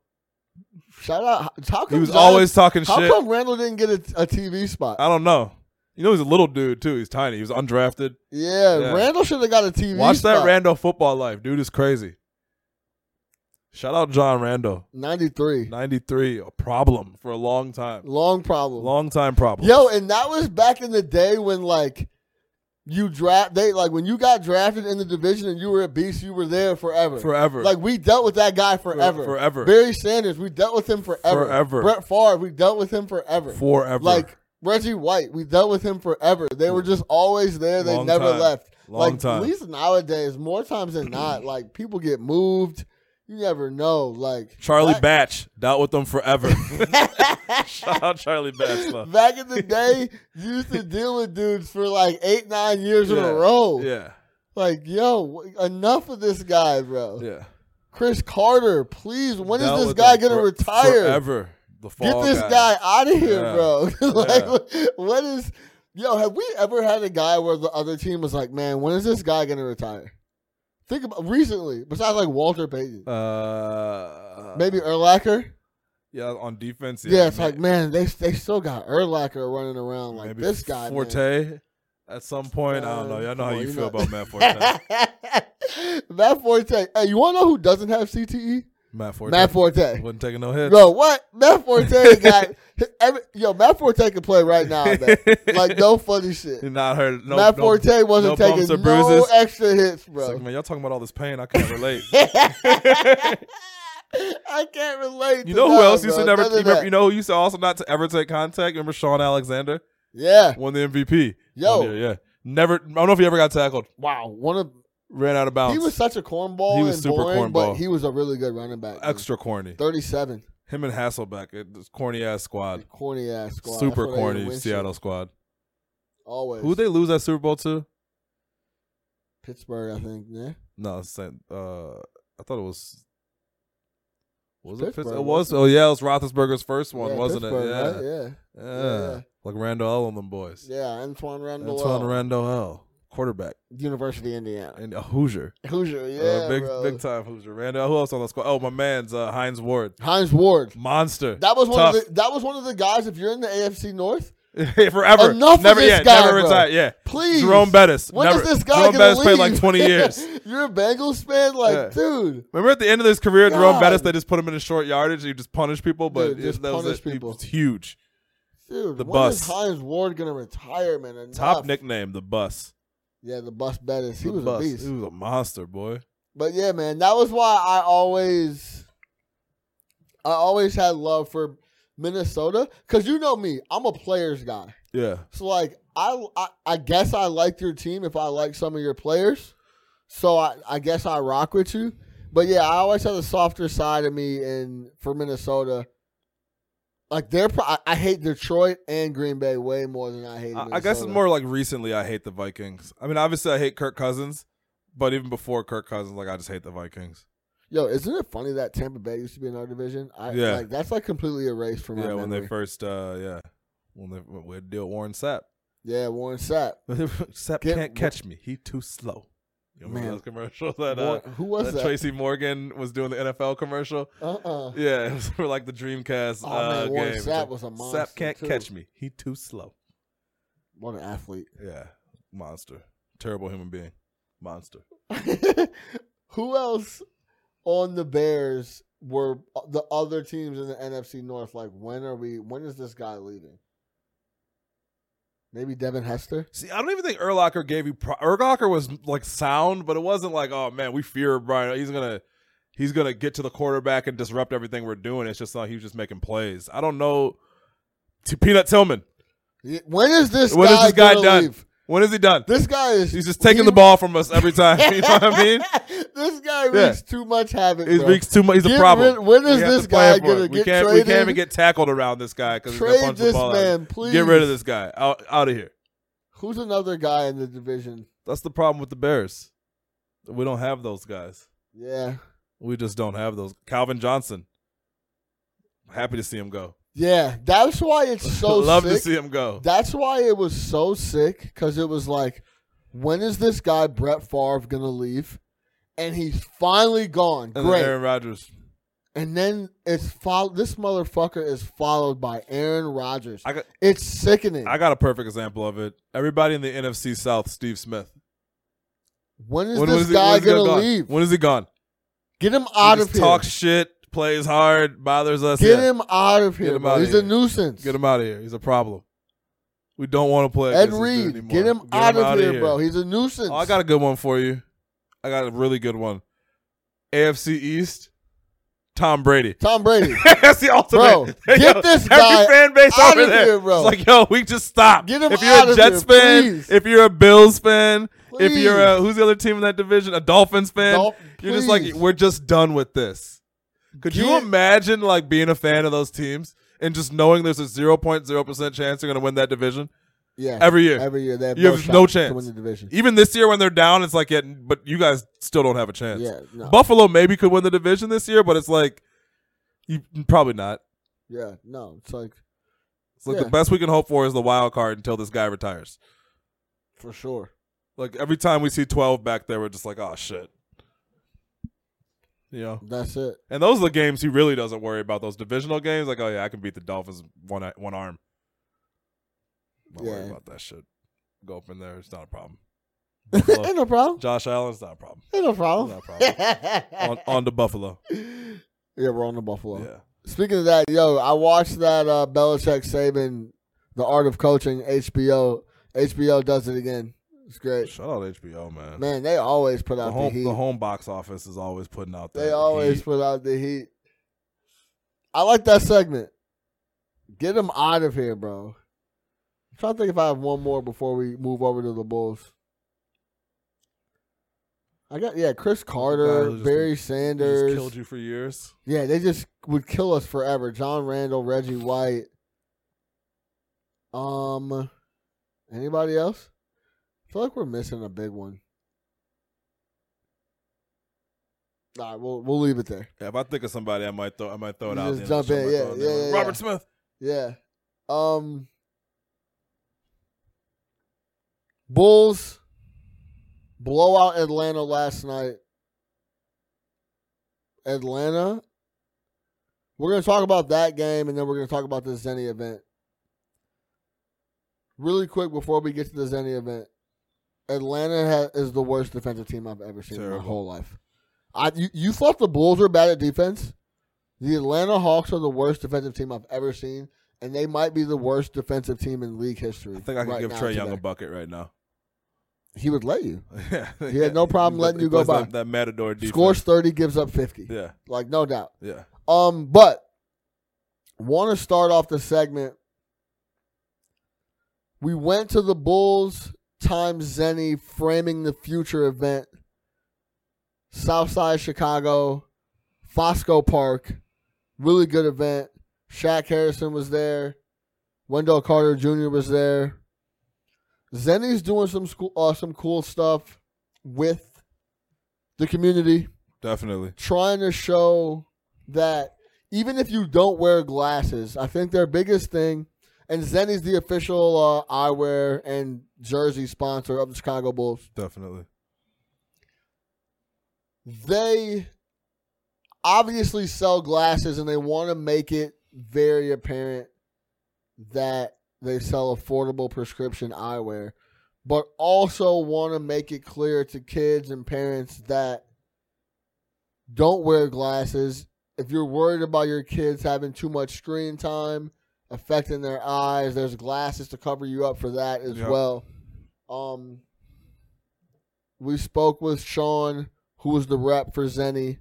[SPEAKER 2] Shout out. How come
[SPEAKER 3] He was
[SPEAKER 2] John-
[SPEAKER 3] always talking
[SPEAKER 2] How
[SPEAKER 3] shit.
[SPEAKER 2] come Randall didn't get a, a TV spot?
[SPEAKER 3] I don't know. You know he's a little dude too. He's tiny. He was undrafted.
[SPEAKER 2] yeah,
[SPEAKER 3] Yeah.
[SPEAKER 2] Randall should have got a TV.
[SPEAKER 3] Watch
[SPEAKER 2] spot.
[SPEAKER 3] that Randall football life, dude is crazy. Shout out John Randall,
[SPEAKER 2] Ninety three.
[SPEAKER 3] ninety three, a problem for a long time,
[SPEAKER 2] Long problem.
[SPEAKER 3] long time problem.
[SPEAKER 2] Yo, and that was back in the day when like you draft they like when you got drafted in the division and you were at beast, you were there forever.
[SPEAKER 3] forever.
[SPEAKER 2] Like we dealt with that guy forever.
[SPEAKER 3] forever.
[SPEAKER 2] Barry Sanders, we dealt with him forever.
[SPEAKER 3] Forever.
[SPEAKER 2] Brett Favre, we dealt with him forever.
[SPEAKER 3] forever.
[SPEAKER 2] Like Reggie White, we dealt with him forever. They were just always there. They
[SPEAKER 3] Long
[SPEAKER 2] never
[SPEAKER 3] time.
[SPEAKER 2] left.
[SPEAKER 3] Long
[SPEAKER 2] like at
[SPEAKER 3] time.
[SPEAKER 2] least nowadays, more times than not, like people get moved. You never know. Like
[SPEAKER 3] Charlie
[SPEAKER 2] back,
[SPEAKER 3] Batch dealt with them forever. Shout out Charlie Batch. love.
[SPEAKER 2] back in the day, you used to deal with dudes for like eight, nine years in
[SPEAKER 3] Yeah.
[SPEAKER 2] a row.
[SPEAKER 3] Yeah,
[SPEAKER 2] Like, yo, wh- enough of this guy, bro.
[SPEAKER 3] yeah.
[SPEAKER 2] Chris Carter, please. When is
[SPEAKER 3] Dealt
[SPEAKER 2] this
[SPEAKER 3] with
[SPEAKER 2] guy
[SPEAKER 3] them
[SPEAKER 2] gonna
[SPEAKER 3] for-
[SPEAKER 2] retire?
[SPEAKER 3] Forever. The
[SPEAKER 2] Get
[SPEAKER 3] fall
[SPEAKER 2] this guy out of here,
[SPEAKER 3] Yeah.
[SPEAKER 2] bro. like, what is, yo, have we ever had a guy where the other team was like, man, when is this guy going to retire? Think about recently, besides like Walter Payton,
[SPEAKER 3] Uh,
[SPEAKER 2] maybe Erlacher.
[SPEAKER 3] yeah on defense.
[SPEAKER 2] Yeah, it's like, man, they they still got Erlacher running around like this guy. man.
[SPEAKER 3] Forte. At some point, I don't know. Y'all know how
[SPEAKER 2] Come on,
[SPEAKER 3] you
[SPEAKER 2] you
[SPEAKER 3] feel
[SPEAKER 2] know-
[SPEAKER 3] about Matt Forte.
[SPEAKER 2] Matt Forte. Hey, you want to know who doesn't have CTE?
[SPEAKER 3] Matt Forte
[SPEAKER 2] Matt Forte.
[SPEAKER 3] wasn't taking no hits.
[SPEAKER 2] Bro, what? Matt Forte got every, yo. Matt Forte can play right now, man. like no funny shit.
[SPEAKER 3] Did not heard. No,
[SPEAKER 2] Matt
[SPEAKER 3] no-
[SPEAKER 2] Forte wasn't
[SPEAKER 3] no bumps or
[SPEAKER 2] taking no
[SPEAKER 3] bruises.
[SPEAKER 2] extra hits,
[SPEAKER 3] It's
[SPEAKER 2] bro.
[SPEAKER 3] like, man, y'all talking about all this pain. I can't relate.
[SPEAKER 2] I can't relate.
[SPEAKER 3] You
[SPEAKER 2] to
[SPEAKER 3] know who
[SPEAKER 2] that,
[SPEAKER 3] else used to
[SPEAKER 2] bro.
[SPEAKER 3] never?
[SPEAKER 2] None
[SPEAKER 3] You,
[SPEAKER 2] of
[SPEAKER 3] remember,
[SPEAKER 2] that.
[SPEAKER 3] you know who used to also not to ever take contact. Remember Sean Alexander
[SPEAKER 2] Yeah.
[SPEAKER 3] won the MVP.
[SPEAKER 2] Yo.
[SPEAKER 3] One year, yeah, never. I don't know if he ever got tackled.
[SPEAKER 2] Wow. One of
[SPEAKER 3] Ran out of bounds.
[SPEAKER 2] he was such a cornball.
[SPEAKER 3] He was
[SPEAKER 2] and
[SPEAKER 3] super
[SPEAKER 2] boring, but
[SPEAKER 3] cornball.
[SPEAKER 2] he was a really good running back. man.
[SPEAKER 3] extra corny.
[SPEAKER 2] Thirty-seven.
[SPEAKER 3] Him and Hasselbeck, it- this corny ass squad,
[SPEAKER 2] Corny ass squad. That's
[SPEAKER 3] super
[SPEAKER 2] why they didn't
[SPEAKER 3] corny
[SPEAKER 2] win
[SPEAKER 3] Seattle
[SPEAKER 2] shit.
[SPEAKER 3] squad.
[SPEAKER 2] Always.
[SPEAKER 3] Who they lose that Super Bowl to?
[SPEAKER 2] Pittsburgh, I think. Yeah.
[SPEAKER 3] No, it's that, uh, I thought it was. Was it? Pitts?
[SPEAKER 2] Pittsburgh,
[SPEAKER 3] It was.
[SPEAKER 2] wasn't
[SPEAKER 3] Oh yeah, it was Roethlisberger's first one,
[SPEAKER 2] Yeah,
[SPEAKER 3] wasn't it?
[SPEAKER 2] Pittsburgh,
[SPEAKER 3] Yeah.
[SPEAKER 2] right? Yeah.
[SPEAKER 3] Yeah.
[SPEAKER 2] Yeah.
[SPEAKER 3] Uh, like Randall L and them boys.
[SPEAKER 2] Yeah. Antoine Randall.
[SPEAKER 3] Antoine
[SPEAKER 2] L,
[SPEAKER 3] Randall L, quarterback
[SPEAKER 2] University of Indiana.
[SPEAKER 3] and a Hoosier,
[SPEAKER 2] Hoosier. Yeah.
[SPEAKER 3] Uh, big
[SPEAKER 2] bro.
[SPEAKER 3] big time Hoosier. Randall, who else on the squad? Oh, my man's uh, Heinz Ward,
[SPEAKER 2] Heinz Ward.
[SPEAKER 3] monster.
[SPEAKER 2] That was one
[SPEAKER 3] Tough.
[SPEAKER 2] of the that was one of the guys. If you're in the AFC North,
[SPEAKER 3] forever.
[SPEAKER 2] Enough of
[SPEAKER 3] never
[SPEAKER 2] this
[SPEAKER 3] yeah,
[SPEAKER 2] guy,
[SPEAKER 3] never
[SPEAKER 2] bro.
[SPEAKER 3] retired. Yeah,
[SPEAKER 2] please.
[SPEAKER 3] Jerome Bettis.
[SPEAKER 2] When
[SPEAKER 3] never.
[SPEAKER 2] is this guy
[SPEAKER 3] Jerome
[SPEAKER 2] gonna
[SPEAKER 3] Bettis
[SPEAKER 2] leave?
[SPEAKER 3] played like twenty years.
[SPEAKER 2] you're a Bengals fan, like
[SPEAKER 3] Yeah.
[SPEAKER 2] dude.
[SPEAKER 3] Remember at the end of his career, Jerome
[SPEAKER 2] God.
[SPEAKER 3] Bettis, they just put him in a short yardage. He just punished people, but
[SPEAKER 2] Dude, just
[SPEAKER 3] it- that was
[SPEAKER 2] punish
[SPEAKER 3] it. He
[SPEAKER 2] people.
[SPEAKER 3] was huge.
[SPEAKER 2] Dude,
[SPEAKER 3] The
[SPEAKER 2] when is
[SPEAKER 3] bus.
[SPEAKER 2] Heinz Ward gonna retire, man? Enough.
[SPEAKER 3] Top nickname, the bus.
[SPEAKER 2] Yeah, the bus Bettis. He
[SPEAKER 3] The
[SPEAKER 2] was
[SPEAKER 3] bus.
[SPEAKER 2] a beast.
[SPEAKER 3] He was a monster, boy.
[SPEAKER 2] But yeah, man, that was why I always, I always had love for Minnesota because you know me, I'm a players guy.
[SPEAKER 3] Yeah.
[SPEAKER 2] So like, I, I I guess I liked your team if I liked some of your players. So I I guess I rock with you. But yeah, I always had the softer side of me in for Minnesota. Like they're, pro- I, I hate Detroit and Green Bay way more than I hate.
[SPEAKER 3] I, I guess it's
[SPEAKER 2] Minnesota.
[SPEAKER 3] more like recently I hate the Vikings. I mean, obviously I hate Kirk Cousins, but even before Kirk Cousins, like I just hate the Vikings.
[SPEAKER 2] Yo, isn't it funny that Tampa Bay used to be in our division? I,
[SPEAKER 3] Yeah.
[SPEAKER 2] like, that's like completely erased from my
[SPEAKER 3] yeah, when
[SPEAKER 2] memory.
[SPEAKER 3] they first, uh, yeah, when they when we had to deal with Warren Sapp.
[SPEAKER 2] Yeah, Warren Sapp.
[SPEAKER 3] Sapp
[SPEAKER 2] Get-
[SPEAKER 3] can't catch me. He too slow. You remember
[SPEAKER 2] Man.
[SPEAKER 3] those commercials that uh,
[SPEAKER 2] Warren- who was
[SPEAKER 3] that,
[SPEAKER 2] that?
[SPEAKER 3] Tracy Morgan was doing the NFL commercial?
[SPEAKER 2] uh-uh.
[SPEAKER 3] Yeah, it was for like the Dreamcast
[SPEAKER 2] Oh,
[SPEAKER 3] uh,
[SPEAKER 2] man, Warren
[SPEAKER 3] game. It's
[SPEAKER 2] Sapp
[SPEAKER 3] like,
[SPEAKER 2] was a
[SPEAKER 3] Sapp
[SPEAKER 2] monster,
[SPEAKER 3] can't
[SPEAKER 2] too.
[SPEAKER 3] catch me. He too slow.
[SPEAKER 2] What an athlete.
[SPEAKER 3] Yeah, monster, terrible human being, monster.
[SPEAKER 2] who else on the Bears were the other teams in the NFC North? Like, when are we, when is this guy leaving? Maybe Devin Hester?
[SPEAKER 3] See, I don't even think Urlacher gave you. Pro- Urlacher was like sound, but it wasn't like, oh man, we fear Brian. He's gonna, he's gonna get to the quarterback and disrupt everything we're doing. It's just like he was just making plays. I don't know. T- Peanut Tillman,
[SPEAKER 2] Yeah, When is this
[SPEAKER 3] When
[SPEAKER 2] guy,
[SPEAKER 3] is this guy
[SPEAKER 2] gonna
[SPEAKER 3] done?
[SPEAKER 2] leave?
[SPEAKER 3] when is he done?
[SPEAKER 2] This guy is.
[SPEAKER 3] He's just taking
[SPEAKER 2] he-
[SPEAKER 3] the ball from us every time. you know what I mean?
[SPEAKER 2] this guy
[SPEAKER 3] Yeah.
[SPEAKER 2] wreaks too much havoc.
[SPEAKER 3] He
[SPEAKER 2] bro.
[SPEAKER 3] reeks too much. He's a
[SPEAKER 2] Get
[SPEAKER 3] problem.
[SPEAKER 2] rid- when is
[SPEAKER 3] We have to
[SPEAKER 2] this guy
[SPEAKER 3] plan for
[SPEAKER 2] gonna
[SPEAKER 3] it. we
[SPEAKER 2] get
[SPEAKER 3] can't, We
[SPEAKER 2] traded?
[SPEAKER 3] can't even get tackled around this guy because he's gonna
[SPEAKER 2] Trade
[SPEAKER 3] punch
[SPEAKER 2] this
[SPEAKER 3] the ball. out.
[SPEAKER 2] man, please.
[SPEAKER 3] Get rid of this guy. Out, out of here.
[SPEAKER 2] Who's another guy in the division?
[SPEAKER 3] That's the problem with the Bears. We don't have those guys.
[SPEAKER 2] Yeah.
[SPEAKER 3] We just don't have those. Calvin Johnson. Happy to see him go.
[SPEAKER 2] Yeah. That's why it's so
[SPEAKER 3] Love
[SPEAKER 2] sick.
[SPEAKER 3] to see him go.
[SPEAKER 2] That's why it was so sick because it was like, when is this guy Brett Favre gonna leave? And he's finally gone.
[SPEAKER 3] And
[SPEAKER 2] Great.
[SPEAKER 3] then Aaron Rodgers.
[SPEAKER 2] and then it's follow. This motherfucker is followed by Aaron Rodgers.
[SPEAKER 3] I got
[SPEAKER 2] it's sickening.
[SPEAKER 3] I got a perfect example of it. Everybody in the NFC South, Steve Smith.
[SPEAKER 2] when is
[SPEAKER 3] When- when
[SPEAKER 2] this
[SPEAKER 3] he-
[SPEAKER 2] guy
[SPEAKER 3] when is he
[SPEAKER 2] gonna
[SPEAKER 3] gone?
[SPEAKER 2] leave?
[SPEAKER 3] When is he gone?
[SPEAKER 2] Get him
[SPEAKER 3] He
[SPEAKER 2] out
[SPEAKER 3] just
[SPEAKER 2] of here.
[SPEAKER 3] Talks shit, plays hard, bothers us.
[SPEAKER 2] Get
[SPEAKER 3] Yeah.
[SPEAKER 2] him out of here.
[SPEAKER 3] him
[SPEAKER 2] bro.
[SPEAKER 3] outta
[SPEAKER 2] he's
[SPEAKER 3] here.
[SPEAKER 2] a nuisance.
[SPEAKER 3] Get him out of here. He's a problem. We don't want to play.
[SPEAKER 2] Ed
[SPEAKER 3] against this dude
[SPEAKER 2] Reed,
[SPEAKER 3] anymore.
[SPEAKER 2] get him out of
[SPEAKER 3] outta
[SPEAKER 2] here, bro. He's a nuisance.
[SPEAKER 3] Oh, I got a good one for you. I got a really good one. AFC East, Tom Brady.
[SPEAKER 2] Tom Brady.
[SPEAKER 3] That's the ultimate.
[SPEAKER 2] Bro, get
[SPEAKER 3] Yo,
[SPEAKER 2] this
[SPEAKER 3] every
[SPEAKER 2] guy
[SPEAKER 3] fan base
[SPEAKER 2] out
[SPEAKER 3] over
[SPEAKER 2] of
[SPEAKER 3] there.
[SPEAKER 2] here, bro.
[SPEAKER 3] It's like, yo, we just stop.
[SPEAKER 2] Get him
[SPEAKER 3] if you're
[SPEAKER 2] out
[SPEAKER 3] a
[SPEAKER 2] of
[SPEAKER 3] Jets
[SPEAKER 2] here,
[SPEAKER 3] fan,
[SPEAKER 2] please.
[SPEAKER 3] if you're a Bills fan, if
[SPEAKER 2] Please.
[SPEAKER 3] you're a who's the other team in that division, a Dolphins fan,
[SPEAKER 2] Dolph-
[SPEAKER 3] you're just like,
[SPEAKER 2] please.
[SPEAKER 3] we're just done with this. Could you
[SPEAKER 2] Get-
[SPEAKER 3] imagine like being a fan of those teams and just knowing there's a 0.0% chance they're going to win that division
[SPEAKER 2] yeah,
[SPEAKER 3] every year?
[SPEAKER 2] every year they have,
[SPEAKER 3] You
[SPEAKER 2] no,
[SPEAKER 3] have
[SPEAKER 2] shot
[SPEAKER 3] no
[SPEAKER 2] to
[SPEAKER 3] chance.
[SPEAKER 2] win the division.
[SPEAKER 3] Even this year when they're down, it's like, yeah, but you guys still don't have a chance.
[SPEAKER 2] Yeah, no,
[SPEAKER 3] Buffalo maybe could win the division this year, but it's like, you probably not.
[SPEAKER 2] yeah, no. It's like
[SPEAKER 3] It's like
[SPEAKER 2] Yeah.
[SPEAKER 3] the best we can hope for is the wild card until this guy retires.
[SPEAKER 2] for sure.
[SPEAKER 3] Like every time we see twelve back there, we're just like, oh shit. You know,
[SPEAKER 2] That's it.
[SPEAKER 3] and those are the games he really doesn't worry about. Those divisional games, like, oh yeah, I can beat the Dolphins one one arm. Don't worry
[SPEAKER 2] Yeah.
[SPEAKER 3] about that shit. Go up in there, it's not a problem.
[SPEAKER 2] Ain't no problem.
[SPEAKER 3] Josh Allen's not a problem.
[SPEAKER 2] Ain't no
[SPEAKER 3] It's
[SPEAKER 2] problem.
[SPEAKER 3] not a problem. on, on to Buffalo.
[SPEAKER 2] yeah, we're on the Buffalo.
[SPEAKER 3] Yeah,
[SPEAKER 2] Speaking of that, yo, I watched that uh, Belichick Saban, The Art of Coaching, HBO. HBO does it again. It's great.
[SPEAKER 3] shout out HBO, man.
[SPEAKER 2] Man, they always put
[SPEAKER 3] the
[SPEAKER 2] out
[SPEAKER 3] home
[SPEAKER 2] the heat.
[SPEAKER 3] the home box office is always putting out.
[SPEAKER 2] They
[SPEAKER 3] that
[SPEAKER 2] always
[SPEAKER 3] heat.
[SPEAKER 2] put out the heat. I like that segment. Get them out of here, bro. I'm trying to think if I have one more before we move over to the Bulls. I got yeah, Chris
[SPEAKER 3] guy
[SPEAKER 2] Carter,
[SPEAKER 3] who just-
[SPEAKER 2] Barry
[SPEAKER 3] They just
[SPEAKER 2] Sanders.
[SPEAKER 3] killed you for years.
[SPEAKER 2] Yeah, they just would kill us forever. John Randall, Reggie White. Um, anybody else? I feel like we're missing a big one. All right, we'll we'll leave it there.
[SPEAKER 3] Yeah, if I think of somebody, I might throw. I might throw it
[SPEAKER 2] You
[SPEAKER 3] out.
[SPEAKER 2] just
[SPEAKER 3] there.
[SPEAKER 2] jump in,
[SPEAKER 3] I might
[SPEAKER 2] yeah,
[SPEAKER 3] throw it there.
[SPEAKER 2] yeah, yeah, yeah.
[SPEAKER 3] Robert Smith.
[SPEAKER 2] Yeah. Um. Bulls blow out Atlanta last night. Atlanta. We're gonna talk about that game, and then we're gonna talk about the Zenny event. Really quick before we get to the Zenny event, Atlanta ha- is the worst defensive team I've ever seen in my
[SPEAKER 3] Terrible.
[SPEAKER 2] whole life. I you, you thought the Bulls were bad at defense? The Atlanta Hawks are the worst defensive team I've ever seen, and they might be the worst defensive team in league history.
[SPEAKER 3] I think I can
[SPEAKER 2] right
[SPEAKER 3] give
[SPEAKER 2] now
[SPEAKER 3] Trey Young a
[SPEAKER 2] today.
[SPEAKER 3] bucket right now.
[SPEAKER 2] he would let you.
[SPEAKER 3] yeah,
[SPEAKER 2] He had no problem letting you go
[SPEAKER 3] plays
[SPEAKER 2] by.
[SPEAKER 3] That, that Matador defense.
[SPEAKER 2] Scores thirty, gives up fifty.
[SPEAKER 3] Yeah,
[SPEAKER 2] Like no doubt.
[SPEAKER 3] yeah.
[SPEAKER 2] Um, but want to start off the segment. We went to the Bulls times Zenny framing the future event. Southside Chicago, Fosco Park, really good event. Shaq Harrison was there. Wendell Carter Jr. was there. Zenny's doing some school, uh, some cool stuff with the community
[SPEAKER 3] Definitely.
[SPEAKER 2] trying to show that even if you don't wear glasses, I think their biggest thing, and Zenny's the official uh, eyewear and jersey sponsor of the Chicago Bulls.
[SPEAKER 3] Definitely.
[SPEAKER 2] They obviously sell glasses and they want to make it very apparent that they sell affordable prescription eyewear, but also want to make it clear to kids and parents that don't wear glasses. If you're worried about your kids having too much screen time affecting their eyes, there's glasses to cover you up for that as
[SPEAKER 3] Yep.
[SPEAKER 2] well. Um, we spoke with Sean, who was the rep for Zenny,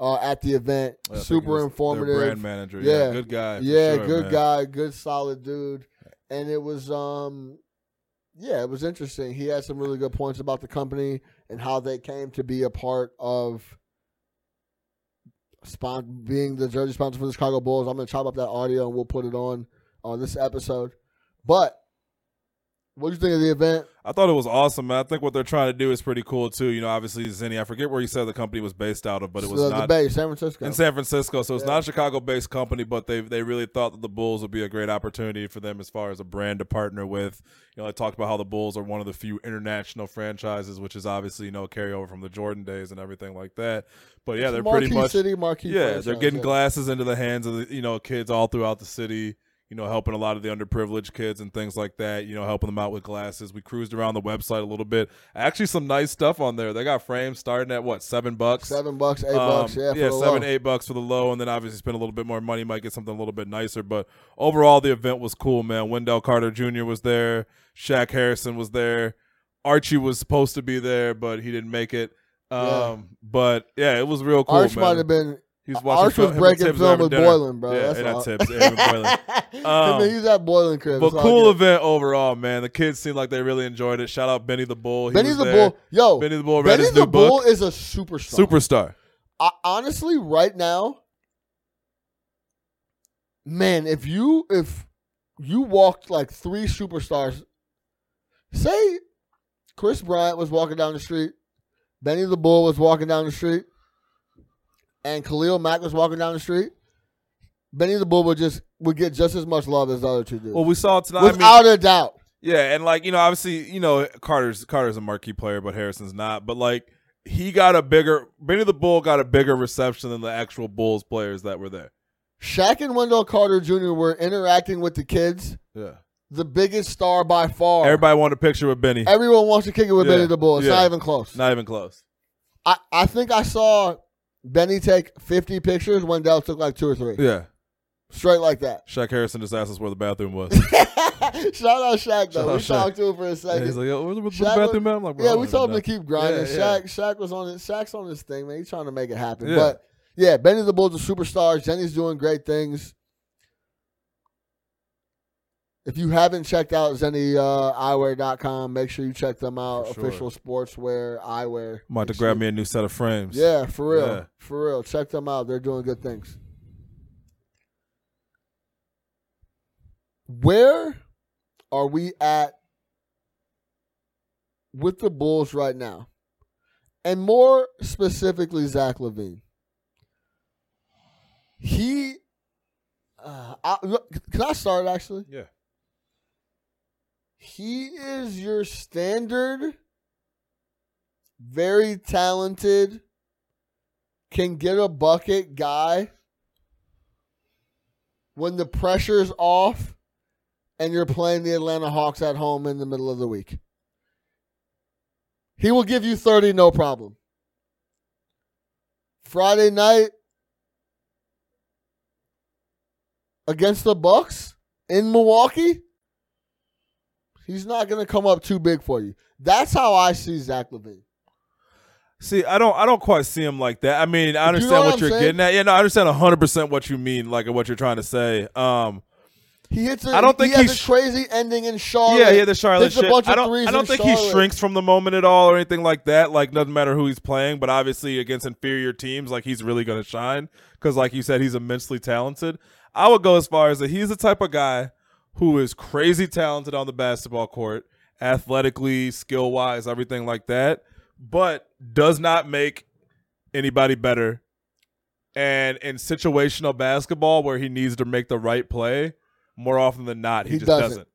[SPEAKER 2] uh, at the event.
[SPEAKER 3] I think he was
[SPEAKER 2] Super
[SPEAKER 3] their
[SPEAKER 2] informative.
[SPEAKER 3] Brand manager.
[SPEAKER 2] Yeah.
[SPEAKER 3] Yeah. Good guy. for
[SPEAKER 2] Yeah,
[SPEAKER 3] sure,
[SPEAKER 2] good
[SPEAKER 3] man.
[SPEAKER 2] guy, good solid dude. And it was um yeah, it was interesting. He had some really good points about the company and how they came to be a part of spon- being the jersey sponsor for the Chicago Bulls. I'm going to chop up that audio and we'll put it on on this episode. But what do you think of the event?
[SPEAKER 3] I thought it was awesome, man. I think what they're trying to do is pretty cool too. You know, obviously Zinni, I forget where you said the company was based out of, but it was
[SPEAKER 2] uh, the, the
[SPEAKER 3] not
[SPEAKER 2] Bay, San Francisco.
[SPEAKER 3] in San Francisco. So it's
[SPEAKER 2] Yeah.
[SPEAKER 3] not a Chicago-based company, but they they really thought that the Bulls would be a great opportunity for them as far as a brand to partner with. You know, I talked about how the Bulls are one of the few international franchises, which is obviously you know a carryover from the Jordan days and everything like that. But yeah, they're
[SPEAKER 2] marquee
[SPEAKER 3] pretty much
[SPEAKER 2] city, marquee
[SPEAKER 3] yeah, they're
[SPEAKER 2] franchise,
[SPEAKER 3] getting
[SPEAKER 2] yeah.
[SPEAKER 3] glasses into the hands of the, you know kids all throughout the city. You know, helping a lot of the underprivileged kids and things like that. You know, helping them out with glasses. We cruised around the website a little bit. Actually, some nice stuff on there. They got frames starting at what seven bucks.
[SPEAKER 2] Seven bucks, eight
[SPEAKER 3] Um,
[SPEAKER 2] bucks, yeah, for the
[SPEAKER 3] seven,
[SPEAKER 2] low.
[SPEAKER 3] eight bucks for the low, and then obviously spend a little bit more money, might get something a little bit nicer. But overall, the event was cool, man. Wendell Carter Jr. was there, Shaq Harrison was there, Archie was supposed to be there, but he didn't make it. Um,
[SPEAKER 2] Yeah.
[SPEAKER 3] but yeah, it was real cool,
[SPEAKER 2] Arch might
[SPEAKER 3] man.
[SPEAKER 2] have been
[SPEAKER 3] He was watching
[SPEAKER 2] Arch
[SPEAKER 3] film-
[SPEAKER 2] was
[SPEAKER 3] him and
[SPEAKER 2] breaking
[SPEAKER 3] Tibbs were
[SPEAKER 2] film
[SPEAKER 3] having
[SPEAKER 2] with
[SPEAKER 3] dinner.
[SPEAKER 2] Boylan, bro.
[SPEAKER 3] Yeah,
[SPEAKER 2] That's
[SPEAKER 3] and
[SPEAKER 2] all.
[SPEAKER 3] not Tibbs, Aaron Boylan.
[SPEAKER 2] I
[SPEAKER 3] Um,
[SPEAKER 2] mean, he's at Boiling Crib.
[SPEAKER 3] But
[SPEAKER 2] it's all
[SPEAKER 3] cool
[SPEAKER 2] good.
[SPEAKER 3] event overall, man. The kids seemed like they really enjoyed it. Shout out Benny the Bull. He
[SPEAKER 2] Benny
[SPEAKER 3] was
[SPEAKER 2] the
[SPEAKER 3] there.
[SPEAKER 2] Bull, yo,
[SPEAKER 3] Benny the Bull read
[SPEAKER 2] Benny
[SPEAKER 3] his
[SPEAKER 2] the
[SPEAKER 3] new book.
[SPEAKER 2] Bull is a superstar.
[SPEAKER 3] Superstar.
[SPEAKER 2] I, honestly, right now, man, if you if you walked like three superstars, say Chris Bryant was walking down the street, Benny the Bull was walking down the street, and Khalil Mack was walking down the street, Benny the Bull would just would get just as much love as the other two dudes,
[SPEAKER 3] Well, we saw it tonight. I mean-
[SPEAKER 2] without a doubt.
[SPEAKER 3] Yeah, and like you know, obviously, you know, Carter's Carter's a marquee player, but Harrison's not. But like, he got a bigger Benny the Bull got a bigger reception than the actual Bulls players that were there.
[SPEAKER 2] Shaq and Wendell Carter Jr. were interacting with the kids.
[SPEAKER 3] Yeah,
[SPEAKER 2] The biggest star by far.
[SPEAKER 3] everybody wanted a picture with Benny.
[SPEAKER 2] Everyone wants to kick it with
[SPEAKER 3] Yeah,
[SPEAKER 2] Benny the Bull. It's
[SPEAKER 3] yeah.
[SPEAKER 2] not even close.
[SPEAKER 3] Not even close.
[SPEAKER 2] I, I think I saw Benny take 50 pictures. Wendell took like two or three.
[SPEAKER 3] Yeah,
[SPEAKER 2] Straight like that.
[SPEAKER 3] Shaq Harrison just asked us where the bathroom was.
[SPEAKER 2] Shout out Shaq,
[SPEAKER 3] Shout
[SPEAKER 2] though.
[SPEAKER 3] out
[SPEAKER 2] we
[SPEAKER 3] Shaq.
[SPEAKER 2] talked to him for a
[SPEAKER 3] And
[SPEAKER 2] second.
[SPEAKER 3] he's like, Yo, where's, where's the
[SPEAKER 2] Shaq
[SPEAKER 3] bathroom
[SPEAKER 2] was-
[SPEAKER 3] at? I'm like, "Bro, I
[SPEAKER 2] yeah,
[SPEAKER 3] don't
[SPEAKER 2] we
[SPEAKER 3] even
[SPEAKER 2] told him
[SPEAKER 3] know."
[SPEAKER 2] to keep grinding.
[SPEAKER 3] Yeah, yeah.
[SPEAKER 2] Shaq, Shaq was on it. Shaq's on this thing, man. He's trying to make it happen.
[SPEAKER 3] Yeah.
[SPEAKER 2] But yeah, Benny's a Bulls a superstar. Jenny's doing great things. If you haven't checked out Zenny uh, eyewear.com, make sure you check them out.
[SPEAKER 3] For sure.
[SPEAKER 2] Official sportswear, eyewear.
[SPEAKER 3] I'm about to grab me a new set of frames.
[SPEAKER 2] Yeah, for real.
[SPEAKER 3] Yeah.
[SPEAKER 2] For real. Check them out. They're doing good things. Where are we at with the Bulls right now? And more specifically, Zach Levine. He. Uh, I, look, can I start actually?
[SPEAKER 3] yeah,
[SPEAKER 2] He is your standard, very talented, can get a bucket guy when the pressure's off and you're playing the Atlanta Hawks at home in the middle of the week. He will give you 30, no problem. Friday night against the Bucks in Milwaukee He's not gonna come up too big for you. That's how I see Zach Levine.
[SPEAKER 3] See, I don't, I don't quite see him like that. I mean, I
[SPEAKER 2] You know
[SPEAKER 3] understand
[SPEAKER 2] what
[SPEAKER 3] what,
[SPEAKER 2] I'm
[SPEAKER 3] you're
[SPEAKER 2] saying?
[SPEAKER 3] getting at. Yeah, no, I understand 100 percent what you mean, like and what you're trying to say. Um,
[SPEAKER 2] He hits. I
[SPEAKER 3] I don't think
[SPEAKER 2] he has
[SPEAKER 3] he's-
[SPEAKER 2] a crazy ending in Charlotte.
[SPEAKER 3] yeah, yeah, the Charlotte
[SPEAKER 2] Hits a
[SPEAKER 3] shit.
[SPEAKER 2] bunch of
[SPEAKER 3] I don't,
[SPEAKER 2] threes
[SPEAKER 3] I
[SPEAKER 2] in
[SPEAKER 3] don't think he
[SPEAKER 2] Charlotte.
[SPEAKER 3] shrinks from the moment at all or anything like that. Like, doesn't matter who he's playing, but obviously against inferior teams, like he's really gonna shine because, like you said, he's immensely talented. I would go as far as that he's the type of guy who is crazy talented on the basketball court, athletically, skill wise, everything like that, but does not make anybody better. And in situational basketball where he needs to make the right play, more often than not, he,
[SPEAKER 2] He
[SPEAKER 3] just
[SPEAKER 2] doesn't.
[SPEAKER 3] doesn't.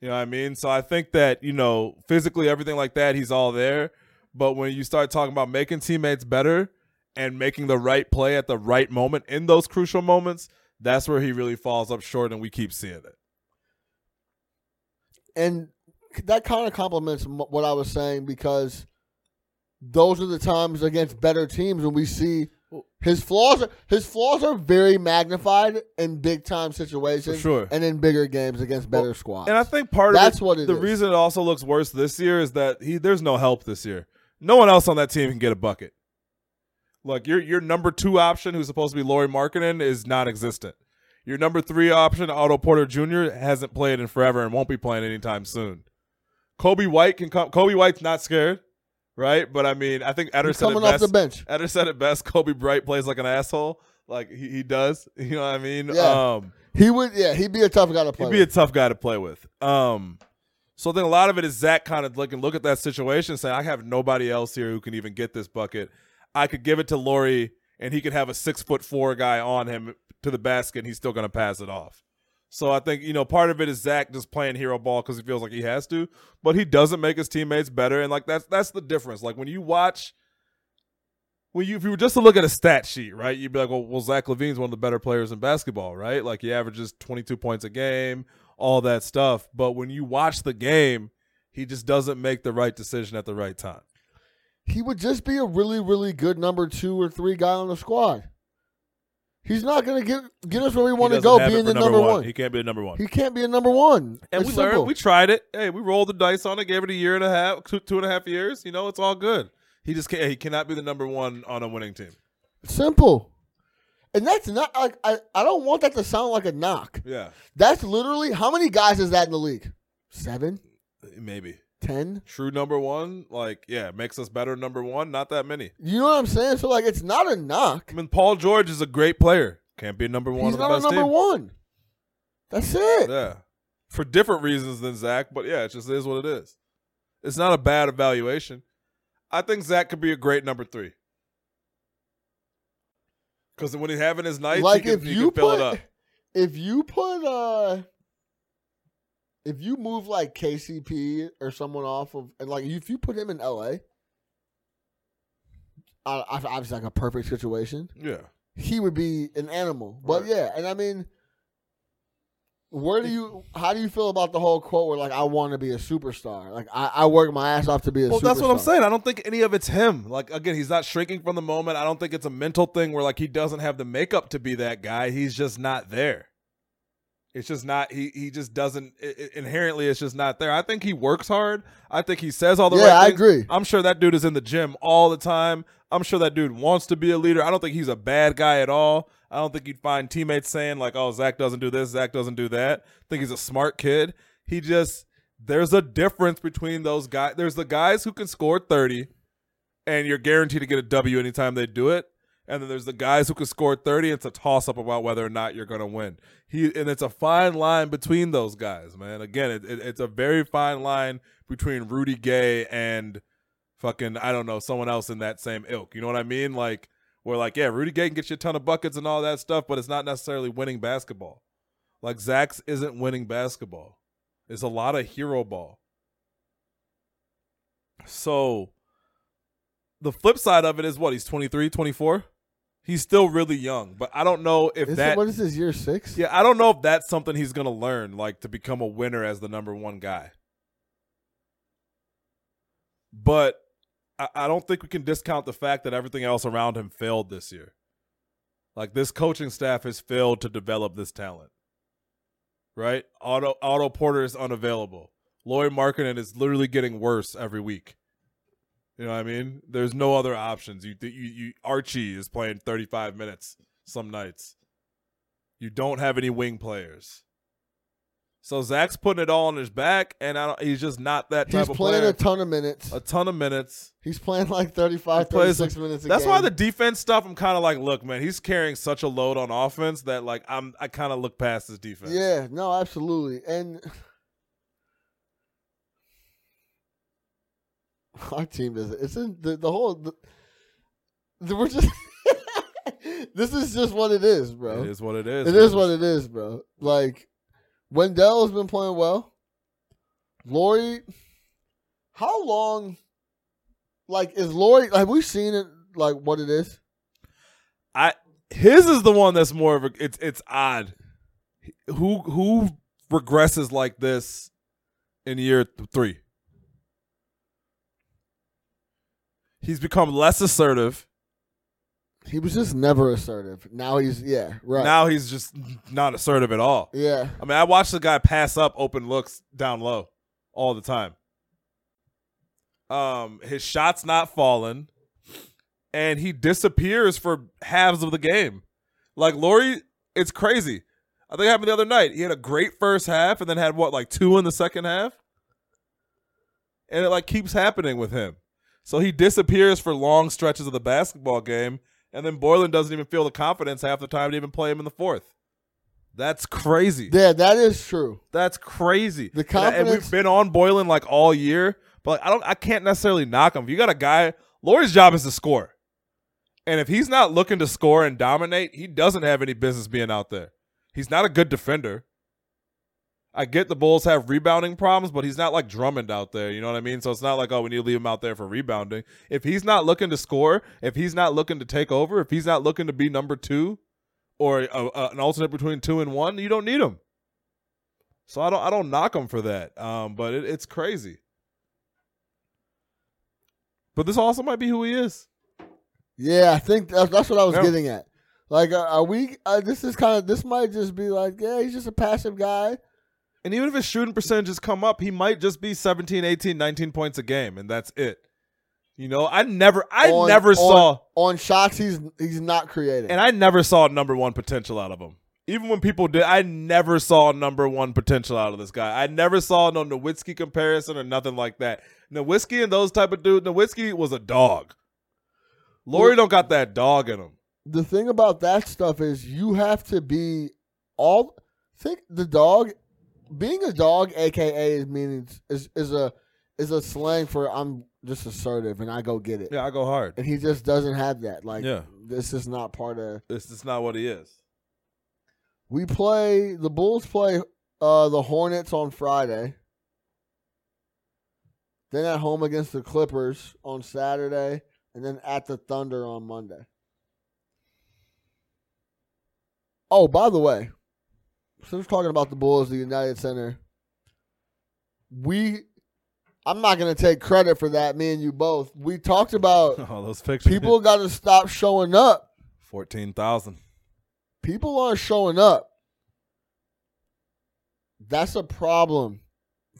[SPEAKER 3] You know what I mean? So I think that, you know, physically, everything like that, he's all there. But when you start talking about making teammates better and making the right play at the right moment in those crucial moments, that's where he really falls up short and we keep seeing it.
[SPEAKER 2] and that kind of complements m- what I was saying because those are the times against better teams when we see his flaws. Are, his flaws are very magnified in big time situations,
[SPEAKER 3] For sure.
[SPEAKER 2] and in bigger games against better squads.
[SPEAKER 3] And I think part
[SPEAKER 2] That's
[SPEAKER 3] of it,
[SPEAKER 2] what it
[SPEAKER 3] the
[SPEAKER 2] is.
[SPEAKER 3] reason it also looks worse this year is that he there's no help this year. No one else on that team can get a bucket. Look, your your number two option, who's supposed to be Laurie Markkinen, is non-existent. Your number three option, Otto Porter Jr., hasn't played in forever and won't be playing anytime soon. Kobe White can come. Kobe White's not scared, right? But I mean, I think Eder
[SPEAKER 2] He's
[SPEAKER 3] said it
[SPEAKER 2] coming off the
[SPEAKER 3] best.
[SPEAKER 2] bench.
[SPEAKER 3] Eder said it best. Kobe Bright plays like an asshole, like he, he does. You know what I mean?
[SPEAKER 2] Yeah.
[SPEAKER 3] Um,
[SPEAKER 2] He would, yeah, he'd be a tough guy to play.
[SPEAKER 3] He'd be a tough guy to play with. Um, so then a lot of it is Zach kind of looking look at that situation, and saying, "I have nobody else here who can even get this bucket. I could give it to Laurie, and he could have a six foot four guy on him to the basket, and he's still going to pass it off." So I think you know part of it is Zach just playing hero ball because he feels like he has to, but he doesn't make his teammates better, and like that's that's the difference. Like when you watch well, you, if you were just to look at a stat sheet, right, you'd be like, well, well, Zach Levine's one of the better players in basketball, right? Like he averages 22 points a game, all that stuff. But when you watch the game, he just doesn't make the right decision at the right time.
[SPEAKER 2] he would just be a really, really good number two or three guy on the squad. He's not going to get get us where we want to go being the number, one.
[SPEAKER 3] He
[SPEAKER 2] He,
[SPEAKER 3] can't be the number one.
[SPEAKER 2] can't be a number one.
[SPEAKER 3] and
[SPEAKER 2] It's
[SPEAKER 3] we
[SPEAKER 2] simple.
[SPEAKER 3] learned, we tried it. Hey, we rolled the dice on it, gave it a year and a half, two, two and a half years. You know, it's all good. He just can't. He cannot be the number one on a winning team.
[SPEAKER 2] Simple. And that's not like I, I don't want that to sound like a knock.
[SPEAKER 3] Yeah,
[SPEAKER 2] That's literally how many guys is that in the league? Seven?
[SPEAKER 3] maybe
[SPEAKER 2] Ten?
[SPEAKER 3] true number one. Like, yeah, makes us better number one. Not that many.
[SPEAKER 2] You know what I'm saying? So like it's not a knock.
[SPEAKER 3] I mean, Paul George is a great player. Can't be a number one
[SPEAKER 2] He's
[SPEAKER 3] on the
[SPEAKER 2] not a
[SPEAKER 3] best
[SPEAKER 2] number
[SPEAKER 3] team.
[SPEAKER 2] one. That's it.
[SPEAKER 3] Yeah, for different reasons than Zach, but yeah, it just is what it is. It's not a bad evaluation. I think Zach could be a great number three. Because when he's having his nights,
[SPEAKER 2] like
[SPEAKER 3] he can,
[SPEAKER 2] if
[SPEAKER 3] he
[SPEAKER 2] you
[SPEAKER 3] can fill
[SPEAKER 2] put
[SPEAKER 3] it up.
[SPEAKER 2] if you put uh if you move like KCP or someone off of and like if you put him in LA I, I, obviously like a perfect situation
[SPEAKER 3] Yeah,
[SPEAKER 2] he would be an animal. But
[SPEAKER 3] Right.
[SPEAKER 2] yeah, and I mean, where do you? How do you feel about the whole quote where like I want to be a superstar? Like I, I work my ass off to be a.
[SPEAKER 3] well,
[SPEAKER 2] superstar.
[SPEAKER 3] that's what I'm saying. I don't think any of it's him. Like again, he's not shrinking from the moment. I don't think it's a mental thing where like he doesn't have the makeup to be that guy. He's just not there. It's just not he. He just doesn't i- i- inherently. It's just not there. I think he works hard. I think he says all the
[SPEAKER 2] Yeah,
[SPEAKER 3] right.
[SPEAKER 2] I
[SPEAKER 3] things.
[SPEAKER 2] agree.
[SPEAKER 3] I'm sure that dude is in the gym all the time. I'm sure that dude wants to be a leader. I don't think he's a bad guy at all. I don't think you'd find teammates saying like, "Oh, Zach doesn't do this. Zach doesn't do that." I think he's a smart kid. He just there's a difference between those guys. There's the guys who can score 30 and you're guaranteed to get a W anytime they do it. And then there's the guys who can score 30. It's a toss up about whether or not you're going to win. He and it's a fine line between those guys, man. Again, it, it, it's a very fine line between Rudy Gay and fucking I don't know someone else in that same ilk. You know what I mean? Like we're like, yeah, Rudy Gay can get you a ton of buckets and all that stuff, but it's not necessarily winning basketball. Like Zach's isn't winning basketball. It's a lot of hero ball. So the flip side of it is what he's 23, 24. He's still really young, but I don't know if
[SPEAKER 2] Is
[SPEAKER 3] that
[SPEAKER 2] it, what is this year six?
[SPEAKER 3] yeah, I don't know if that's something he's gonna learn, like to become a winner as the number one guy. But I, I don't think we can discount the fact that everything else around him failed this year. Like this coaching staff has failed to develop this talent. Right? Auto Auto Porter is unavailable. Lori Markkinen is literally getting worse every week. You know what I mean? There's no other options. You, you, you Archie is playing 35 minutes some nights. You don't have any wing players. So Zach's putting it all on his back, and I don't, he's just not that type
[SPEAKER 2] He's
[SPEAKER 3] of
[SPEAKER 2] playing
[SPEAKER 3] player.
[SPEAKER 2] a ton of minutes.
[SPEAKER 3] a ton of minutes.
[SPEAKER 2] He's playing like 35,
[SPEAKER 3] He plays-
[SPEAKER 2] 36 minutes a
[SPEAKER 3] That's
[SPEAKER 2] game.
[SPEAKER 3] why the defense stuff. I'm kind of like, look, man, he's carrying such a load on offense that like I'm I kind of look past his defense.
[SPEAKER 2] Yeah, no, absolutely. And our team doesn't. It's in the, the whole. The, the- we're just. this is just what it is, bro.
[SPEAKER 3] it is what it is.
[SPEAKER 2] It is what it is, bro. Like Wendell's been playing well. Lori, how long? Like is Lori? Have we seen it? Like what it is?
[SPEAKER 3] I his is the one that's more of a. It's it's odd. Who who regresses like this in year th- three? He's become less assertive.
[SPEAKER 2] He was just never assertive. Now he's yeah right
[SPEAKER 3] Now he's just not assertive at all.
[SPEAKER 2] yeah.
[SPEAKER 3] I mean, I watched the guy pass up open looks down low all the time. Um, his shot's not falling, and he disappears for halves of the game. Like Lori, it's crazy. I think it happened the other night. He had a great first half, and then had what like two in the second half, and it like keeps happening with him. So he disappears for long stretches of the basketball game, and then Boylan doesn't even feel the confidence half the time to even play him in the fourth. That's crazy.
[SPEAKER 2] Yeah, that is true.
[SPEAKER 3] That's crazy.
[SPEAKER 2] The
[SPEAKER 3] And I- and,
[SPEAKER 2] confidence-
[SPEAKER 3] we've been on Boylan like all year, but like, I don't. I can't necessarily knock him. If you got a guy, Lori's job is to score, and if he's not looking to score and dominate, he doesn't have any business being out there. He's not a good defender. I get the Bulls have rebounding problems, but he's not like Drummond out there. You know what I mean? So it's not like, oh, we need to leave him out there for rebounding. If he's not looking to score, if he's not looking to take over, if he's not looking to be number two or a, a- an alternate between two and one, you don't need him. So I don't I don't knock him for that. Um, but it, it's crazy. But this also might be who he is.
[SPEAKER 2] Yeah, I think that's, that's what I was
[SPEAKER 3] Yeah.
[SPEAKER 2] getting at. Like, uh, are we? Uh, this is kind of. This might just be like, yeah, he's just a passive guy.
[SPEAKER 3] And even if his shooting percentages come up, he might just be 17, 18, 19 points a game, and that's it. You know, I never I
[SPEAKER 2] On-
[SPEAKER 3] never
[SPEAKER 2] on-
[SPEAKER 3] saw
[SPEAKER 2] on shots. He's he's not creating.
[SPEAKER 3] and I never saw number one potential out of him. Even when people did, I never saw number one potential out of this guy. I never saw no Nowitzki comparison or nothing like that. Nowitzki and those type of dudes, Nowitzki was a dog. Lori don't got that dog in him.
[SPEAKER 2] the thing about that stuff is you have to be all think the dog being a dog aka is meaning is is a is a slang for i'm just assertive and i go get it
[SPEAKER 3] Yeah, I go hard.
[SPEAKER 2] and he just doesn't have that like
[SPEAKER 3] Yeah.
[SPEAKER 2] this is not part of
[SPEAKER 3] It's just not what he is.
[SPEAKER 2] we play the bulls play uh the hornets on friday then at home against the clippers on saturday and then at the thunder on monday oh by the way since we're talking about the bulls the united center we i'm not going to take credit for that me and you both we talked about
[SPEAKER 3] All those pictures.
[SPEAKER 2] people got to stop showing up
[SPEAKER 3] fourteen thousand.
[SPEAKER 2] people aren't showing up. That's a problem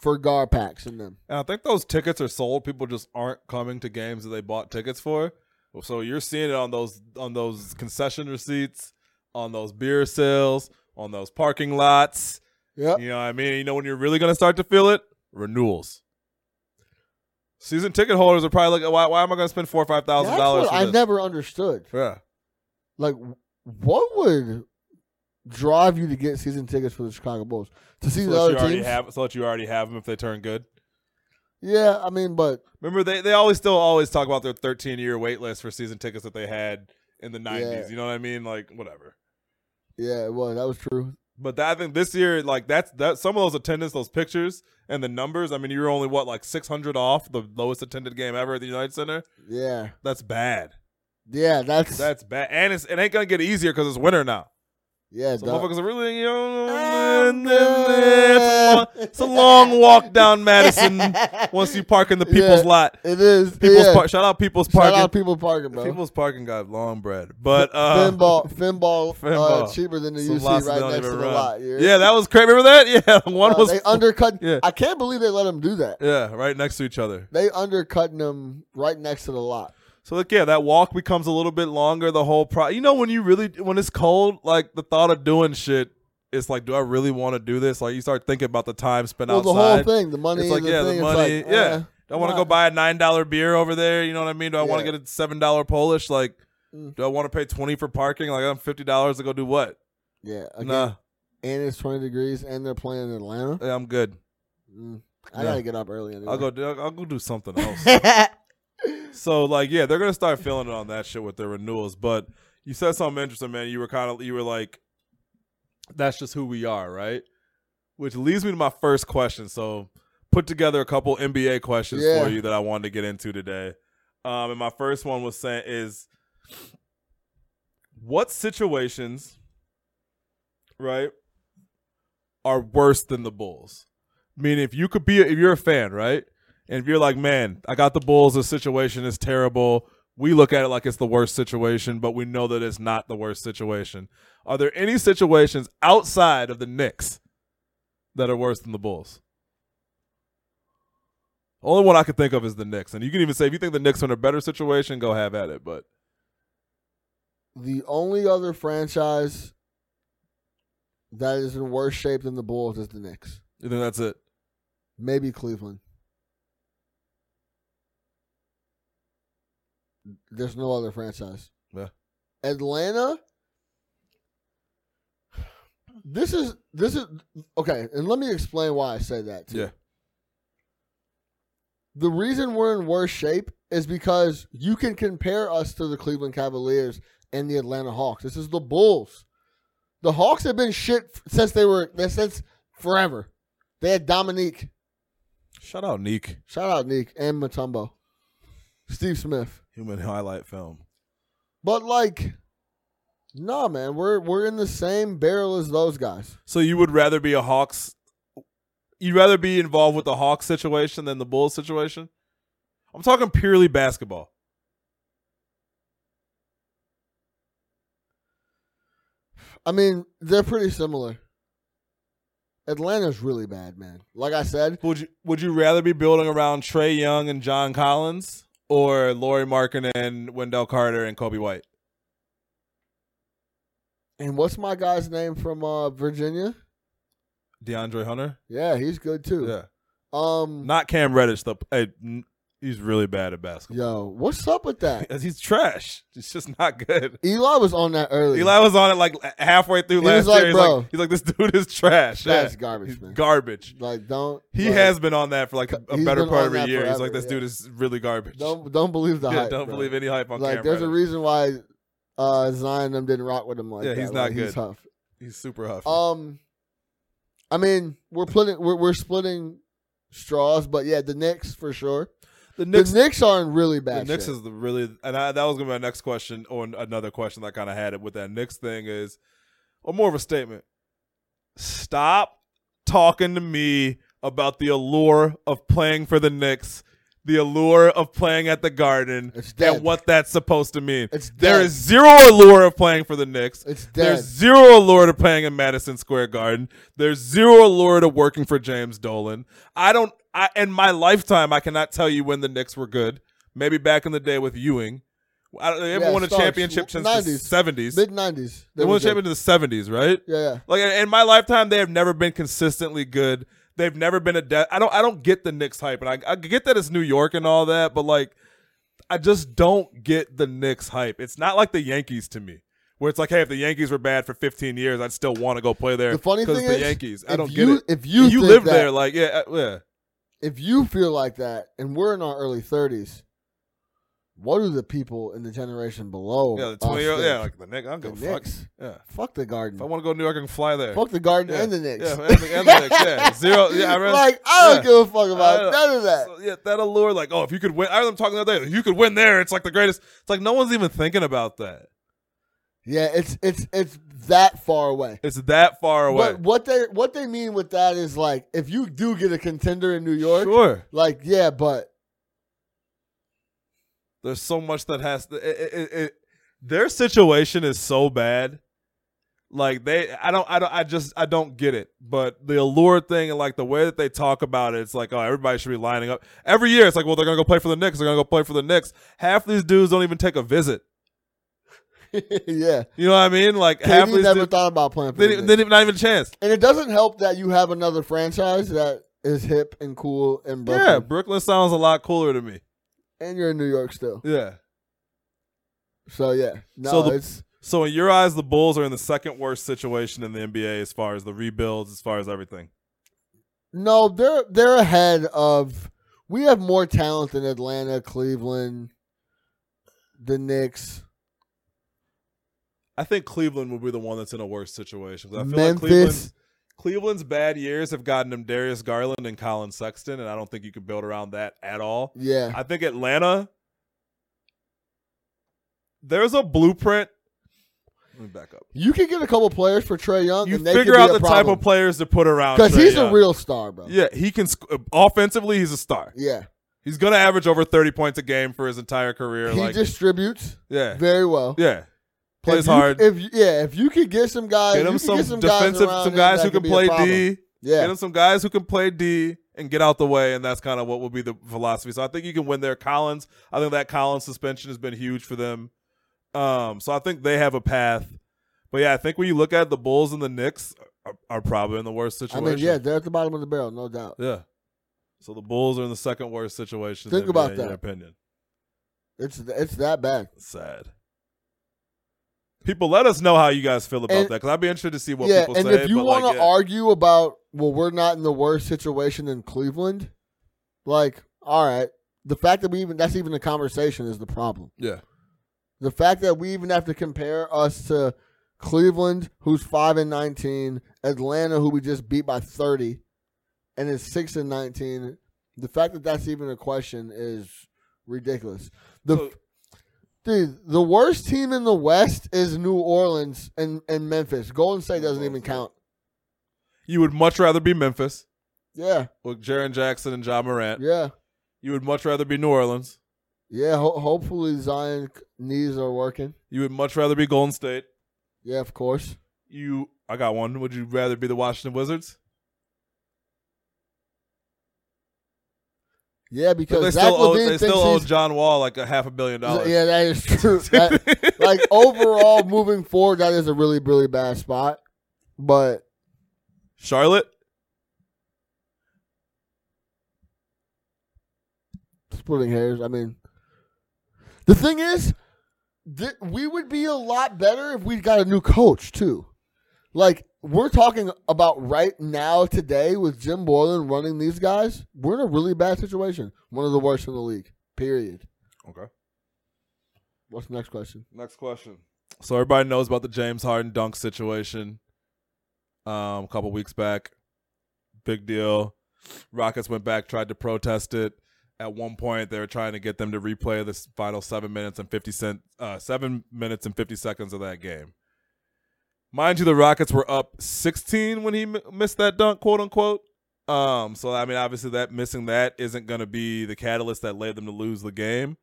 [SPEAKER 2] for guard packs and them.
[SPEAKER 3] And I think those tickets are sold. People just aren't coming to games that they bought tickets for. So you're seeing it on those on those concession receipts, on those beer sales, on those parking lots.
[SPEAKER 2] Yep.
[SPEAKER 3] You know what I mean? You know when you're really gonna start to feel it? Renewals. Season ticket holders are probably like, why, why am I gonna spend four or five thousand
[SPEAKER 2] That's
[SPEAKER 3] dollars
[SPEAKER 2] what
[SPEAKER 3] for
[SPEAKER 2] I
[SPEAKER 3] this?
[SPEAKER 2] never understood.
[SPEAKER 3] yeah.
[SPEAKER 2] Like, what would drive you to get season tickets for the Chicago Bulls to see the
[SPEAKER 3] So that you
[SPEAKER 2] other
[SPEAKER 3] already
[SPEAKER 2] teams?
[SPEAKER 3] have so that you already have them if they turn good.
[SPEAKER 2] yeah, I mean, but
[SPEAKER 3] Remember they, they always still always talk about their 13 year wait list for season tickets that they had in the 90s.
[SPEAKER 2] Yeah.
[SPEAKER 3] You know what I mean? Like whatever.
[SPEAKER 2] yeah, well, that was true.
[SPEAKER 3] But that, I think this year, like that's that some of those attendance, those pictures, and the numbers. I mean, you were only what like 600 off the lowest attended game ever at the United Center.
[SPEAKER 2] Yeah,
[SPEAKER 3] That's bad.
[SPEAKER 2] yeah, that's
[SPEAKER 3] That's bad. And it's it ain't gonna get easier because it's winter now.
[SPEAKER 2] Yeah,
[SPEAKER 3] So
[SPEAKER 2] dog.
[SPEAKER 3] motherfuckers are really young.
[SPEAKER 2] Oh,
[SPEAKER 3] It's, a long, it's a long walk down Madison once you park in the people's
[SPEAKER 2] Yeah.
[SPEAKER 3] lot.
[SPEAKER 2] It is.
[SPEAKER 3] People's
[SPEAKER 2] yeah.
[SPEAKER 3] park. Shout out people's
[SPEAKER 2] Shout
[SPEAKER 3] parking.
[SPEAKER 2] out people parking, bro.
[SPEAKER 3] people's parking got long bread, but uh,
[SPEAKER 2] Finball, Finball, uh,
[SPEAKER 3] Finball.
[SPEAKER 2] cheaper than the
[SPEAKER 3] some
[SPEAKER 2] UC
[SPEAKER 3] lots
[SPEAKER 2] right
[SPEAKER 3] that don't
[SPEAKER 2] next to
[SPEAKER 3] even
[SPEAKER 2] the
[SPEAKER 3] run.
[SPEAKER 2] lot. Yeah,
[SPEAKER 3] Yeah, that was crazy. Remember that? Yeah, one
[SPEAKER 2] Uh,
[SPEAKER 3] was
[SPEAKER 2] they undercut.
[SPEAKER 3] Yeah.
[SPEAKER 2] I can't believe they let them do that.
[SPEAKER 3] yeah, right next to each other.
[SPEAKER 2] They undercutting them right next to the lot.
[SPEAKER 3] So like, yeah, that walk becomes a little bit longer. The whole pro, you know, when you really when it's cold, like the thought of doing shit, it's like, do I really want to do this? Like you start thinking about the time spent
[SPEAKER 2] Well,
[SPEAKER 3] outside.
[SPEAKER 2] the whole thing, the money,
[SPEAKER 3] it's like
[SPEAKER 2] the
[SPEAKER 3] yeah,
[SPEAKER 2] thing,
[SPEAKER 3] the
[SPEAKER 2] it's
[SPEAKER 3] money,
[SPEAKER 2] like,
[SPEAKER 3] yeah.
[SPEAKER 2] uh,
[SPEAKER 3] do I want to
[SPEAKER 2] why?
[SPEAKER 3] go buy a nine dollar beer over there? You know what I mean? Do I want to
[SPEAKER 2] Yeah.
[SPEAKER 3] get a seven dollar Polish? Like,
[SPEAKER 2] Mm.
[SPEAKER 3] do I want to pay twenty for parking? Like, I'm fifty dollars to go do what?
[SPEAKER 2] yeah. Again,
[SPEAKER 3] Nah,
[SPEAKER 2] and it's twenty degrees, and they're playing in Atlanta.
[SPEAKER 3] yeah, I'm good.
[SPEAKER 2] Mm. I
[SPEAKER 3] Nah.
[SPEAKER 2] gotta get up early. Anyway.
[SPEAKER 3] I'll go. Do, I'll go do something else.
[SPEAKER 1] yeah.
[SPEAKER 3] So like, yeah, they're gonna start feeling it on that shit with their renewals. But you said something interesting, man. You were kind of you were like, that's just who we are, right? Which leads me to my first question. So put together a couple NBA questions
[SPEAKER 2] Yeah.
[SPEAKER 3] for you that I wanted to get into today. Um, and my first one was saying is what situations, right, are worse than the Bulls? Meaning, if you could be, if you're a fan, right, and if you're like, man, I got the Bulls, the situation is terrible. We look at it like it's the worst situation, but we know that it's not the worst situation. Are there any situations outside of the Knicks that are worse than the Bulls? Only one I can think of is the Knicks. And you can even say if you think the Knicks are in a better situation, go have at it. But
[SPEAKER 2] the only other franchise that is in worse shape than the Bulls is the Knicks.
[SPEAKER 3] you think that's it.
[SPEAKER 2] Maybe Cleveland. There's no other franchise.
[SPEAKER 3] Yeah.
[SPEAKER 2] Atlanta. This is this is okay, and let me explain why I say that. Too.
[SPEAKER 3] Yeah.
[SPEAKER 2] The reason we're in worse shape is because you can compare us to the Cleveland Cavaliers and the Atlanta Hawks. This is the Bulls. The Hawks have been shit f- since they were since forever. They had Dominique.
[SPEAKER 3] Shout out Neek,
[SPEAKER 2] Shout out Nick and Matumbo, Steve Smith.
[SPEAKER 3] human highlight film.
[SPEAKER 2] But like, nah, man, we're we're in the same barrel as those guys.
[SPEAKER 3] So you would rather be a Hawks you'd rather be involved with the Hawks situation than the Bulls situation? I'm talking purely basketball.
[SPEAKER 2] I mean, they're pretty similar. Atlanta's really bad, man. Like I said,
[SPEAKER 3] Would you would you rather be building around Trey Young and John Collins or Laurie Markin and Wendell Carter and Kobe White?
[SPEAKER 2] and what's my guy's name from uh, Virginia?
[SPEAKER 3] DeAndre Hunter?
[SPEAKER 2] Yeah, he's good too.
[SPEAKER 3] Yeah.
[SPEAKER 2] Um,
[SPEAKER 3] Not Cam Reddish though. Hey, n- he's really bad at basketball.
[SPEAKER 2] yo, what's up with that?
[SPEAKER 3] He's trash. He's just not good.
[SPEAKER 2] Eli was on that early.
[SPEAKER 3] Eli was on it like halfway through
[SPEAKER 2] He was
[SPEAKER 3] last
[SPEAKER 2] like,
[SPEAKER 3] year. He's
[SPEAKER 2] "Bro,
[SPEAKER 3] like, he's like, this dude is trash. Yeah.
[SPEAKER 2] that's garbage,
[SPEAKER 3] He's
[SPEAKER 2] man.
[SPEAKER 3] garbage.
[SPEAKER 2] like, don't
[SPEAKER 3] He
[SPEAKER 2] like,
[SPEAKER 3] has been on that for like a, a
[SPEAKER 2] He's
[SPEAKER 3] better
[SPEAKER 2] been
[SPEAKER 3] part
[SPEAKER 2] on
[SPEAKER 3] of a
[SPEAKER 2] that
[SPEAKER 3] year. He's
[SPEAKER 2] forever,
[SPEAKER 3] like, this
[SPEAKER 2] yeah.
[SPEAKER 3] dude is really garbage.
[SPEAKER 2] Don't don't believe the
[SPEAKER 3] yeah,
[SPEAKER 2] hype.
[SPEAKER 3] don't
[SPEAKER 2] bro.
[SPEAKER 3] believe any hype on
[SPEAKER 2] like
[SPEAKER 3] Cam
[SPEAKER 2] there's a
[SPEAKER 3] Reddish.
[SPEAKER 2] reason why uh Zion them didn't rock with him like
[SPEAKER 3] Yeah,
[SPEAKER 2] that.
[SPEAKER 3] he's
[SPEAKER 2] Like,
[SPEAKER 3] not good.
[SPEAKER 2] He's tough.
[SPEAKER 3] He's super huffy.
[SPEAKER 2] Um, I mean, we're putting we're we're splitting straws, but yeah, the Knicks for sure.
[SPEAKER 3] the Knicks,
[SPEAKER 2] the Knicks are in really
[SPEAKER 3] the
[SPEAKER 2] bad.
[SPEAKER 3] Knicks
[SPEAKER 2] shape.
[SPEAKER 3] is the really, and I, that was gonna be my next question or an- another question that kind of had it with that Knicks thing is, or more of a statement. Stop talking to me about the allure of playing for the Knicks, the allure of playing at the Garden,
[SPEAKER 2] It's dead.
[SPEAKER 3] and what that's supposed to mean.
[SPEAKER 2] It's dead.
[SPEAKER 3] There is zero allure of playing for the Knicks.
[SPEAKER 2] it's dead.
[SPEAKER 3] There's zero allure to playing in Madison Square Garden. There's zero allure to working for James Dolan. I don't. I in my lifetime, I cannot tell you when the Knicks were good. Maybe back in the day with Ewing. I don't, they haven't
[SPEAKER 2] Yeah,
[SPEAKER 3] won a
[SPEAKER 2] Starks.
[SPEAKER 3] championship since
[SPEAKER 2] 90s.
[SPEAKER 3] the seventies.
[SPEAKER 2] Mid nineties.
[SPEAKER 3] They won a championship in the seventies, right?
[SPEAKER 2] Yeah, yeah.
[SPEAKER 3] Like in in my lifetime, they have never been consistently good. They've never been a de- I don't. I don't get the Knicks hype, and I, I get that it's New York and all that, but like, I just don't get the Knicks hype. It's not like the Yankees to me, where it's like, hey, if the Yankees were bad for 15 years, I'd still want to go play there.
[SPEAKER 2] The funny
[SPEAKER 3] 'cause
[SPEAKER 2] thing
[SPEAKER 3] it's
[SPEAKER 2] is,
[SPEAKER 3] the Yankees. I
[SPEAKER 2] if
[SPEAKER 3] don't
[SPEAKER 2] you,
[SPEAKER 3] get it.
[SPEAKER 2] If
[SPEAKER 3] You,
[SPEAKER 2] you
[SPEAKER 3] you
[SPEAKER 2] think
[SPEAKER 3] live
[SPEAKER 2] that-
[SPEAKER 3] there, like yeah, uh, yeah.
[SPEAKER 2] if you feel like that, and we're in our early thirties, what do the people in the generation below?
[SPEAKER 3] Yeah, the
[SPEAKER 2] us
[SPEAKER 3] 20 year old.
[SPEAKER 2] think?
[SPEAKER 3] Yeah, like the Knicks. I don't
[SPEAKER 2] Oh, the
[SPEAKER 3] give a fuck.
[SPEAKER 2] Knicks.
[SPEAKER 3] Yeah.
[SPEAKER 2] Fuck the Garden.
[SPEAKER 3] If I want to go to New York, I can fly there.
[SPEAKER 2] Fuck the Garden
[SPEAKER 3] Yeah.
[SPEAKER 2] and the Knicks.
[SPEAKER 3] Yeah, and the, and the Knicks. Yeah. Zero. Yeah, I read,
[SPEAKER 2] like I don't
[SPEAKER 3] yeah.
[SPEAKER 2] give a fuck
[SPEAKER 3] I-
[SPEAKER 2] about none of that.
[SPEAKER 3] So, yeah, that allure, like, oh, if you could win, I heard them talking the other day. If you could win there, it's like the greatest. It's like no one's even thinking about that.
[SPEAKER 2] Yeah, it's it's it's that far away.
[SPEAKER 3] It's that far away.
[SPEAKER 2] But what they what they mean with that is like if you do get a contender in New York,
[SPEAKER 3] Sure.
[SPEAKER 2] like yeah, but
[SPEAKER 3] There's so much that has to. It, it, it, it- their situation is so bad. Like they, I don't, I don't, I just, I don't get it. But the allure thing and like the way that they talk about it, it's like, oh, everybody should be lining up every year. It's like, well, they're gonna go play for the Knicks. They're gonna go play for the Knicks. Half these dudes don't even take a visit.
[SPEAKER 2] yeah,
[SPEAKER 3] You know what I mean? Like half
[SPEAKER 2] KD
[SPEAKER 3] these
[SPEAKER 2] never
[SPEAKER 3] dudes,
[SPEAKER 2] thought about playing for
[SPEAKER 3] they,
[SPEAKER 2] the
[SPEAKER 3] didn't-
[SPEAKER 2] Knicks.
[SPEAKER 3] they didn't not even a chance.
[SPEAKER 2] and it doesn't help that you have another franchise that is hip and cool and Brooklyn,
[SPEAKER 3] Yeah, Brooklyn sounds a lot cooler to me.
[SPEAKER 2] and you're in New York still.
[SPEAKER 3] Yeah.
[SPEAKER 2] So yeah, no,
[SPEAKER 3] So the-
[SPEAKER 2] it's
[SPEAKER 3] So in your eyes, the Bulls are in the second worst situation in the NBA as far as the rebuilds, as far as everything.
[SPEAKER 2] no, they're they're ahead of. We have more talent than Atlanta, Cleveland, the Knicks.
[SPEAKER 3] I think Cleveland will be the one that's in a worse situation. 'cause I feel like
[SPEAKER 2] Memphis.
[SPEAKER 3] Cleveland's, Cleveland's bad years have gotten them Darius Garland and Colin Sexton, and I don't think you can build around that at all.
[SPEAKER 2] Yeah,
[SPEAKER 3] I think Atlanta, there's a blueprint. Let me back up.
[SPEAKER 2] you can get a couple players for Trey Young.
[SPEAKER 3] You
[SPEAKER 2] and they
[SPEAKER 3] figure
[SPEAKER 2] could
[SPEAKER 3] out
[SPEAKER 2] be a
[SPEAKER 3] the type
[SPEAKER 2] problem.
[SPEAKER 3] of players to put around
[SPEAKER 2] because
[SPEAKER 3] Trae
[SPEAKER 2] he's a
[SPEAKER 3] Young.
[SPEAKER 2] real star, bro.
[SPEAKER 3] Yeah, he can sc- uh, offensively. He's a star.
[SPEAKER 2] yeah.
[SPEAKER 3] He's gonna average over thirty points a game for his entire career.
[SPEAKER 2] He
[SPEAKER 3] like,
[SPEAKER 2] distributes
[SPEAKER 3] yeah,
[SPEAKER 2] very well.
[SPEAKER 3] yeah, plays
[SPEAKER 2] If you-
[SPEAKER 3] hard.
[SPEAKER 2] If you- yeah, if you could get some guys,
[SPEAKER 3] get
[SPEAKER 2] Uh, you
[SPEAKER 3] him
[SPEAKER 2] could
[SPEAKER 3] some,
[SPEAKER 2] get some
[SPEAKER 3] defensive,
[SPEAKER 2] guys around
[SPEAKER 3] some
[SPEAKER 2] him
[SPEAKER 3] guys
[SPEAKER 2] that
[SPEAKER 3] who
[SPEAKER 2] could
[SPEAKER 3] can
[SPEAKER 2] be a
[SPEAKER 3] play
[SPEAKER 2] problem.
[SPEAKER 3] D. Get
[SPEAKER 2] Yeah,
[SPEAKER 3] him some guys who can play D and get out the way, and that's kind of what will be the philosophy. So I think you can win there. Collins, I think that Collins suspension has been huge for them. Um, so I think they have a path. But yeah, I think when you look at the Bulls and the Knicks are, are probably in the worst
[SPEAKER 2] I
[SPEAKER 3] situation.
[SPEAKER 2] mean, yeah, they're at the bottom of the barrel, no doubt.
[SPEAKER 3] yeah. So the Bulls are in the second worst situation.
[SPEAKER 2] Think
[SPEAKER 3] in the
[SPEAKER 2] about
[SPEAKER 3] NBA, in
[SPEAKER 2] that.
[SPEAKER 3] your opinion.
[SPEAKER 2] It's it's that bad.
[SPEAKER 3] Sad. People, let us know how you guys feel about
[SPEAKER 2] And-
[SPEAKER 3] that because I'd be interested to see what
[SPEAKER 2] yeah,
[SPEAKER 3] people
[SPEAKER 2] and
[SPEAKER 3] say.
[SPEAKER 2] if you
[SPEAKER 3] but, like,
[SPEAKER 2] want to
[SPEAKER 3] yeah.
[SPEAKER 2] argue about, well, we're not in the worst situation in Cleveland. Like, all right, the fact that we even that's even a conversation is the problem.
[SPEAKER 3] yeah,
[SPEAKER 2] The fact that we even have to compare us to Cleveland, who's five and nineteen, Atlanta, who we just beat by thirty, and is six and nineteen. The fact that that's even a question is ridiculous. The
[SPEAKER 3] So-
[SPEAKER 2] dude, the worst team in the West is New Orleans and, and Memphis. Golden State doesn't even count.
[SPEAKER 3] you would much rather be Memphis.
[SPEAKER 2] Yeah,
[SPEAKER 3] with Jaron Jackson and John Morant.
[SPEAKER 2] yeah,
[SPEAKER 3] You would much rather be New Orleans.
[SPEAKER 2] yeah. Ho- hopefully Zion knees are working.
[SPEAKER 3] You would much rather be Golden State.
[SPEAKER 2] Yeah, of course.
[SPEAKER 3] You, I got one. Would you rather be the Washington Wizards?
[SPEAKER 2] Yeah,
[SPEAKER 3] But they
[SPEAKER 2] because Zach
[SPEAKER 3] still, owe,
[SPEAKER 2] Levine
[SPEAKER 3] they still owe
[SPEAKER 2] thinks
[SPEAKER 3] John Wall like a half a billion
[SPEAKER 2] he's.
[SPEAKER 3] dollars.
[SPEAKER 2] Yeah, that is true. That- like overall moving forward that is a really really bad spot but
[SPEAKER 3] Charlotte.
[SPEAKER 2] splitting hairs i mean the thing is th- we would be a lot better if we got a new coach too like we're talking about right now today with jim boylan running these guys we're in a really bad situation one of the worst in the league period
[SPEAKER 3] Okay.
[SPEAKER 2] what's the next question
[SPEAKER 3] Next question. So everybody knows about the James Harden dunk situation. Um, a couple weeks back, big deal. Rockets went back, tried to protest it. At one point, they were trying to get them to replay this final seven minutes and fifty cent, uh, seven minutes and fifty seconds of that game. Mind you, the Rockets were up sixteen when he m- missed that dunk, quote unquote. Um, so I mean, obviously, that missing that isn't going to be the catalyst that led them to lose the game.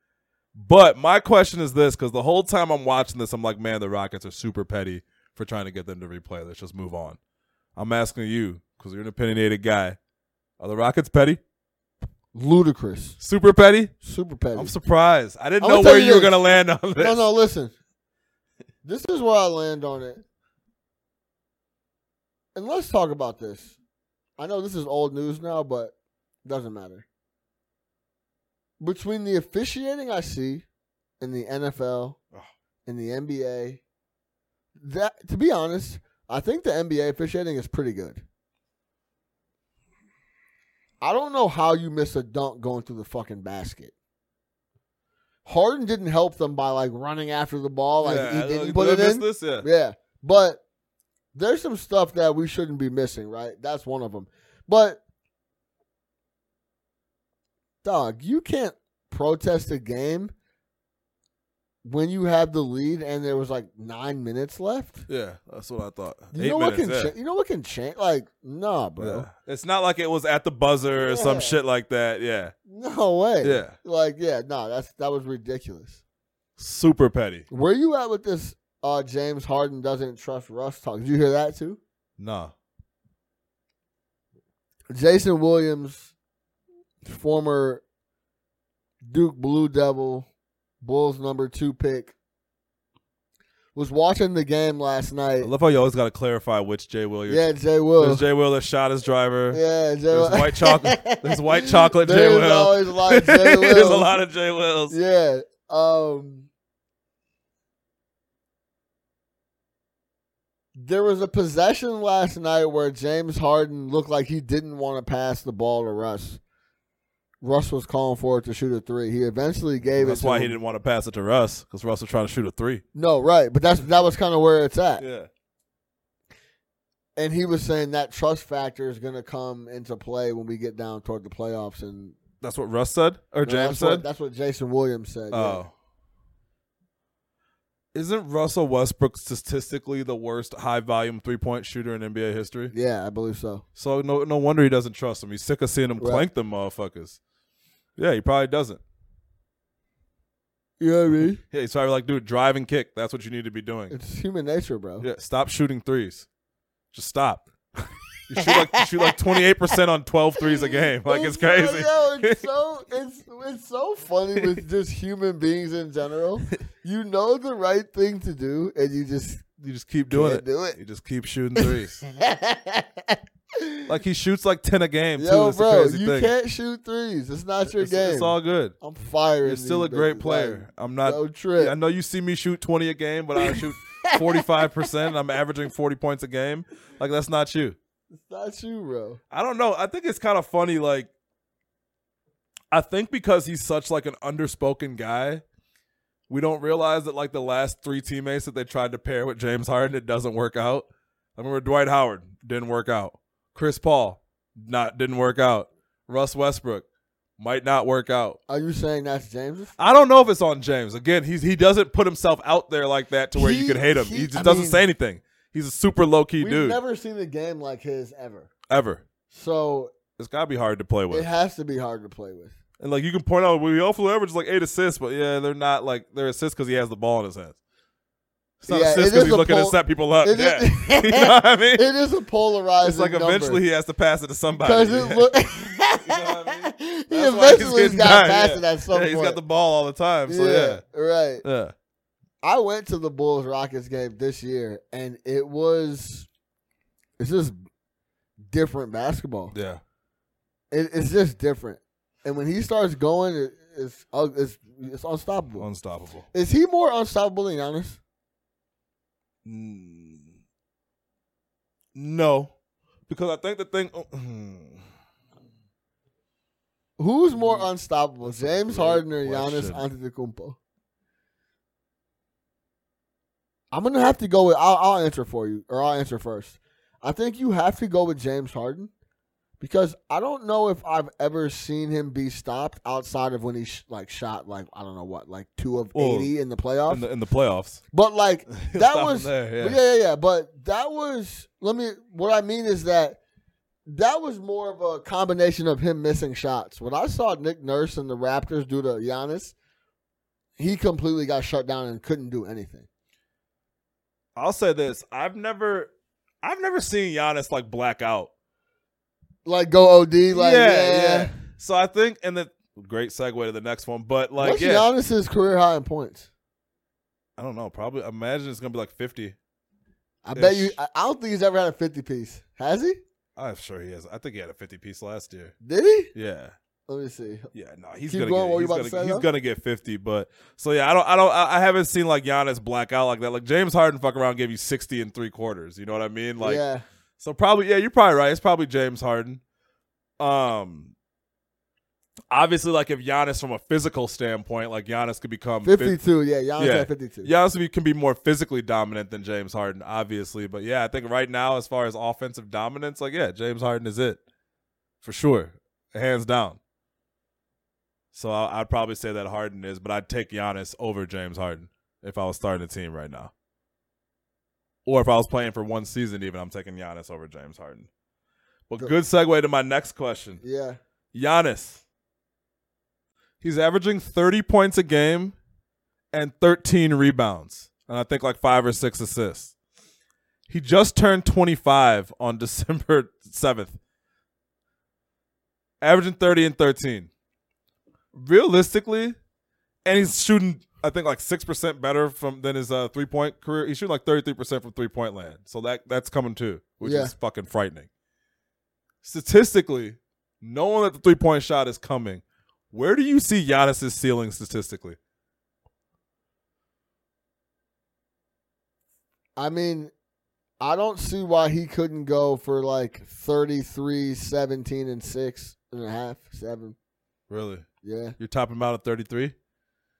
[SPEAKER 3] But my question is this, because the whole time I'm watching this, I'm like, man, the Rockets are super petty for trying to get them to replay. Let's just move on. I'm asking you, because you're an opinionated guy. Are the Rockets petty?
[SPEAKER 2] ludicrous
[SPEAKER 3] Super petty?
[SPEAKER 2] super petty
[SPEAKER 3] I'm surprised. I didn't
[SPEAKER 2] I'm
[SPEAKER 3] know
[SPEAKER 2] gonna tell
[SPEAKER 3] where
[SPEAKER 2] you
[SPEAKER 3] you were
[SPEAKER 2] this.
[SPEAKER 3] gonna land on this.
[SPEAKER 2] no no listen this is where i land on it and let's talk about this. I know this is old news now, but doesn't matter. Between the officiating I see in the NFL,
[SPEAKER 3] Ugh.
[SPEAKER 2] in the NBA, that to be honest, I think the NBA officiating is pretty good. I don't know how you miss a dunk going through the fucking basket. Harden didn't help them by like running after the ball, like
[SPEAKER 3] Yeah,
[SPEAKER 2] he
[SPEAKER 3] did
[SPEAKER 2] didn't put
[SPEAKER 3] I
[SPEAKER 2] it
[SPEAKER 3] miss
[SPEAKER 2] in.
[SPEAKER 3] This? Yeah.
[SPEAKER 2] Yeah, but there's some stuff that we shouldn't be missing, right? That's one of them. But dog, you can't protest a game when you had the lead and there was like nine minutes left.
[SPEAKER 3] Yeah, that's what I thought.
[SPEAKER 2] You
[SPEAKER 3] Eight
[SPEAKER 2] know what
[SPEAKER 3] minutes,
[SPEAKER 2] can
[SPEAKER 3] yeah.
[SPEAKER 2] cha- you know what can change? Like, nah, bro.
[SPEAKER 3] Yeah. It's not like it was at the buzzer or
[SPEAKER 2] Yeah.
[SPEAKER 3] some shit like that. Yeah.
[SPEAKER 2] No way.
[SPEAKER 3] Yeah.
[SPEAKER 2] Like, yeah, nah, that's that was ridiculous.
[SPEAKER 3] Super petty.
[SPEAKER 2] Where you at with this uh James Harden doesn't trust Russ talk? Did you hear that too?
[SPEAKER 3] No.
[SPEAKER 2] Jason Williams, former Duke Blue Devil, Bulls number two pick, was watching the game last
[SPEAKER 3] I
[SPEAKER 2] night.
[SPEAKER 3] love how you always got to clarify which Jay Will you're.
[SPEAKER 2] Yeah, Jay
[SPEAKER 3] There's
[SPEAKER 2] Will.
[SPEAKER 3] Jay Will that shot his driver.
[SPEAKER 2] Yeah, Jay Will.
[SPEAKER 3] There's white chocolate- there's white chocolate Jay
[SPEAKER 2] There's
[SPEAKER 3] Will.
[SPEAKER 2] always a lot of Jay Will.
[SPEAKER 3] There's a lot of Jay Wills.
[SPEAKER 2] Yeah. Um There was a possession last night where James Harden looked like he didn't want to pass the ball to Russ. Russ was calling for it to shoot a three. He eventually gave it
[SPEAKER 3] That's
[SPEAKER 2] to
[SPEAKER 3] why
[SPEAKER 2] him.
[SPEAKER 3] he didn't want to pass it to Russ because Russ was trying to shoot a three.
[SPEAKER 2] No, right. But that's that was kind of where it's at.
[SPEAKER 3] Yeah.
[SPEAKER 2] And he was saying that trust factor is going to come into play when we get down toward the playoffs and
[SPEAKER 3] That's what Russ said or
[SPEAKER 2] No,
[SPEAKER 3] James
[SPEAKER 2] that's what-
[SPEAKER 3] said.
[SPEAKER 2] that's what Jason Williams said. yeah.
[SPEAKER 3] Oh. Isn't Russell Westbrook statistically the worst high volume three point shooter in NBA history?
[SPEAKER 2] Yeah, I believe so.
[SPEAKER 3] So no no wonder he doesn't trust him. He's sick of seeing him
[SPEAKER 2] Right.
[SPEAKER 3] clank them motherfuckers. Yeah, he probably doesn't.
[SPEAKER 2] You know what I mean?
[SPEAKER 3] Yeah, he's probably like, dude, drive and kick. That's what you need to be doing.
[SPEAKER 2] It's human nature, bro.
[SPEAKER 3] Yeah, stop shooting threes. Just stop. you shoot like you shoot like twenty eight percent on 12 threes a game. Like it's crazy.
[SPEAKER 2] Yo, it's so it's it's so funny with just human beings in general. You know the right thing to do, and you just
[SPEAKER 3] You just keep doing
[SPEAKER 2] Can't
[SPEAKER 3] it.
[SPEAKER 2] do it.
[SPEAKER 3] You just keep shooting threes. like he shoots like ten a game too.
[SPEAKER 2] yo,
[SPEAKER 3] It's a
[SPEAKER 2] bro,
[SPEAKER 3] crazy
[SPEAKER 2] you
[SPEAKER 3] thing.
[SPEAKER 2] can't shoot threes. It's not your
[SPEAKER 3] it's,
[SPEAKER 2] game.
[SPEAKER 3] it's all good.
[SPEAKER 2] I'm firing.
[SPEAKER 3] You're still a
[SPEAKER 2] these
[SPEAKER 3] great
[SPEAKER 2] bitches.
[SPEAKER 3] player. I'm
[SPEAKER 2] Like,
[SPEAKER 3] not.
[SPEAKER 2] no trip.
[SPEAKER 3] I know you see me shoot 20 a game, but I shoot 45 percent. I'm averaging 40 points a game. Like that's not you.
[SPEAKER 2] It's not you, bro.
[SPEAKER 3] I don't know. I think it's kind of funny. Like, I think because he's such like an underspoken guy, we don't realize that like the last three teammates that they tried to pair with James Harden, it doesn't work out. I remember Dwight Howard didn't work out. Chris Paul not didn't work out. Russ Westbrook might not work out.
[SPEAKER 2] Are you saying that's James?
[SPEAKER 3] I don't know if it's on James. Again, he's he doesn't put himself out there like that to where
[SPEAKER 2] He-
[SPEAKER 3] you could hate him.
[SPEAKER 2] he-
[SPEAKER 3] He, just
[SPEAKER 2] I
[SPEAKER 3] doesn't
[SPEAKER 2] mean,
[SPEAKER 3] say anything. He's a super low key
[SPEAKER 2] We've
[SPEAKER 3] dude.
[SPEAKER 2] never seen a game like his ever.
[SPEAKER 3] ever.
[SPEAKER 2] So
[SPEAKER 3] It's gotta be hard to play
[SPEAKER 2] it
[SPEAKER 3] with.
[SPEAKER 2] has to be hard to play with.
[SPEAKER 3] and like you can point out, we awful average like eight assists, but yeah, they're not like they're assists because he has the ball in his hands. It's not
[SPEAKER 2] Yeah,
[SPEAKER 3] assists
[SPEAKER 2] it is
[SPEAKER 3] because he's
[SPEAKER 2] a
[SPEAKER 3] looking
[SPEAKER 2] pol-
[SPEAKER 3] to set people up.
[SPEAKER 2] It
[SPEAKER 3] Uh, Yeah.
[SPEAKER 2] is-
[SPEAKER 3] you know what I mean?
[SPEAKER 2] It is a polarizing.
[SPEAKER 3] It's like
[SPEAKER 2] number.
[SPEAKER 3] eventually he has to pass it to somebody.
[SPEAKER 2] Because it
[SPEAKER 3] Yeah.
[SPEAKER 2] look,
[SPEAKER 3] what I
[SPEAKER 2] he
[SPEAKER 3] That's why he's
[SPEAKER 2] eventually has
[SPEAKER 3] getting
[SPEAKER 2] got
[SPEAKER 3] done,
[SPEAKER 2] past
[SPEAKER 3] yeah.
[SPEAKER 2] it at some
[SPEAKER 3] yeah,
[SPEAKER 2] point.
[SPEAKER 3] he's got the ball all the time. So yeah.
[SPEAKER 2] right.
[SPEAKER 3] Yeah.
[SPEAKER 2] I went to the Bulls Rockets game this year, and it was it's just different basketball.
[SPEAKER 3] Yeah.
[SPEAKER 2] It, it's just different. And when he starts going, it, it's un- it's it's unstoppable.
[SPEAKER 3] Unstoppable.
[SPEAKER 2] Is he more unstoppable than Giannis?
[SPEAKER 3] Mm. No, because I think the thing. oh, hmm.
[SPEAKER 2] Who's more
[SPEAKER 3] Mm.
[SPEAKER 2] unstoppable,
[SPEAKER 3] a
[SPEAKER 2] James
[SPEAKER 3] great
[SPEAKER 2] Harden or Giannis Antetokounmpo? I'm gonna have to go with. I'll, I'll answer for you, or I'll answer first. I think you have to go with James Harden because I don't know if I've ever seen him be stopped outside of when he sh- like shot like I don't know what like two of
[SPEAKER 3] Well,
[SPEAKER 2] eighty in the playoffs.
[SPEAKER 3] in the in the playoffs.
[SPEAKER 2] but like that
[SPEAKER 3] Stop him
[SPEAKER 2] was
[SPEAKER 3] there,
[SPEAKER 2] yeah.
[SPEAKER 3] yeah.
[SPEAKER 2] But yeah, yeah, yeah. But that was let me. What I mean is that that was more of a combination of him missing shots. When I saw Nick Nurse and the Raptors do to Giannis, he completely got shut down and couldn't do anything.
[SPEAKER 3] I'll say this: I've never, I've never seen Giannis like black out.
[SPEAKER 2] Like go OD. Like yeah,
[SPEAKER 3] So I think, and the great segue to the next one, but like,
[SPEAKER 2] What's
[SPEAKER 3] yeah,
[SPEAKER 2] Giannis's career high in points?
[SPEAKER 3] I don't know. Probably imagine it's gonna be like fifty.
[SPEAKER 2] I bet
[SPEAKER 3] Ish.
[SPEAKER 2] you. I I don't think he's ever had a fifty piece. Has he?
[SPEAKER 3] I'm sure he is. I think he had a fifty piece last year.
[SPEAKER 2] Did he?
[SPEAKER 3] Yeah.
[SPEAKER 2] Let me see.
[SPEAKER 3] Yeah, no, he's
[SPEAKER 2] Keep
[SPEAKER 3] gonna
[SPEAKER 2] going, what were
[SPEAKER 3] get,
[SPEAKER 2] you
[SPEAKER 3] he's,
[SPEAKER 2] about to
[SPEAKER 3] gonna,
[SPEAKER 2] say,
[SPEAKER 3] he's
[SPEAKER 2] though?
[SPEAKER 3] gonna get fifty. But so yeah, I don't, I don't, I I haven't seen like Giannis black out like that. Like James Harden, fuck around, gave you sixty and three quarters. You know what I mean? Like,
[SPEAKER 2] yeah,
[SPEAKER 3] so probably yeah, you're probably right. It's probably James Harden. Um, obviously, like if Giannis from a physical standpoint, like Giannis could become phys-
[SPEAKER 2] fifty-two. Yeah, Giannis
[SPEAKER 3] Yeah.
[SPEAKER 2] had fifty-two.
[SPEAKER 3] Giannis be- can be more physically dominant than James Harden, obviously. But yeah, I think right now, as far as offensive dominance, like yeah, James Harden is it for sure, hands down. So I- I'd probably say that Harden is, but I'd take Giannis over James Harden. if I was starting a team right now. Or if I was playing for one season, even I'm taking Giannis over James Harden. But
[SPEAKER 2] Go-
[SPEAKER 3] good segue to my next question.
[SPEAKER 2] Yeah.
[SPEAKER 3] Giannis. He's averaging 30 points a game and 13 rebounds, and I think like five or six assists. He just turned 25 on December 7th, averaging 30 and 13. Realistically, and he's shooting, I think, like 6% better from than his uh, three point career. He's shooting like 33% from three point land. So that that's coming too, which
[SPEAKER 2] Yeah.
[SPEAKER 3] is fucking frightening. Statistically, knowing that the three point shot is coming, where do you see Giannis's ceiling statistically?
[SPEAKER 2] I mean, I don't see why he couldn't go for like 33, 17, and six and a half, seven.
[SPEAKER 3] Really?
[SPEAKER 2] Yeah.
[SPEAKER 3] You're topping him out at 33?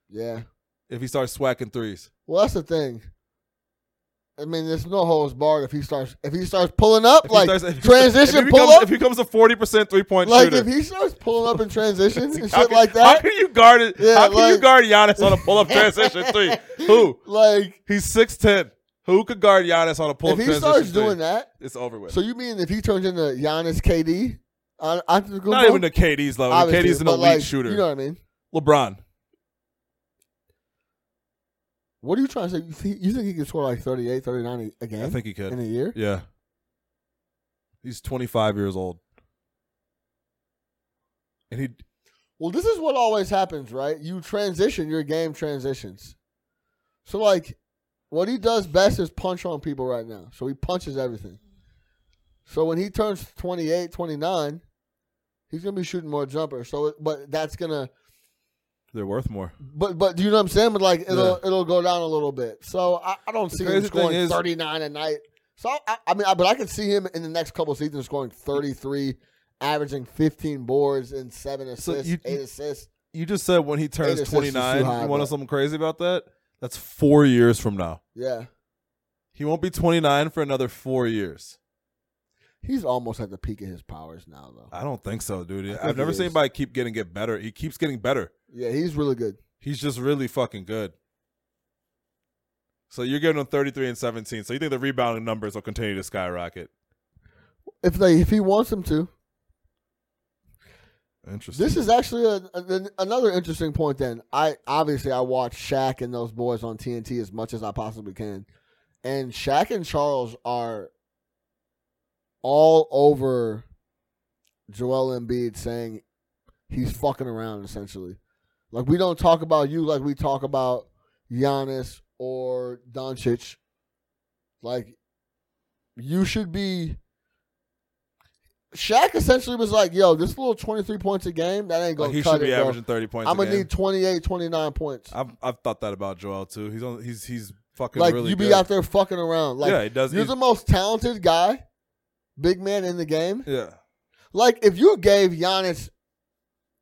[SPEAKER 2] Yeah.
[SPEAKER 3] If he starts swacking threes.
[SPEAKER 2] Well, that's the thing. I mean, there's no holds barred if he starts if he starts pulling up
[SPEAKER 3] If he
[SPEAKER 2] like
[SPEAKER 3] starts- if he-
[SPEAKER 2] transition
[SPEAKER 3] if he
[SPEAKER 2] pull
[SPEAKER 3] becomes,
[SPEAKER 2] up.
[SPEAKER 3] If he becomes a 40% three point
[SPEAKER 2] like
[SPEAKER 3] shooter.
[SPEAKER 2] if he starts pulling up in transition and
[SPEAKER 3] how
[SPEAKER 2] shit
[SPEAKER 3] can,
[SPEAKER 2] like
[SPEAKER 3] How
[SPEAKER 2] that,
[SPEAKER 3] can you guard it?
[SPEAKER 2] Yeah,
[SPEAKER 3] how can you
[SPEAKER 2] like-
[SPEAKER 3] guard Giannis on a pull up transition three? Who?
[SPEAKER 2] like
[SPEAKER 3] He's 6'10. Who could guard Giannis on a pull up
[SPEAKER 2] if he
[SPEAKER 3] transition
[SPEAKER 2] starts
[SPEAKER 3] three?
[SPEAKER 2] doing that,
[SPEAKER 3] It's over with.
[SPEAKER 2] so you mean if he turns into Giannis KD, I, I think
[SPEAKER 3] Not even the KD's level.
[SPEAKER 2] obviously,
[SPEAKER 3] KD's an
[SPEAKER 2] but,
[SPEAKER 3] elite
[SPEAKER 2] like,
[SPEAKER 3] shooter.
[SPEAKER 2] You know what I mean?
[SPEAKER 3] LeBron.
[SPEAKER 2] What are you trying to say? You think, you think he can score like 38, 39 a game
[SPEAKER 3] I think he could.
[SPEAKER 2] in a year?
[SPEAKER 3] Yeah. He's 25 years old. And he
[SPEAKER 2] Well, this is what always happens, right? You transition, your game transitions. So, like, what he does best is punch on people right now. So he punches everything. So when he turns 28, 29, he's going to be shooting more jumpers. So, it- but that's going to,
[SPEAKER 3] they're worth more.
[SPEAKER 2] but, but you know what I'm saying? But like, it'll, it'll go down a little bit. So I, I don't see him
[SPEAKER 3] crazy thing
[SPEAKER 2] scoring
[SPEAKER 3] is-
[SPEAKER 2] 39 a night. So I, I mean, I, but I could see him in the next couple seasons scoring 33, averaging 15 boards and seven
[SPEAKER 3] So
[SPEAKER 2] assists,
[SPEAKER 3] you-
[SPEAKER 2] eight assists.
[SPEAKER 3] You just said when he turns
[SPEAKER 2] assists is too
[SPEAKER 3] 29,
[SPEAKER 2] high,
[SPEAKER 3] you want to know
[SPEAKER 2] but-
[SPEAKER 3] something crazy about that? That's 4 years from now.
[SPEAKER 2] Yeah.
[SPEAKER 3] He won't be 29 for another 4 years.
[SPEAKER 2] He's almost at the peak of his powers now, though.
[SPEAKER 3] I don't think so, dude.
[SPEAKER 2] I think
[SPEAKER 3] I've never
[SPEAKER 2] he
[SPEAKER 3] seen
[SPEAKER 2] is.
[SPEAKER 3] anybody keep getting get better. He keeps getting better.
[SPEAKER 2] Yeah, he's really good.
[SPEAKER 3] He's just really fucking good. So you're giving him 33 and 17. So you think the rebounding numbers will continue to skyrocket?
[SPEAKER 2] If they, if he wants him to,
[SPEAKER 3] Interesting.
[SPEAKER 2] this is actually a, a- another interesting point. Then I obviously I watch Shaq and those boys on TNT as much as I possibly can, and Shaq and Charles are all over Joel Embiid saying he's fucking around essentially. Like we don't talk about you like we talk about Giannis or Doncic. Like you should be Shaq essentially was like, yo, this little 23 points a game, that ain't going
[SPEAKER 3] Like
[SPEAKER 2] to
[SPEAKER 3] he
[SPEAKER 2] cut
[SPEAKER 3] should be
[SPEAKER 2] it, bro.
[SPEAKER 3] averaging 30 points
[SPEAKER 2] I'm
[SPEAKER 3] a
[SPEAKER 2] going
[SPEAKER 3] game.
[SPEAKER 2] to need 28, 29 points.
[SPEAKER 3] I've I've thought that about Joel too. He's on he's he's fucking
[SPEAKER 2] like
[SPEAKER 3] really
[SPEAKER 2] you be
[SPEAKER 3] good.
[SPEAKER 2] out there fucking around. Like
[SPEAKER 3] yeah, he does.
[SPEAKER 2] you're
[SPEAKER 3] he's-
[SPEAKER 2] the most talented guy, big man in the game.
[SPEAKER 3] yeah,
[SPEAKER 2] Like if you gave Giannis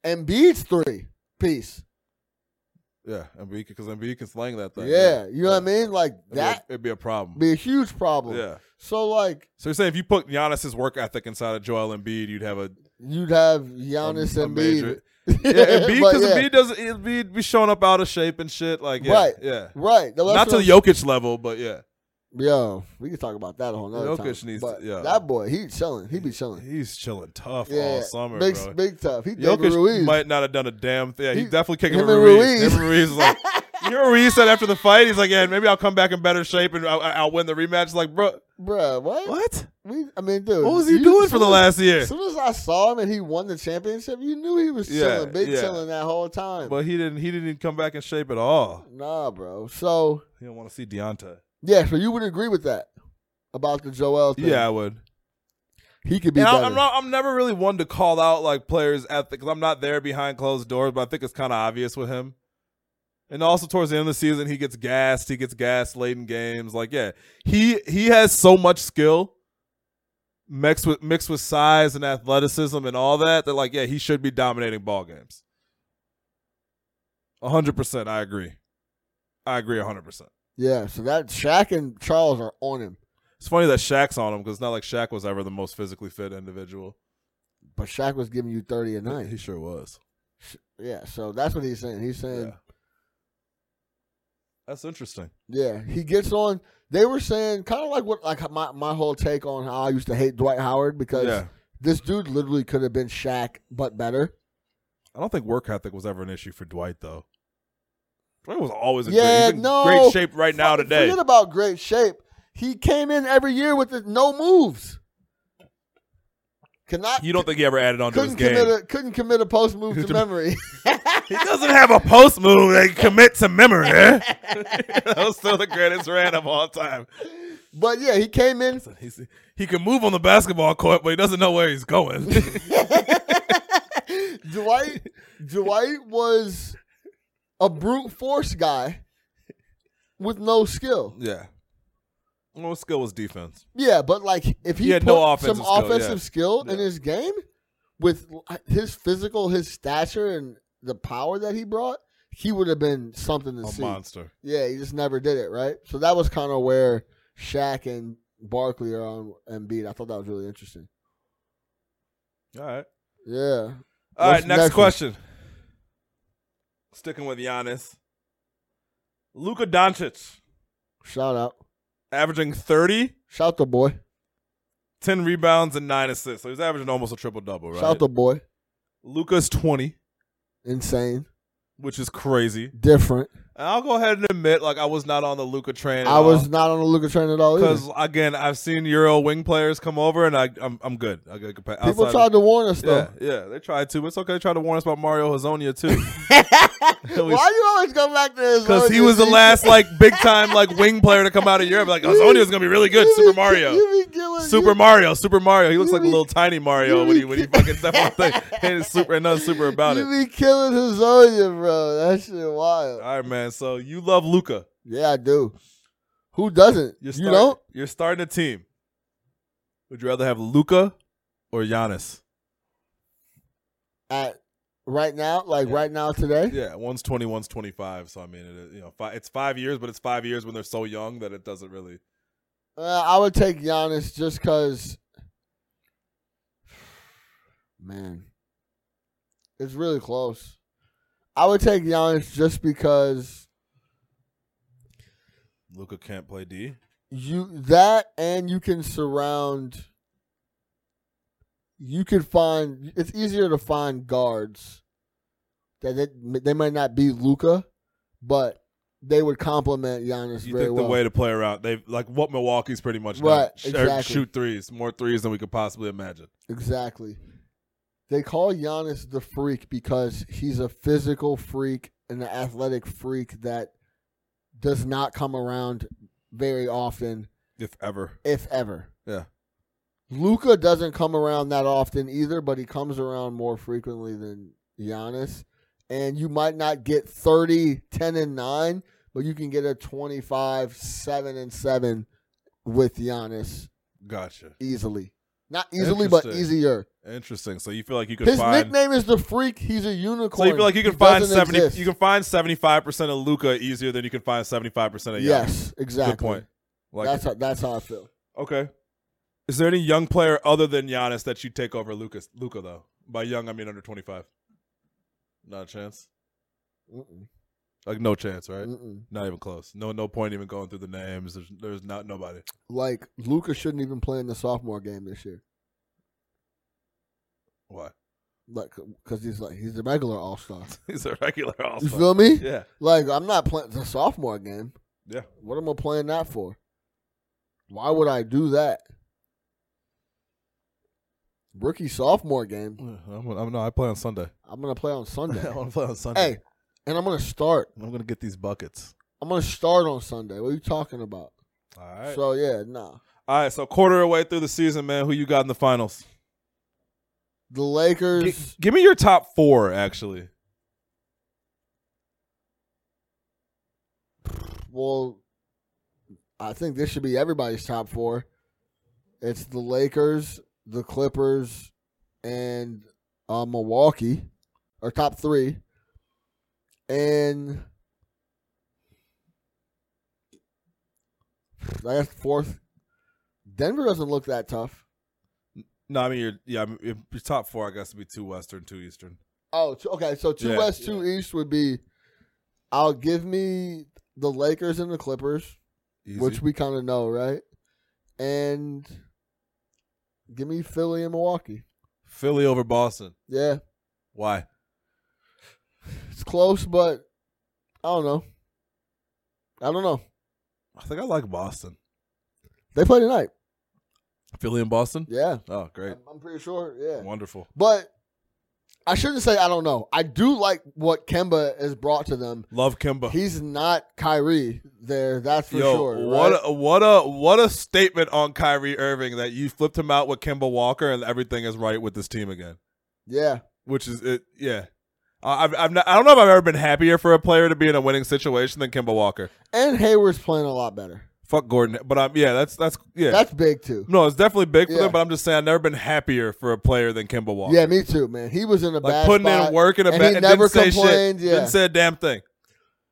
[SPEAKER 2] Embiid's three piece,
[SPEAKER 3] yeah, Embiid because Embiid can slang that thing.
[SPEAKER 2] yeah, you know what I
[SPEAKER 3] Yeah.
[SPEAKER 2] mean. Like
[SPEAKER 3] It'd be a-
[SPEAKER 2] that
[SPEAKER 3] it'd be a problem.
[SPEAKER 2] be a huge problem.
[SPEAKER 3] Yeah.
[SPEAKER 2] So like
[SPEAKER 3] So you're saying if you put Giannis's work ethic inside of Joel Embiid, you'd have a,
[SPEAKER 2] you'd have
[SPEAKER 3] a,
[SPEAKER 2] Giannis
[SPEAKER 3] a
[SPEAKER 2] Embiid.
[SPEAKER 3] major.
[SPEAKER 2] yeah,
[SPEAKER 3] Yeah, Embiid because Embiid doesn't Embiid be showing up out of shape and shit. Like yeah,
[SPEAKER 2] Right.
[SPEAKER 3] yeah.
[SPEAKER 2] right. No, that's
[SPEAKER 3] Not
[SPEAKER 2] what
[SPEAKER 3] to
[SPEAKER 2] I'm-
[SPEAKER 3] Jokic level, but yeah,
[SPEAKER 2] Yo, we can talk about that a whole nother
[SPEAKER 3] Jokic
[SPEAKER 2] time.
[SPEAKER 3] needs
[SPEAKER 2] but
[SPEAKER 3] to- yeah.
[SPEAKER 2] that boy, he chilling. He be chilling.
[SPEAKER 3] he's chilling tough
[SPEAKER 2] Yeah,
[SPEAKER 3] all summer,
[SPEAKER 2] big,
[SPEAKER 3] bro.
[SPEAKER 2] big tough. He David
[SPEAKER 3] Jokic
[SPEAKER 2] Ruiz.
[SPEAKER 3] might not have done a damn thing. Yeah, he,
[SPEAKER 2] He-
[SPEAKER 3] definitely kicking
[SPEAKER 2] him
[SPEAKER 3] with
[SPEAKER 2] and
[SPEAKER 3] Ruiz.
[SPEAKER 2] Ruiz.
[SPEAKER 3] Him and Ruiz is like, you know what Ruiz said after the fight? He's like, yeah, maybe I'll come back in better shape and I'll, I'll win the rematch. Like, bro,
[SPEAKER 2] Bruh, what?
[SPEAKER 3] what?
[SPEAKER 2] We, I mean, dude,
[SPEAKER 3] What was he
[SPEAKER 2] you-
[SPEAKER 3] doing for the
[SPEAKER 2] soon-
[SPEAKER 3] last year?
[SPEAKER 2] As soon as I saw him and he won the championship, you knew he was
[SPEAKER 3] Yeah,
[SPEAKER 2] chilling, big
[SPEAKER 3] yeah.
[SPEAKER 2] chilling that whole time.
[SPEAKER 3] But he didn't. He didn't even come back in shape at all.
[SPEAKER 2] nah, bro. So
[SPEAKER 3] He don't want to see Deonta.
[SPEAKER 2] yeah, so you would agree with that about the Joel thing?
[SPEAKER 3] Yeah, I would.
[SPEAKER 2] he could be
[SPEAKER 3] And I,
[SPEAKER 2] better.
[SPEAKER 3] I'm not. I'm never really one to call out like players' ethics. I'm not there behind closed doors, but I think it's kind of obvious with him. And also towards the end of the season, he gets gassed. He gets gassed late in games. Like, yeah, he he has so much skill mixed with mixed with size and athleticism and all that. That like, yeah, he should be dominating ball games. hundred percent, I agree. I agree, hundred percent.
[SPEAKER 2] yeah, so that Shaq and Charles are on him,
[SPEAKER 3] It's funny that Shaq's on him because it's not like Shaq was ever the most physically fit individual.
[SPEAKER 2] but Shaq was giving you thirty a night.
[SPEAKER 3] He sure was.
[SPEAKER 2] Yeah, so that's what he's saying. He's saying
[SPEAKER 3] Yeah. That's interesting.
[SPEAKER 2] Yeah, he gets on. They were saying kind of like what like my, my whole take on how I used to hate Dwight Howard because
[SPEAKER 3] Yeah.
[SPEAKER 2] this dude literally could have been Shaq but better.
[SPEAKER 3] I don't think work ethic was ever an issue for Dwight though. Dwight was always in
[SPEAKER 2] Yeah,
[SPEAKER 3] great, he's in
[SPEAKER 2] no.
[SPEAKER 3] great shape right now
[SPEAKER 2] Fucking
[SPEAKER 3] today.
[SPEAKER 2] Forget about great shape. He came in every year with the, no moves. Cannot
[SPEAKER 3] You don't think he ever added on to his
[SPEAKER 2] couldn't
[SPEAKER 3] game?
[SPEAKER 2] commit a couldn't commit a post move to memory.
[SPEAKER 3] He doesn't have a post move that he commits to memory. eh? that was still the greatest rant of all time.
[SPEAKER 2] but yeah, he came in
[SPEAKER 3] He's, he can move on the basketball court, but he doesn't know where he's going.
[SPEAKER 2] Dwight Dwight was a brute force guy with no skill.
[SPEAKER 3] yeah. Well, his skill was defense.
[SPEAKER 2] Yeah, but like if he,
[SPEAKER 3] He had
[SPEAKER 2] put
[SPEAKER 3] no offensive
[SPEAKER 2] some
[SPEAKER 3] skill, yeah.
[SPEAKER 2] offensive skill in
[SPEAKER 3] Yeah.
[SPEAKER 2] his game with his physical, his stature, and the power that he brought, he would have been something to
[SPEAKER 3] A
[SPEAKER 2] see.
[SPEAKER 3] monster.
[SPEAKER 2] Yeah, he just never did it, right? So that was kind of where Shaq and Barkley are on Embiid. I thought that was really interesting.
[SPEAKER 3] All right.
[SPEAKER 2] Yeah.
[SPEAKER 3] All
[SPEAKER 2] What's
[SPEAKER 3] right, next,
[SPEAKER 2] next one?
[SPEAKER 3] question. Sticking with Giannis. Luka Doncic
[SPEAKER 2] Shout out.
[SPEAKER 3] averaging 30,
[SPEAKER 2] Shout the boy.
[SPEAKER 3] 10 rebounds, and 9 assists. So he's averaging almost a triple double, right?
[SPEAKER 2] Shout the boy.
[SPEAKER 3] Luka's 20,
[SPEAKER 2] Insane.
[SPEAKER 3] which is crazy.
[SPEAKER 2] Different.
[SPEAKER 3] And I'll go ahead and admit, like, I was not on the Luka train. at
[SPEAKER 2] I was
[SPEAKER 3] all.
[SPEAKER 2] not on the Luka train at all either.
[SPEAKER 3] Because again, I've seen Euro wing players come over, and I, I'm I'm good. I get compa- outside
[SPEAKER 2] People
[SPEAKER 3] of-
[SPEAKER 2] tried to warn us though.
[SPEAKER 3] yeah, yeah, they tried to. It's okay. They tried to warn us about Mario Hazonia too,
[SPEAKER 2] Why you always come back to this?
[SPEAKER 3] because he was the last like big time like wing player to come out of Europe. Like Hazonia's gonna be really good. Super Mario, Super Mario, Super Mario. He looks like a little tiny Mario when he when he fucking step on the thing. And it's super and nothing super about it.
[SPEAKER 2] You be killing Hazonia, bro. That shit
[SPEAKER 3] All
[SPEAKER 2] wild.
[SPEAKER 3] right, man. So you love Luca.
[SPEAKER 2] Yeah, I do. Who doesn't? you
[SPEAKER 3] You're start-
[SPEAKER 2] don't?
[SPEAKER 3] You're starting a team. Would you rather have Luca or Giannis?
[SPEAKER 2] At right now, like right now today.
[SPEAKER 3] Yeah, one's 20, one's 25. So I mean, it, you know, five, it's five years, but it's five years when they're so young that it doesn't really.
[SPEAKER 2] Uh, I would take Giannis just because, man, it's really close. I would take Giannis just because
[SPEAKER 3] Luca can't play D.
[SPEAKER 2] you that and you can surround. You can find it's easier to find guards that they, they might not be Luca, but they would complement Giannis
[SPEAKER 3] You
[SPEAKER 2] very
[SPEAKER 3] think
[SPEAKER 2] well.
[SPEAKER 3] the way to play around? They like what Milwaukee's pretty much done.
[SPEAKER 2] Right,
[SPEAKER 3] Sh- or
[SPEAKER 2] exactly.
[SPEAKER 3] Shoot threes, more threes than we could possibly imagine.
[SPEAKER 2] Exactly. They call Giannis the freak because he's a physical freak and an athletic freak that does not come around very often,
[SPEAKER 3] If ever,
[SPEAKER 2] if ever.
[SPEAKER 3] Yeah.
[SPEAKER 2] Luca doesn't come around that often either, but he comes around more frequently than Giannis. And you might not get 30, 10, and 9, but you can get a 25, 7, and 7 with Giannis
[SPEAKER 3] gotcha.
[SPEAKER 2] easily. Not easily, but
[SPEAKER 3] Interesting.
[SPEAKER 2] easier.
[SPEAKER 3] Interesting. So you feel like you could
[SPEAKER 2] His
[SPEAKER 3] find.
[SPEAKER 2] nickname is the Freak. He's a
[SPEAKER 3] so
[SPEAKER 2] unicorn.
[SPEAKER 3] you feel like you can
[SPEAKER 2] He
[SPEAKER 3] find
[SPEAKER 2] doesn't
[SPEAKER 3] seventy.
[SPEAKER 2] exist.
[SPEAKER 3] You can find seventy-five percent of Luca easier than you can find seventy-five percent of Giannis.
[SPEAKER 2] Yes, exactly.
[SPEAKER 3] Good point. Like
[SPEAKER 2] that's how, that's how I feel.
[SPEAKER 3] Okay. Is there any young player other than Giannis that you take over Lucas Luca though? By young I mean under twenty five. Not a chance.
[SPEAKER 2] Mm-mm,
[SPEAKER 3] Like no chance, right?
[SPEAKER 2] mm-mm.
[SPEAKER 3] Not even close. No no point even going through the names. There's there's not nobody.
[SPEAKER 2] Like Luca shouldn't even play in the sophomore game this year,
[SPEAKER 3] Why?
[SPEAKER 2] like because he's like he's a regular All Star.
[SPEAKER 3] He's a regular all
[SPEAKER 2] You feel me?
[SPEAKER 3] Yeah.
[SPEAKER 2] Like I'm not playing the sophomore game.
[SPEAKER 3] Yeah.
[SPEAKER 2] What am I playing that for? Why would I do that? Rookie sophomore game.
[SPEAKER 3] I'm, I'm no, I play on Sunday.
[SPEAKER 2] I'm gonna play on Sunday.
[SPEAKER 3] I wanna play on Sunday.
[SPEAKER 2] hey, and I'm gonna start.
[SPEAKER 3] I'm gonna get these buckets.
[SPEAKER 2] I'm gonna start on Sunday. What are you talking about?
[SPEAKER 3] All right.
[SPEAKER 2] So yeah, nah.
[SPEAKER 3] all right, so quarter away through the season, man, who you got in the finals?
[SPEAKER 2] The
[SPEAKER 3] Gi-
[SPEAKER 2] Lakers.
[SPEAKER 3] give me your top four, actually.
[SPEAKER 2] Well, I think this should be everybody's top four. It's the Lakers, the Clippers, and uh, Milwaukee, or top three. And I guess fourth. Denver doesn't look that tough.
[SPEAKER 3] No, I mean your yeah, I mean, your your top four I guess would be two Western, two Eastern.
[SPEAKER 2] Oh, t- okay. So two
[SPEAKER 3] Yeah,
[SPEAKER 2] west, two east would be. I'll give me the Lakers and the Clippers,
[SPEAKER 3] Easy.
[SPEAKER 2] which we kind of know, right? And give me Philly and Milwaukee.
[SPEAKER 3] Philly over Boston.
[SPEAKER 2] Yeah,
[SPEAKER 3] Why?
[SPEAKER 2] it's close, but I don't know. I don't know.
[SPEAKER 3] I think I like Boston.
[SPEAKER 2] They play tonight.
[SPEAKER 3] Philly and Boston.
[SPEAKER 2] Yeah,
[SPEAKER 3] Oh, great,
[SPEAKER 2] I'm- I'm pretty sure. Yeah.
[SPEAKER 3] wonderful.
[SPEAKER 2] But I shouldn't say I don't know. I do like what Kemba has brought to them.
[SPEAKER 3] Love Kimba.
[SPEAKER 2] He's not Kyrie there, that's for
[SPEAKER 3] Yo,
[SPEAKER 2] sure.
[SPEAKER 3] what
[SPEAKER 2] right?
[SPEAKER 3] a, what a what a statement on Kyrie Irving that you flipped him out with Kemba Walker and everything is right with this team again.
[SPEAKER 2] yeah.
[SPEAKER 3] Which is it? Yeah, uh, I've I've not, I don't know if I've ever been happier for a player to be in a winning situation than Kemba Walker.
[SPEAKER 2] And Hayward's playing a lot better.
[SPEAKER 3] Fuck Gordon, but um, yeah, that's that's yeah.
[SPEAKER 2] That's big too.
[SPEAKER 3] no, it's definitely big for
[SPEAKER 2] Yeah.
[SPEAKER 3] them, but I'm just saying I've never been happier for a player than Kemba Walker.
[SPEAKER 2] Yeah, me too, man. He was in a
[SPEAKER 3] like
[SPEAKER 2] bad
[SPEAKER 3] putting
[SPEAKER 2] spot.
[SPEAKER 3] in work in a
[SPEAKER 2] and
[SPEAKER 3] ba-
[SPEAKER 2] he never
[SPEAKER 3] didn't say
[SPEAKER 2] complained,
[SPEAKER 3] Shit,
[SPEAKER 2] yeah.
[SPEAKER 3] Didn't say a damn thing.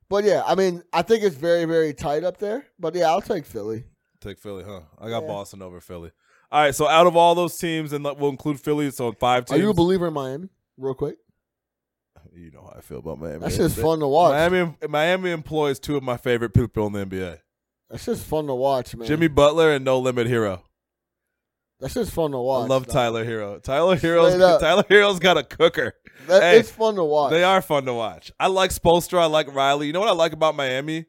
[SPEAKER 2] But yeah, I mean, I think it's very, very tight up there. But yeah, I'll take Philly.
[SPEAKER 3] Take Philly, huh? I got
[SPEAKER 2] Yeah.
[SPEAKER 3] Boston over Philly. All right, so out of all those teams, and let- we'll include Philly, so five
[SPEAKER 2] Are
[SPEAKER 3] teams.
[SPEAKER 2] you a believer in Miami? Real quick,
[SPEAKER 3] You know how I feel about Miami.
[SPEAKER 2] that's just fun to watch.
[SPEAKER 3] Miami, Miami employs two of my favorite people in the NBA:
[SPEAKER 2] That's just fun to watch, man.
[SPEAKER 3] Jimmy Butler and No Limit Hero.
[SPEAKER 2] that's just fun to watch.
[SPEAKER 3] I love
[SPEAKER 2] dog.
[SPEAKER 3] Tyler Hero. Tyler Hero's
[SPEAKER 2] Straight up.
[SPEAKER 3] Tyler Hero's got a cooker.
[SPEAKER 2] That,
[SPEAKER 3] Hey,
[SPEAKER 2] it's fun to watch.
[SPEAKER 3] They are fun to watch. I like Spolstra. I like Riley. You know what I like about Miami,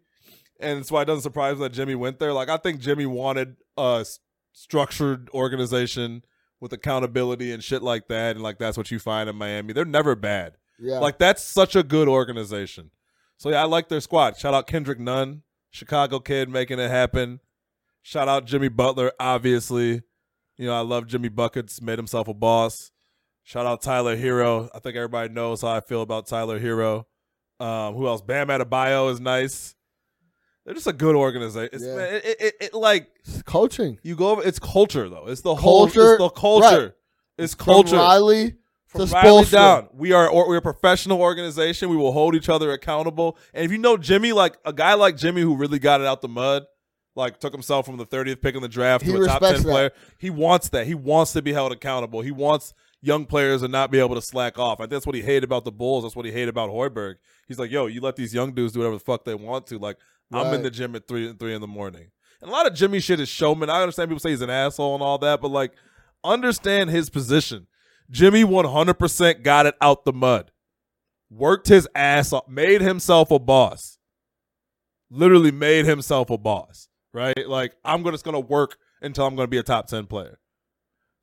[SPEAKER 3] and it's why it doesn't surprise me that Jimmy went there. Like I think Jimmy wanted a s- structured organization with accountability and shit like that, and like that's what you find in Miami. They're never bad.
[SPEAKER 2] yeah,
[SPEAKER 3] Like that's such a good organization. So yeah, I like their squad. Shout out Kendrick Nunn, Chicago kid making it happen. Shout out Jimmy Butler, obviously. You know, I love Jimmy Buckets, made himself a boss. Shout out Tyler Hero. I think everybody knows how I feel about Tyler Hero. Um, who else? Bam Adebayo is nice. They're just a good organization. It's,
[SPEAKER 2] Yeah.
[SPEAKER 3] man, it, it, it, it, like
[SPEAKER 2] It's coaching.
[SPEAKER 3] you go over. It's culture though. It's the whole.
[SPEAKER 2] Culture,
[SPEAKER 3] It's the culture.
[SPEAKER 2] right.
[SPEAKER 3] It's
[SPEAKER 2] From
[SPEAKER 3] culture
[SPEAKER 2] Riley
[SPEAKER 3] from
[SPEAKER 2] to
[SPEAKER 3] Riley
[SPEAKER 2] Spoelstra.
[SPEAKER 3] down. We are or, we're a professional organization. We will hold each other accountable. And if you know Jimmy, like a guy like Jimmy who really got it out the mud, like took himself from the 30th pick in the draft
[SPEAKER 2] He
[SPEAKER 3] to a top 10
[SPEAKER 2] respects that.
[SPEAKER 3] player, he wants that. He wants to be held accountable. He wants young players to not be able to slack off. I think that's what he hated about the Bulls. That's what he hated about Hoiberg. He's like, yo, you let these young dudes do whatever the fuck they want to. Like, I'm in
[SPEAKER 2] Right.
[SPEAKER 3] the gym at three three in the morning. And a lot of Jimmy shit is showman. I understand people say he's an asshole and all that, but like, understand his position. Jimmy 100% got it out the mud, worked his ass off, made himself a boss. Literally made himself a boss, right? Like, I'm gonna- just going to work until I'm going to be a top 10 player.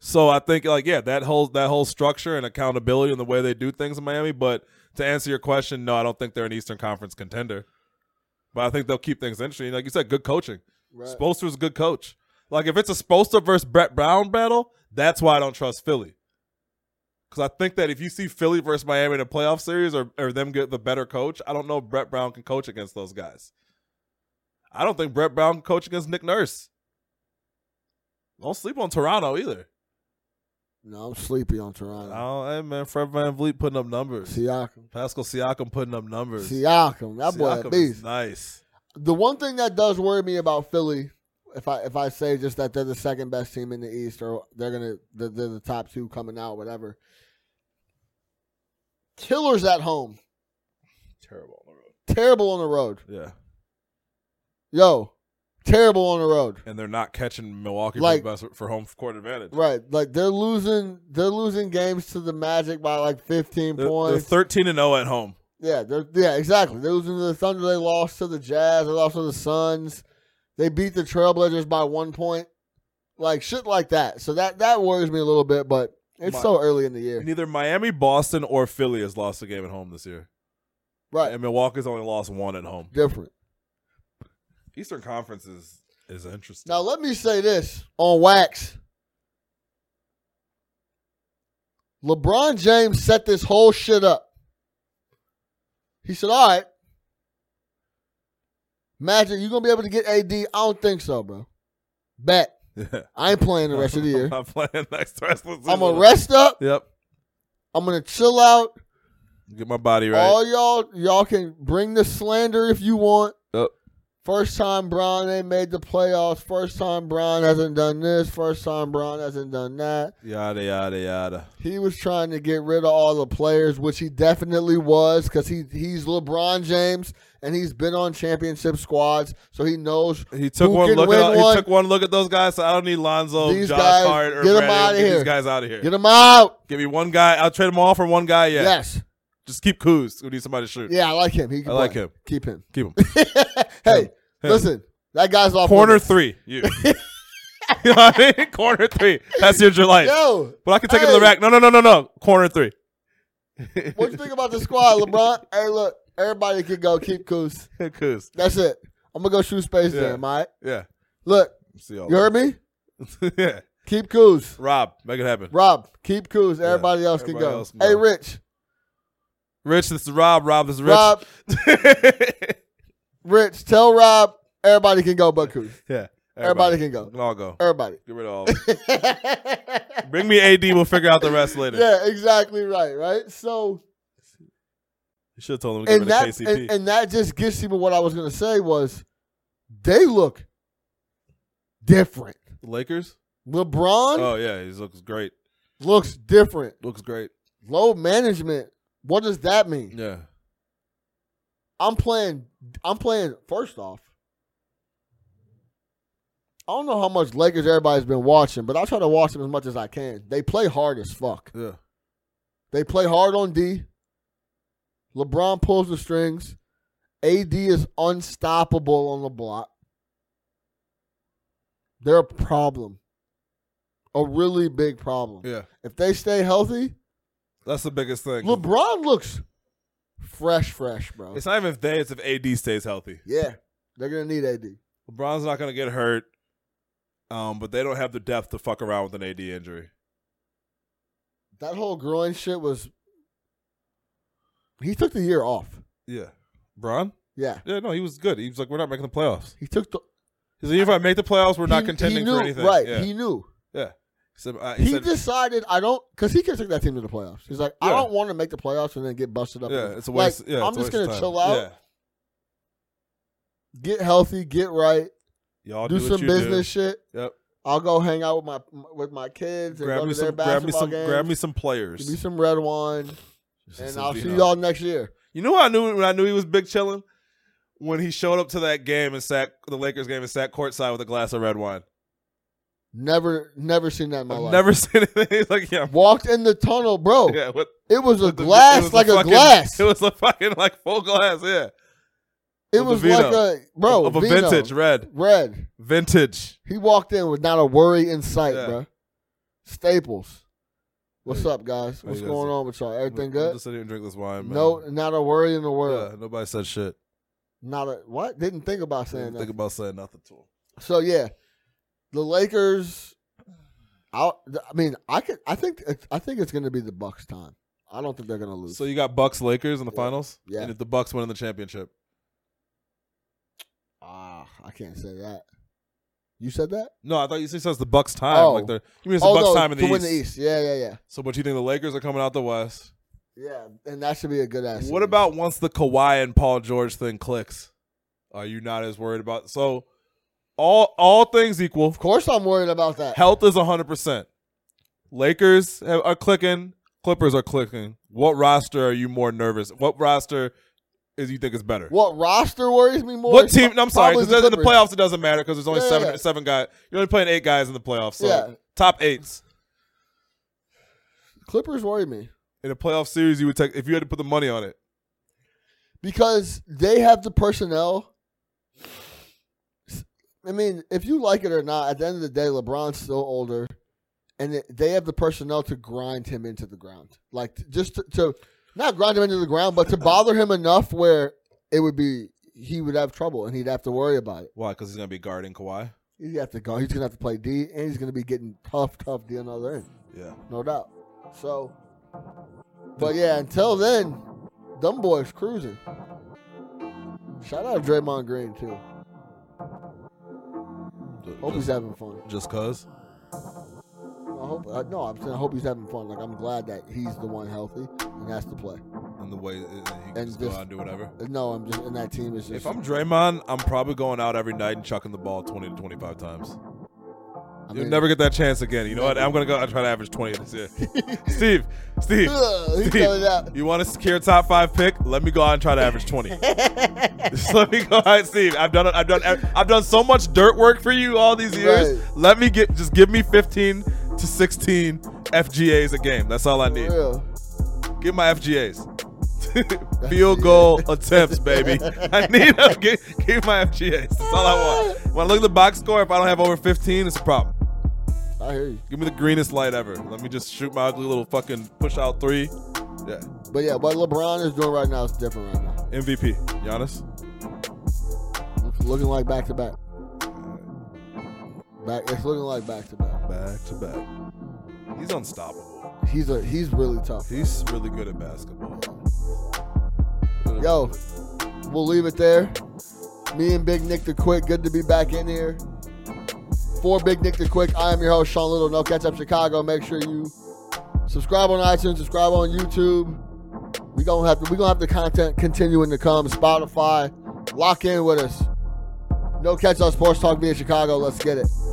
[SPEAKER 3] So I think like yeah, that whole that whole structure and accountability and the way they do things in Miami. But to answer your question, no, I don't think they're an Eastern Conference contender. But I think they'll keep things interesting. Like you said, good coaching.
[SPEAKER 2] Right.
[SPEAKER 3] Spoelstra's a good coach. Like if it's a Spoelstra versus Brett Brown battle, that's why I don't trust Philly. Because I think that if you see Philly versus Miami in a playoff series or, or them get the better coach, I don't know if Brett Brown can coach against those guys. I don't think Brett Brown can coach against Nick Nurse. Don't sleep on Toronto either.
[SPEAKER 2] no, I'm sleepy on Toronto.
[SPEAKER 3] Oh, hey man, Fred Van Vliet putting up numbers.
[SPEAKER 2] Siakam.
[SPEAKER 3] Pascal Siakam putting up numbers.
[SPEAKER 2] Siakam. That boy a
[SPEAKER 3] Siakam
[SPEAKER 2] beast.
[SPEAKER 3] is nice.
[SPEAKER 2] the one thing that does worry me about Philly, if I if I say just that they're the second best team in the East, or they're gonna they're, they're the top two coming out, whatever. Killers at home,
[SPEAKER 3] Terrible on the
[SPEAKER 2] terrible on the road.
[SPEAKER 3] road. Yeah.
[SPEAKER 2] Yo, terrible on the road.
[SPEAKER 3] And they're not catching Milwaukee
[SPEAKER 2] Like-
[SPEAKER 3] for, best, for home court advantage.
[SPEAKER 2] Right, like they're losing they're losing games to the Magic by like 15
[SPEAKER 3] They're, they're
[SPEAKER 2] points.
[SPEAKER 3] 13 and 0 at home.
[SPEAKER 2] yeah, they're yeah exactly. They're losing to the Thunder. They lost to the Jazz. They lost to the Suns. They beat the Trailblazers by one point. Like shit like that. So that that worries me a little bit, but it's
[SPEAKER 3] My-
[SPEAKER 2] so early in the year.
[SPEAKER 3] Neither Miami, Boston, or Philly has lost a game at home this year.
[SPEAKER 2] Right.
[SPEAKER 3] And Milwaukee's only lost one at home.
[SPEAKER 2] Different.
[SPEAKER 3] Eastern Conference is, is interesting.
[SPEAKER 2] Now let me say this on wax. LeBron James set this whole shit up. He said, "All right, Magic, you gonna be able to get AD? I don't think so, bro. Bet
[SPEAKER 3] yeah.
[SPEAKER 2] I ain't playing the rest of the year.
[SPEAKER 3] I'm not playing next rest of the
[SPEAKER 2] I'm
[SPEAKER 3] season.
[SPEAKER 2] gonna rest up.
[SPEAKER 3] Yep.
[SPEAKER 2] I'm gonna chill out.
[SPEAKER 3] Get my body right.
[SPEAKER 2] All y'all, y'all can bring the slander if you want.
[SPEAKER 3] Yep.
[SPEAKER 2] First time Braun ain't made the playoffs. First time Braun hasn't done this. First time Braun hasn't done that.
[SPEAKER 3] Yada yada yada.
[SPEAKER 2] He was trying to get rid of all the players, which he definitely was, because he he's LeBron James and he's been on championship squads, so he knows
[SPEAKER 3] He took
[SPEAKER 2] Who
[SPEAKER 3] one
[SPEAKER 2] can
[SPEAKER 3] look.
[SPEAKER 2] win
[SPEAKER 3] At, he
[SPEAKER 2] one?
[SPEAKER 3] took one look at those guys. So I don't need Lonzo,
[SPEAKER 2] These
[SPEAKER 3] Josh
[SPEAKER 2] guys,
[SPEAKER 3] Hart, or
[SPEAKER 2] get 'em
[SPEAKER 3] Brandon.
[SPEAKER 2] outta
[SPEAKER 3] Get
[SPEAKER 2] here.
[SPEAKER 3] these guys out of here.
[SPEAKER 2] get him out.
[SPEAKER 3] Give me one guy. I'll trade them all for one guy. Yeah.
[SPEAKER 2] Yes,
[SPEAKER 3] Just keep Kuz. We need somebody to shoot.
[SPEAKER 2] yeah, I like him. He can
[SPEAKER 3] I like
[SPEAKER 2] play.
[SPEAKER 3] him.
[SPEAKER 2] Keep him.
[SPEAKER 3] Keep him.
[SPEAKER 2] hey,
[SPEAKER 3] Him.
[SPEAKER 2] listen, that guy's off
[SPEAKER 3] Corner
[SPEAKER 2] limits.
[SPEAKER 3] three. You. you know what I mean? Corner three. That's your July.
[SPEAKER 2] Yo,
[SPEAKER 3] But I can take it to the
[SPEAKER 2] Hey.
[SPEAKER 3] rack. No, no, no, no, no. Corner three.
[SPEAKER 2] what you think about the squad, LeBron? Hey, look, everybody can go. Keep Coos.
[SPEAKER 3] Kuz.
[SPEAKER 2] That's it. I'm gonna go shoot Space
[SPEAKER 3] Yeah.
[SPEAKER 2] Jam. All right.
[SPEAKER 3] Yeah.
[SPEAKER 2] Look,
[SPEAKER 3] See all
[SPEAKER 2] you heard me?
[SPEAKER 3] that. yeah.
[SPEAKER 2] Keep Coos.
[SPEAKER 3] Rob, make it happen.
[SPEAKER 2] Rob, keep Coos. Everybody else
[SPEAKER 3] everybody
[SPEAKER 2] can go.
[SPEAKER 3] else can
[SPEAKER 2] hey,
[SPEAKER 3] go.
[SPEAKER 2] Rich.
[SPEAKER 3] Rich, this is Rob. Rob, this is Rich.
[SPEAKER 2] Rob, Rich, tell Rob everybody can go, but Coos.
[SPEAKER 3] yeah.
[SPEAKER 2] Everybody can go.
[SPEAKER 3] We can all go.
[SPEAKER 2] Everybody.
[SPEAKER 3] Get rid of all. of them. Bring me AD. We'll figure out the rest later.
[SPEAKER 2] yeah, exactly right. Right. So.
[SPEAKER 3] You should have told them to get
[SPEAKER 2] and
[SPEAKER 3] rid of
[SPEAKER 2] that
[SPEAKER 3] KCP.
[SPEAKER 2] and, and that just gets even what I was gonna say was they look different.
[SPEAKER 3] Lakers?
[SPEAKER 2] LeBron
[SPEAKER 3] Oh, yeah. He looks great.
[SPEAKER 2] looks different.
[SPEAKER 3] Looks great.
[SPEAKER 2] Low management. What does that mean?
[SPEAKER 3] Yeah.
[SPEAKER 2] I'm playing. I'm playing. First off, I don't know how much Lakers everybody's been watching, but I try to watch them as much as I can. They play hard as fuck.
[SPEAKER 3] Yeah.
[SPEAKER 2] They play hard on D. LeBron pulls the strings. AD is unstoppable on the block. They're a problem. A really big problem.
[SPEAKER 3] Yeah.
[SPEAKER 2] If they stay healthy,
[SPEAKER 3] That's the biggest thing.
[SPEAKER 2] LeBron looks fresh, fresh, bro.
[SPEAKER 3] It's not even if they, it's if AD stays healthy.
[SPEAKER 2] yeah, they're going to need AD.
[SPEAKER 3] LeBron's not going to get hurt, um, but they don't have the depth to fuck around with an AD injury.
[SPEAKER 2] That whole groin shit was. He took the year off.
[SPEAKER 3] Yeah. Bron?
[SPEAKER 2] Yeah.
[SPEAKER 3] Yeah, no, he was good. He was like, we're not making the playoffs.
[SPEAKER 2] He took the.
[SPEAKER 3] He's like, if I make the playoffs, we're
[SPEAKER 2] he-
[SPEAKER 3] not
[SPEAKER 2] he
[SPEAKER 3] contending
[SPEAKER 2] knew-
[SPEAKER 3] for anything.
[SPEAKER 2] Right.
[SPEAKER 3] Yeah.
[SPEAKER 2] He knew.
[SPEAKER 3] yeah. He said, uh, he
[SPEAKER 2] He
[SPEAKER 3] said-
[SPEAKER 2] decided I don't because he could have took that team to the playoffs. He's like, I
[SPEAKER 3] Yeah.
[SPEAKER 2] don't want to make the playoffs and then get busted up. in-
[SPEAKER 3] yeah, it's a waste.
[SPEAKER 2] Like,
[SPEAKER 3] yeah,
[SPEAKER 2] I'm
[SPEAKER 3] it's a
[SPEAKER 2] just
[SPEAKER 3] waste of
[SPEAKER 2] gonna
[SPEAKER 3] time.
[SPEAKER 2] chill out, get healthy, get right,
[SPEAKER 3] Yeah. Y'all do,
[SPEAKER 2] do
[SPEAKER 3] what
[SPEAKER 2] some
[SPEAKER 3] you
[SPEAKER 2] business shit.
[SPEAKER 3] Yep.
[SPEAKER 2] I'll go hang out with my with my kids
[SPEAKER 3] Do.
[SPEAKER 2] and
[SPEAKER 3] Grab
[SPEAKER 2] go
[SPEAKER 3] me
[SPEAKER 2] to their
[SPEAKER 3] some. Grab me
[SPEAKER 2] basketball
[SPEAKER 3] some.
[SPEAKER 2] games.
[SPEAKER 3] Grab me some
[SPEAKER 2] give me
[SPEAKER 3] players.
[SPEAKER 2] some red wine, and
[SPEAKER 3] Some
[SPEAKER 2] I'll see
[SPEAKER 3] Vino.
[SPEAKER 2] y'all next year.
[SPEAKER 3] You know what I knew when I knew he was big chilling when he showed up to that game and sat the Lakers game and sat courtside with a glass of red wine.
[SPEAKER 2] Never, never seen that in my
[SPEAKER 3] I've
[SPEAKER 2] life.
[SPEAKER 3] never seen anything. He's like, yeah,
[SPEAKER 2] walked in the tunnel, bro.
[SPEAKER 3] yeah. What
[SPEAKER 2] It was a
[SPEAKER 3] with the-
[SPEAKER 2] glass,
[SPEAKER 3] it was
[SPEAKER 2] like a
[SPEAKER 3] fucking-
[SPEAKER 2] glass.
[SPEAKER 3] It was a fucking like full glass. Yeah,
[SPEAKER 2] It
[SPEAKER 3] with
[SPEAKER 2] was
[SPEAKER 3] the
[SPEAKER 2] like
[SPEAKER 3] Vino.
[SPEAKER 2] a bro
[SPEAKER 3] of a
[SPEAKER 2] Vino.
[SPEAKER 3] vintage red,
[SPEAKER 2] red.
[SPEAKER 3] vintage.
[SPEAKER 2] He walked in with not a worry in sight,
[SPEAKER 3] Yeah.
[SPEAKER 2] bro. Staples. What's up, guys? What's
[SPEAKER 3] How you guys
[SPEAKER 2] going
[SPEAKER 3] doing?
[SPEAKER 2] on with y'all? Everything
[SPEAKER 3] I'm
[SPEAKER 2] good?
[SPEAKER 3] Just sitting here and drink this wine. Man.
[SPEAKER 2] No, not a worry in the world.
[SPEAKER 3] yeah, nobody said shit.
[SPEAKER 2] Not a what? Didn't think about saying
[SPEAKER 3] Didn't
[SPEAKER 2] that.
[SPEAKER 3] think about saying nothing to him.
[SPEAKER 2] so yeah, the Lakers. I I mean, I could. I think. it's- I think it's going to be the Bucks' time. I don't think they're going to lose.
[SPEAKER 3] So you got Bucks Lakers in the
[SPEAKER 2] Yeah.
[SPEAKER 3] finals,
[SPEAKER 2] Yeah.
[SPEAKER 3] and if the Bucks win in the championship,
[SPEAKER 2] ah, I can't say that. You said that?
[SPEAKER 3] no, I thought you said it's the Bucks time.
[SPEAKER 2] Oh.
[SPEAKER 3] Like they're you mean it's the Bucks
[SPEAKER 2] no,
[SPEAKER 3] time in the,
[SPEAKER 2] to win
[SPEAKER 3] East.
[SPEAKER 2] the East. Yeah, yeah, yeah,
[SPEAKER 3] So, but you think the Lakers are coming out the West?
[SPEAKER 2] yeah. And that should be a good ass.
[SPEAKER 3] What
[SPEAKER 2] series.
[SPEAKER 3] about once the Kawhi and Paul George thing clicks? Are you not as worried about? So, all all things equal,
[SPEAKER 2] Of course, I'm worried about that.
[SPEAKER 3] health is hundred percent. Lakers have, are clicking, Clippers are clicking. What roster are you more nervous? What roster is you think is better?
[SPEAKER 2] What roster worries me more?
[SPEAKER 3] What
[SPEAKER 2] is
[SPEAKER 3] team?
[SPEAKER 2] pro-
[SPEAKER 3] I'm sorry,
[SPEAKER 2] probably
[SPEAKER 3] because in the
[SPEAKER 2] Clippers.
[SPEAKER 3] playoffs it doesn't matter because there's only
[SPEAKER 2] Yeah,
[SPEAKER 3] seven
[SPEAKER 2] yeah.
[SPEAKER 3] seven guys. You're only playing eight guys in the playoffs. So
[SPEAKER 2] Yeah.
[SPEAKER 3] top eights
[SPEAKER 2] Clippers worry me
[SPEAKER 3] in a playoff series, you would take if you had to put the money on it.
[SPEAKER 2] because they have the personnel. I mean, if you like it or not, at the end of the day, LeBron's still older, and it- they have the personnel to grind him into the ground. Like t- just to, to not grind him into the ground, but to bother him enough where it would be he would have trouble and he'd have to worry about it.
[SPEAKER 3] Why? Because he's gonna be guarding Kawhi.
[SPEAKER 2] He'd have to go. He's gonna have to play D, and he's gonna be getting tough, tough D on the other end.
[SPEAKER 3] Yeah.
[SPEAKER 2] no doubt. So, but yeah, until then, dumb boys cruising. Shout out Draymond Green too. Hope he's having fun.
[SPEAKER 3] Just cause.
[SPEAKER 2] I hope. Uh, no, I'm saying I hope he's having fun. Like I'm glad that he's the one healthy and has to play.
[SPEAKER 3] in the way that he can
[SPEAKER 2] And
[SPEAKER 3] just go
[SPEAKER 2] just-
[SPEAKER 3] out and do whatever.
[SPEAKER 2] No, I'm just and that team is just.
[SPEAKER 3] If I'm Draymond, I'm probably going out every night and chucking the ball 20 to 25 times.
[SPEAKER 2] I
[SPEAKER 3] You'll
[SPEAKER 2] mean,
[SPEAKER 3] never get that chance again. You know what? I'm gonna go. I try to average 20 this year. Steve, Steve,
[SPEAKER 2] Ugh, he's
[SPEAKER 3] Steve
[SPEAKER 2] coming out.
[SPEAKER 3] you want to secure a top five pick? Let me go out and try to average 20. Just let me go out, Steve. I've done. I've done. I've done so much dirt work for you all these years.
[SPEAKER 2] Right.
[SPEAKER 3] Let me get. Just give me 15 to 16 FGAs a game. That's all I need.
[SPEAKER 2] real.
[SPEAKER 3] Give my FGAs. Field goal attempts, baby. I need them. Give, give my FGAs. That's all I want. When I look at the box score, if I don't have over 15, it's a problem.
[SPEAKER 2] I hear you.
[SPEAKER 3] Give me the greenest light ever. Let me just shoot my ugly little fucking push out three. Yeah.
[SPEAKER 2] But yeah, what LeBron is doing right now is different right now.
[SPEAKER 3] MVP. Giannis.
[SPEAKER 2] It's looking like back to back. Back. It's looking like back to back.
[SPEAKER 3] Back to back. He's unstoppable.
[SPEAKER 2] He's a. He's really tough.
[SPEAKER 3] He's really good at basketball.
[SPEAKER 2] Yo, we'll leave it there. Me and Big Nick the Quick, good to be back in here. For Big Nick the Quick, I am your host, Sean Little, No Catch Up Chicago. Make sure you subscribe on iTunes, subscribe on YouTube. We gonna have to we gonna have the content continuing to come. Spotify, lock in with us. No catch up sports talk via Chicago. Let's get it.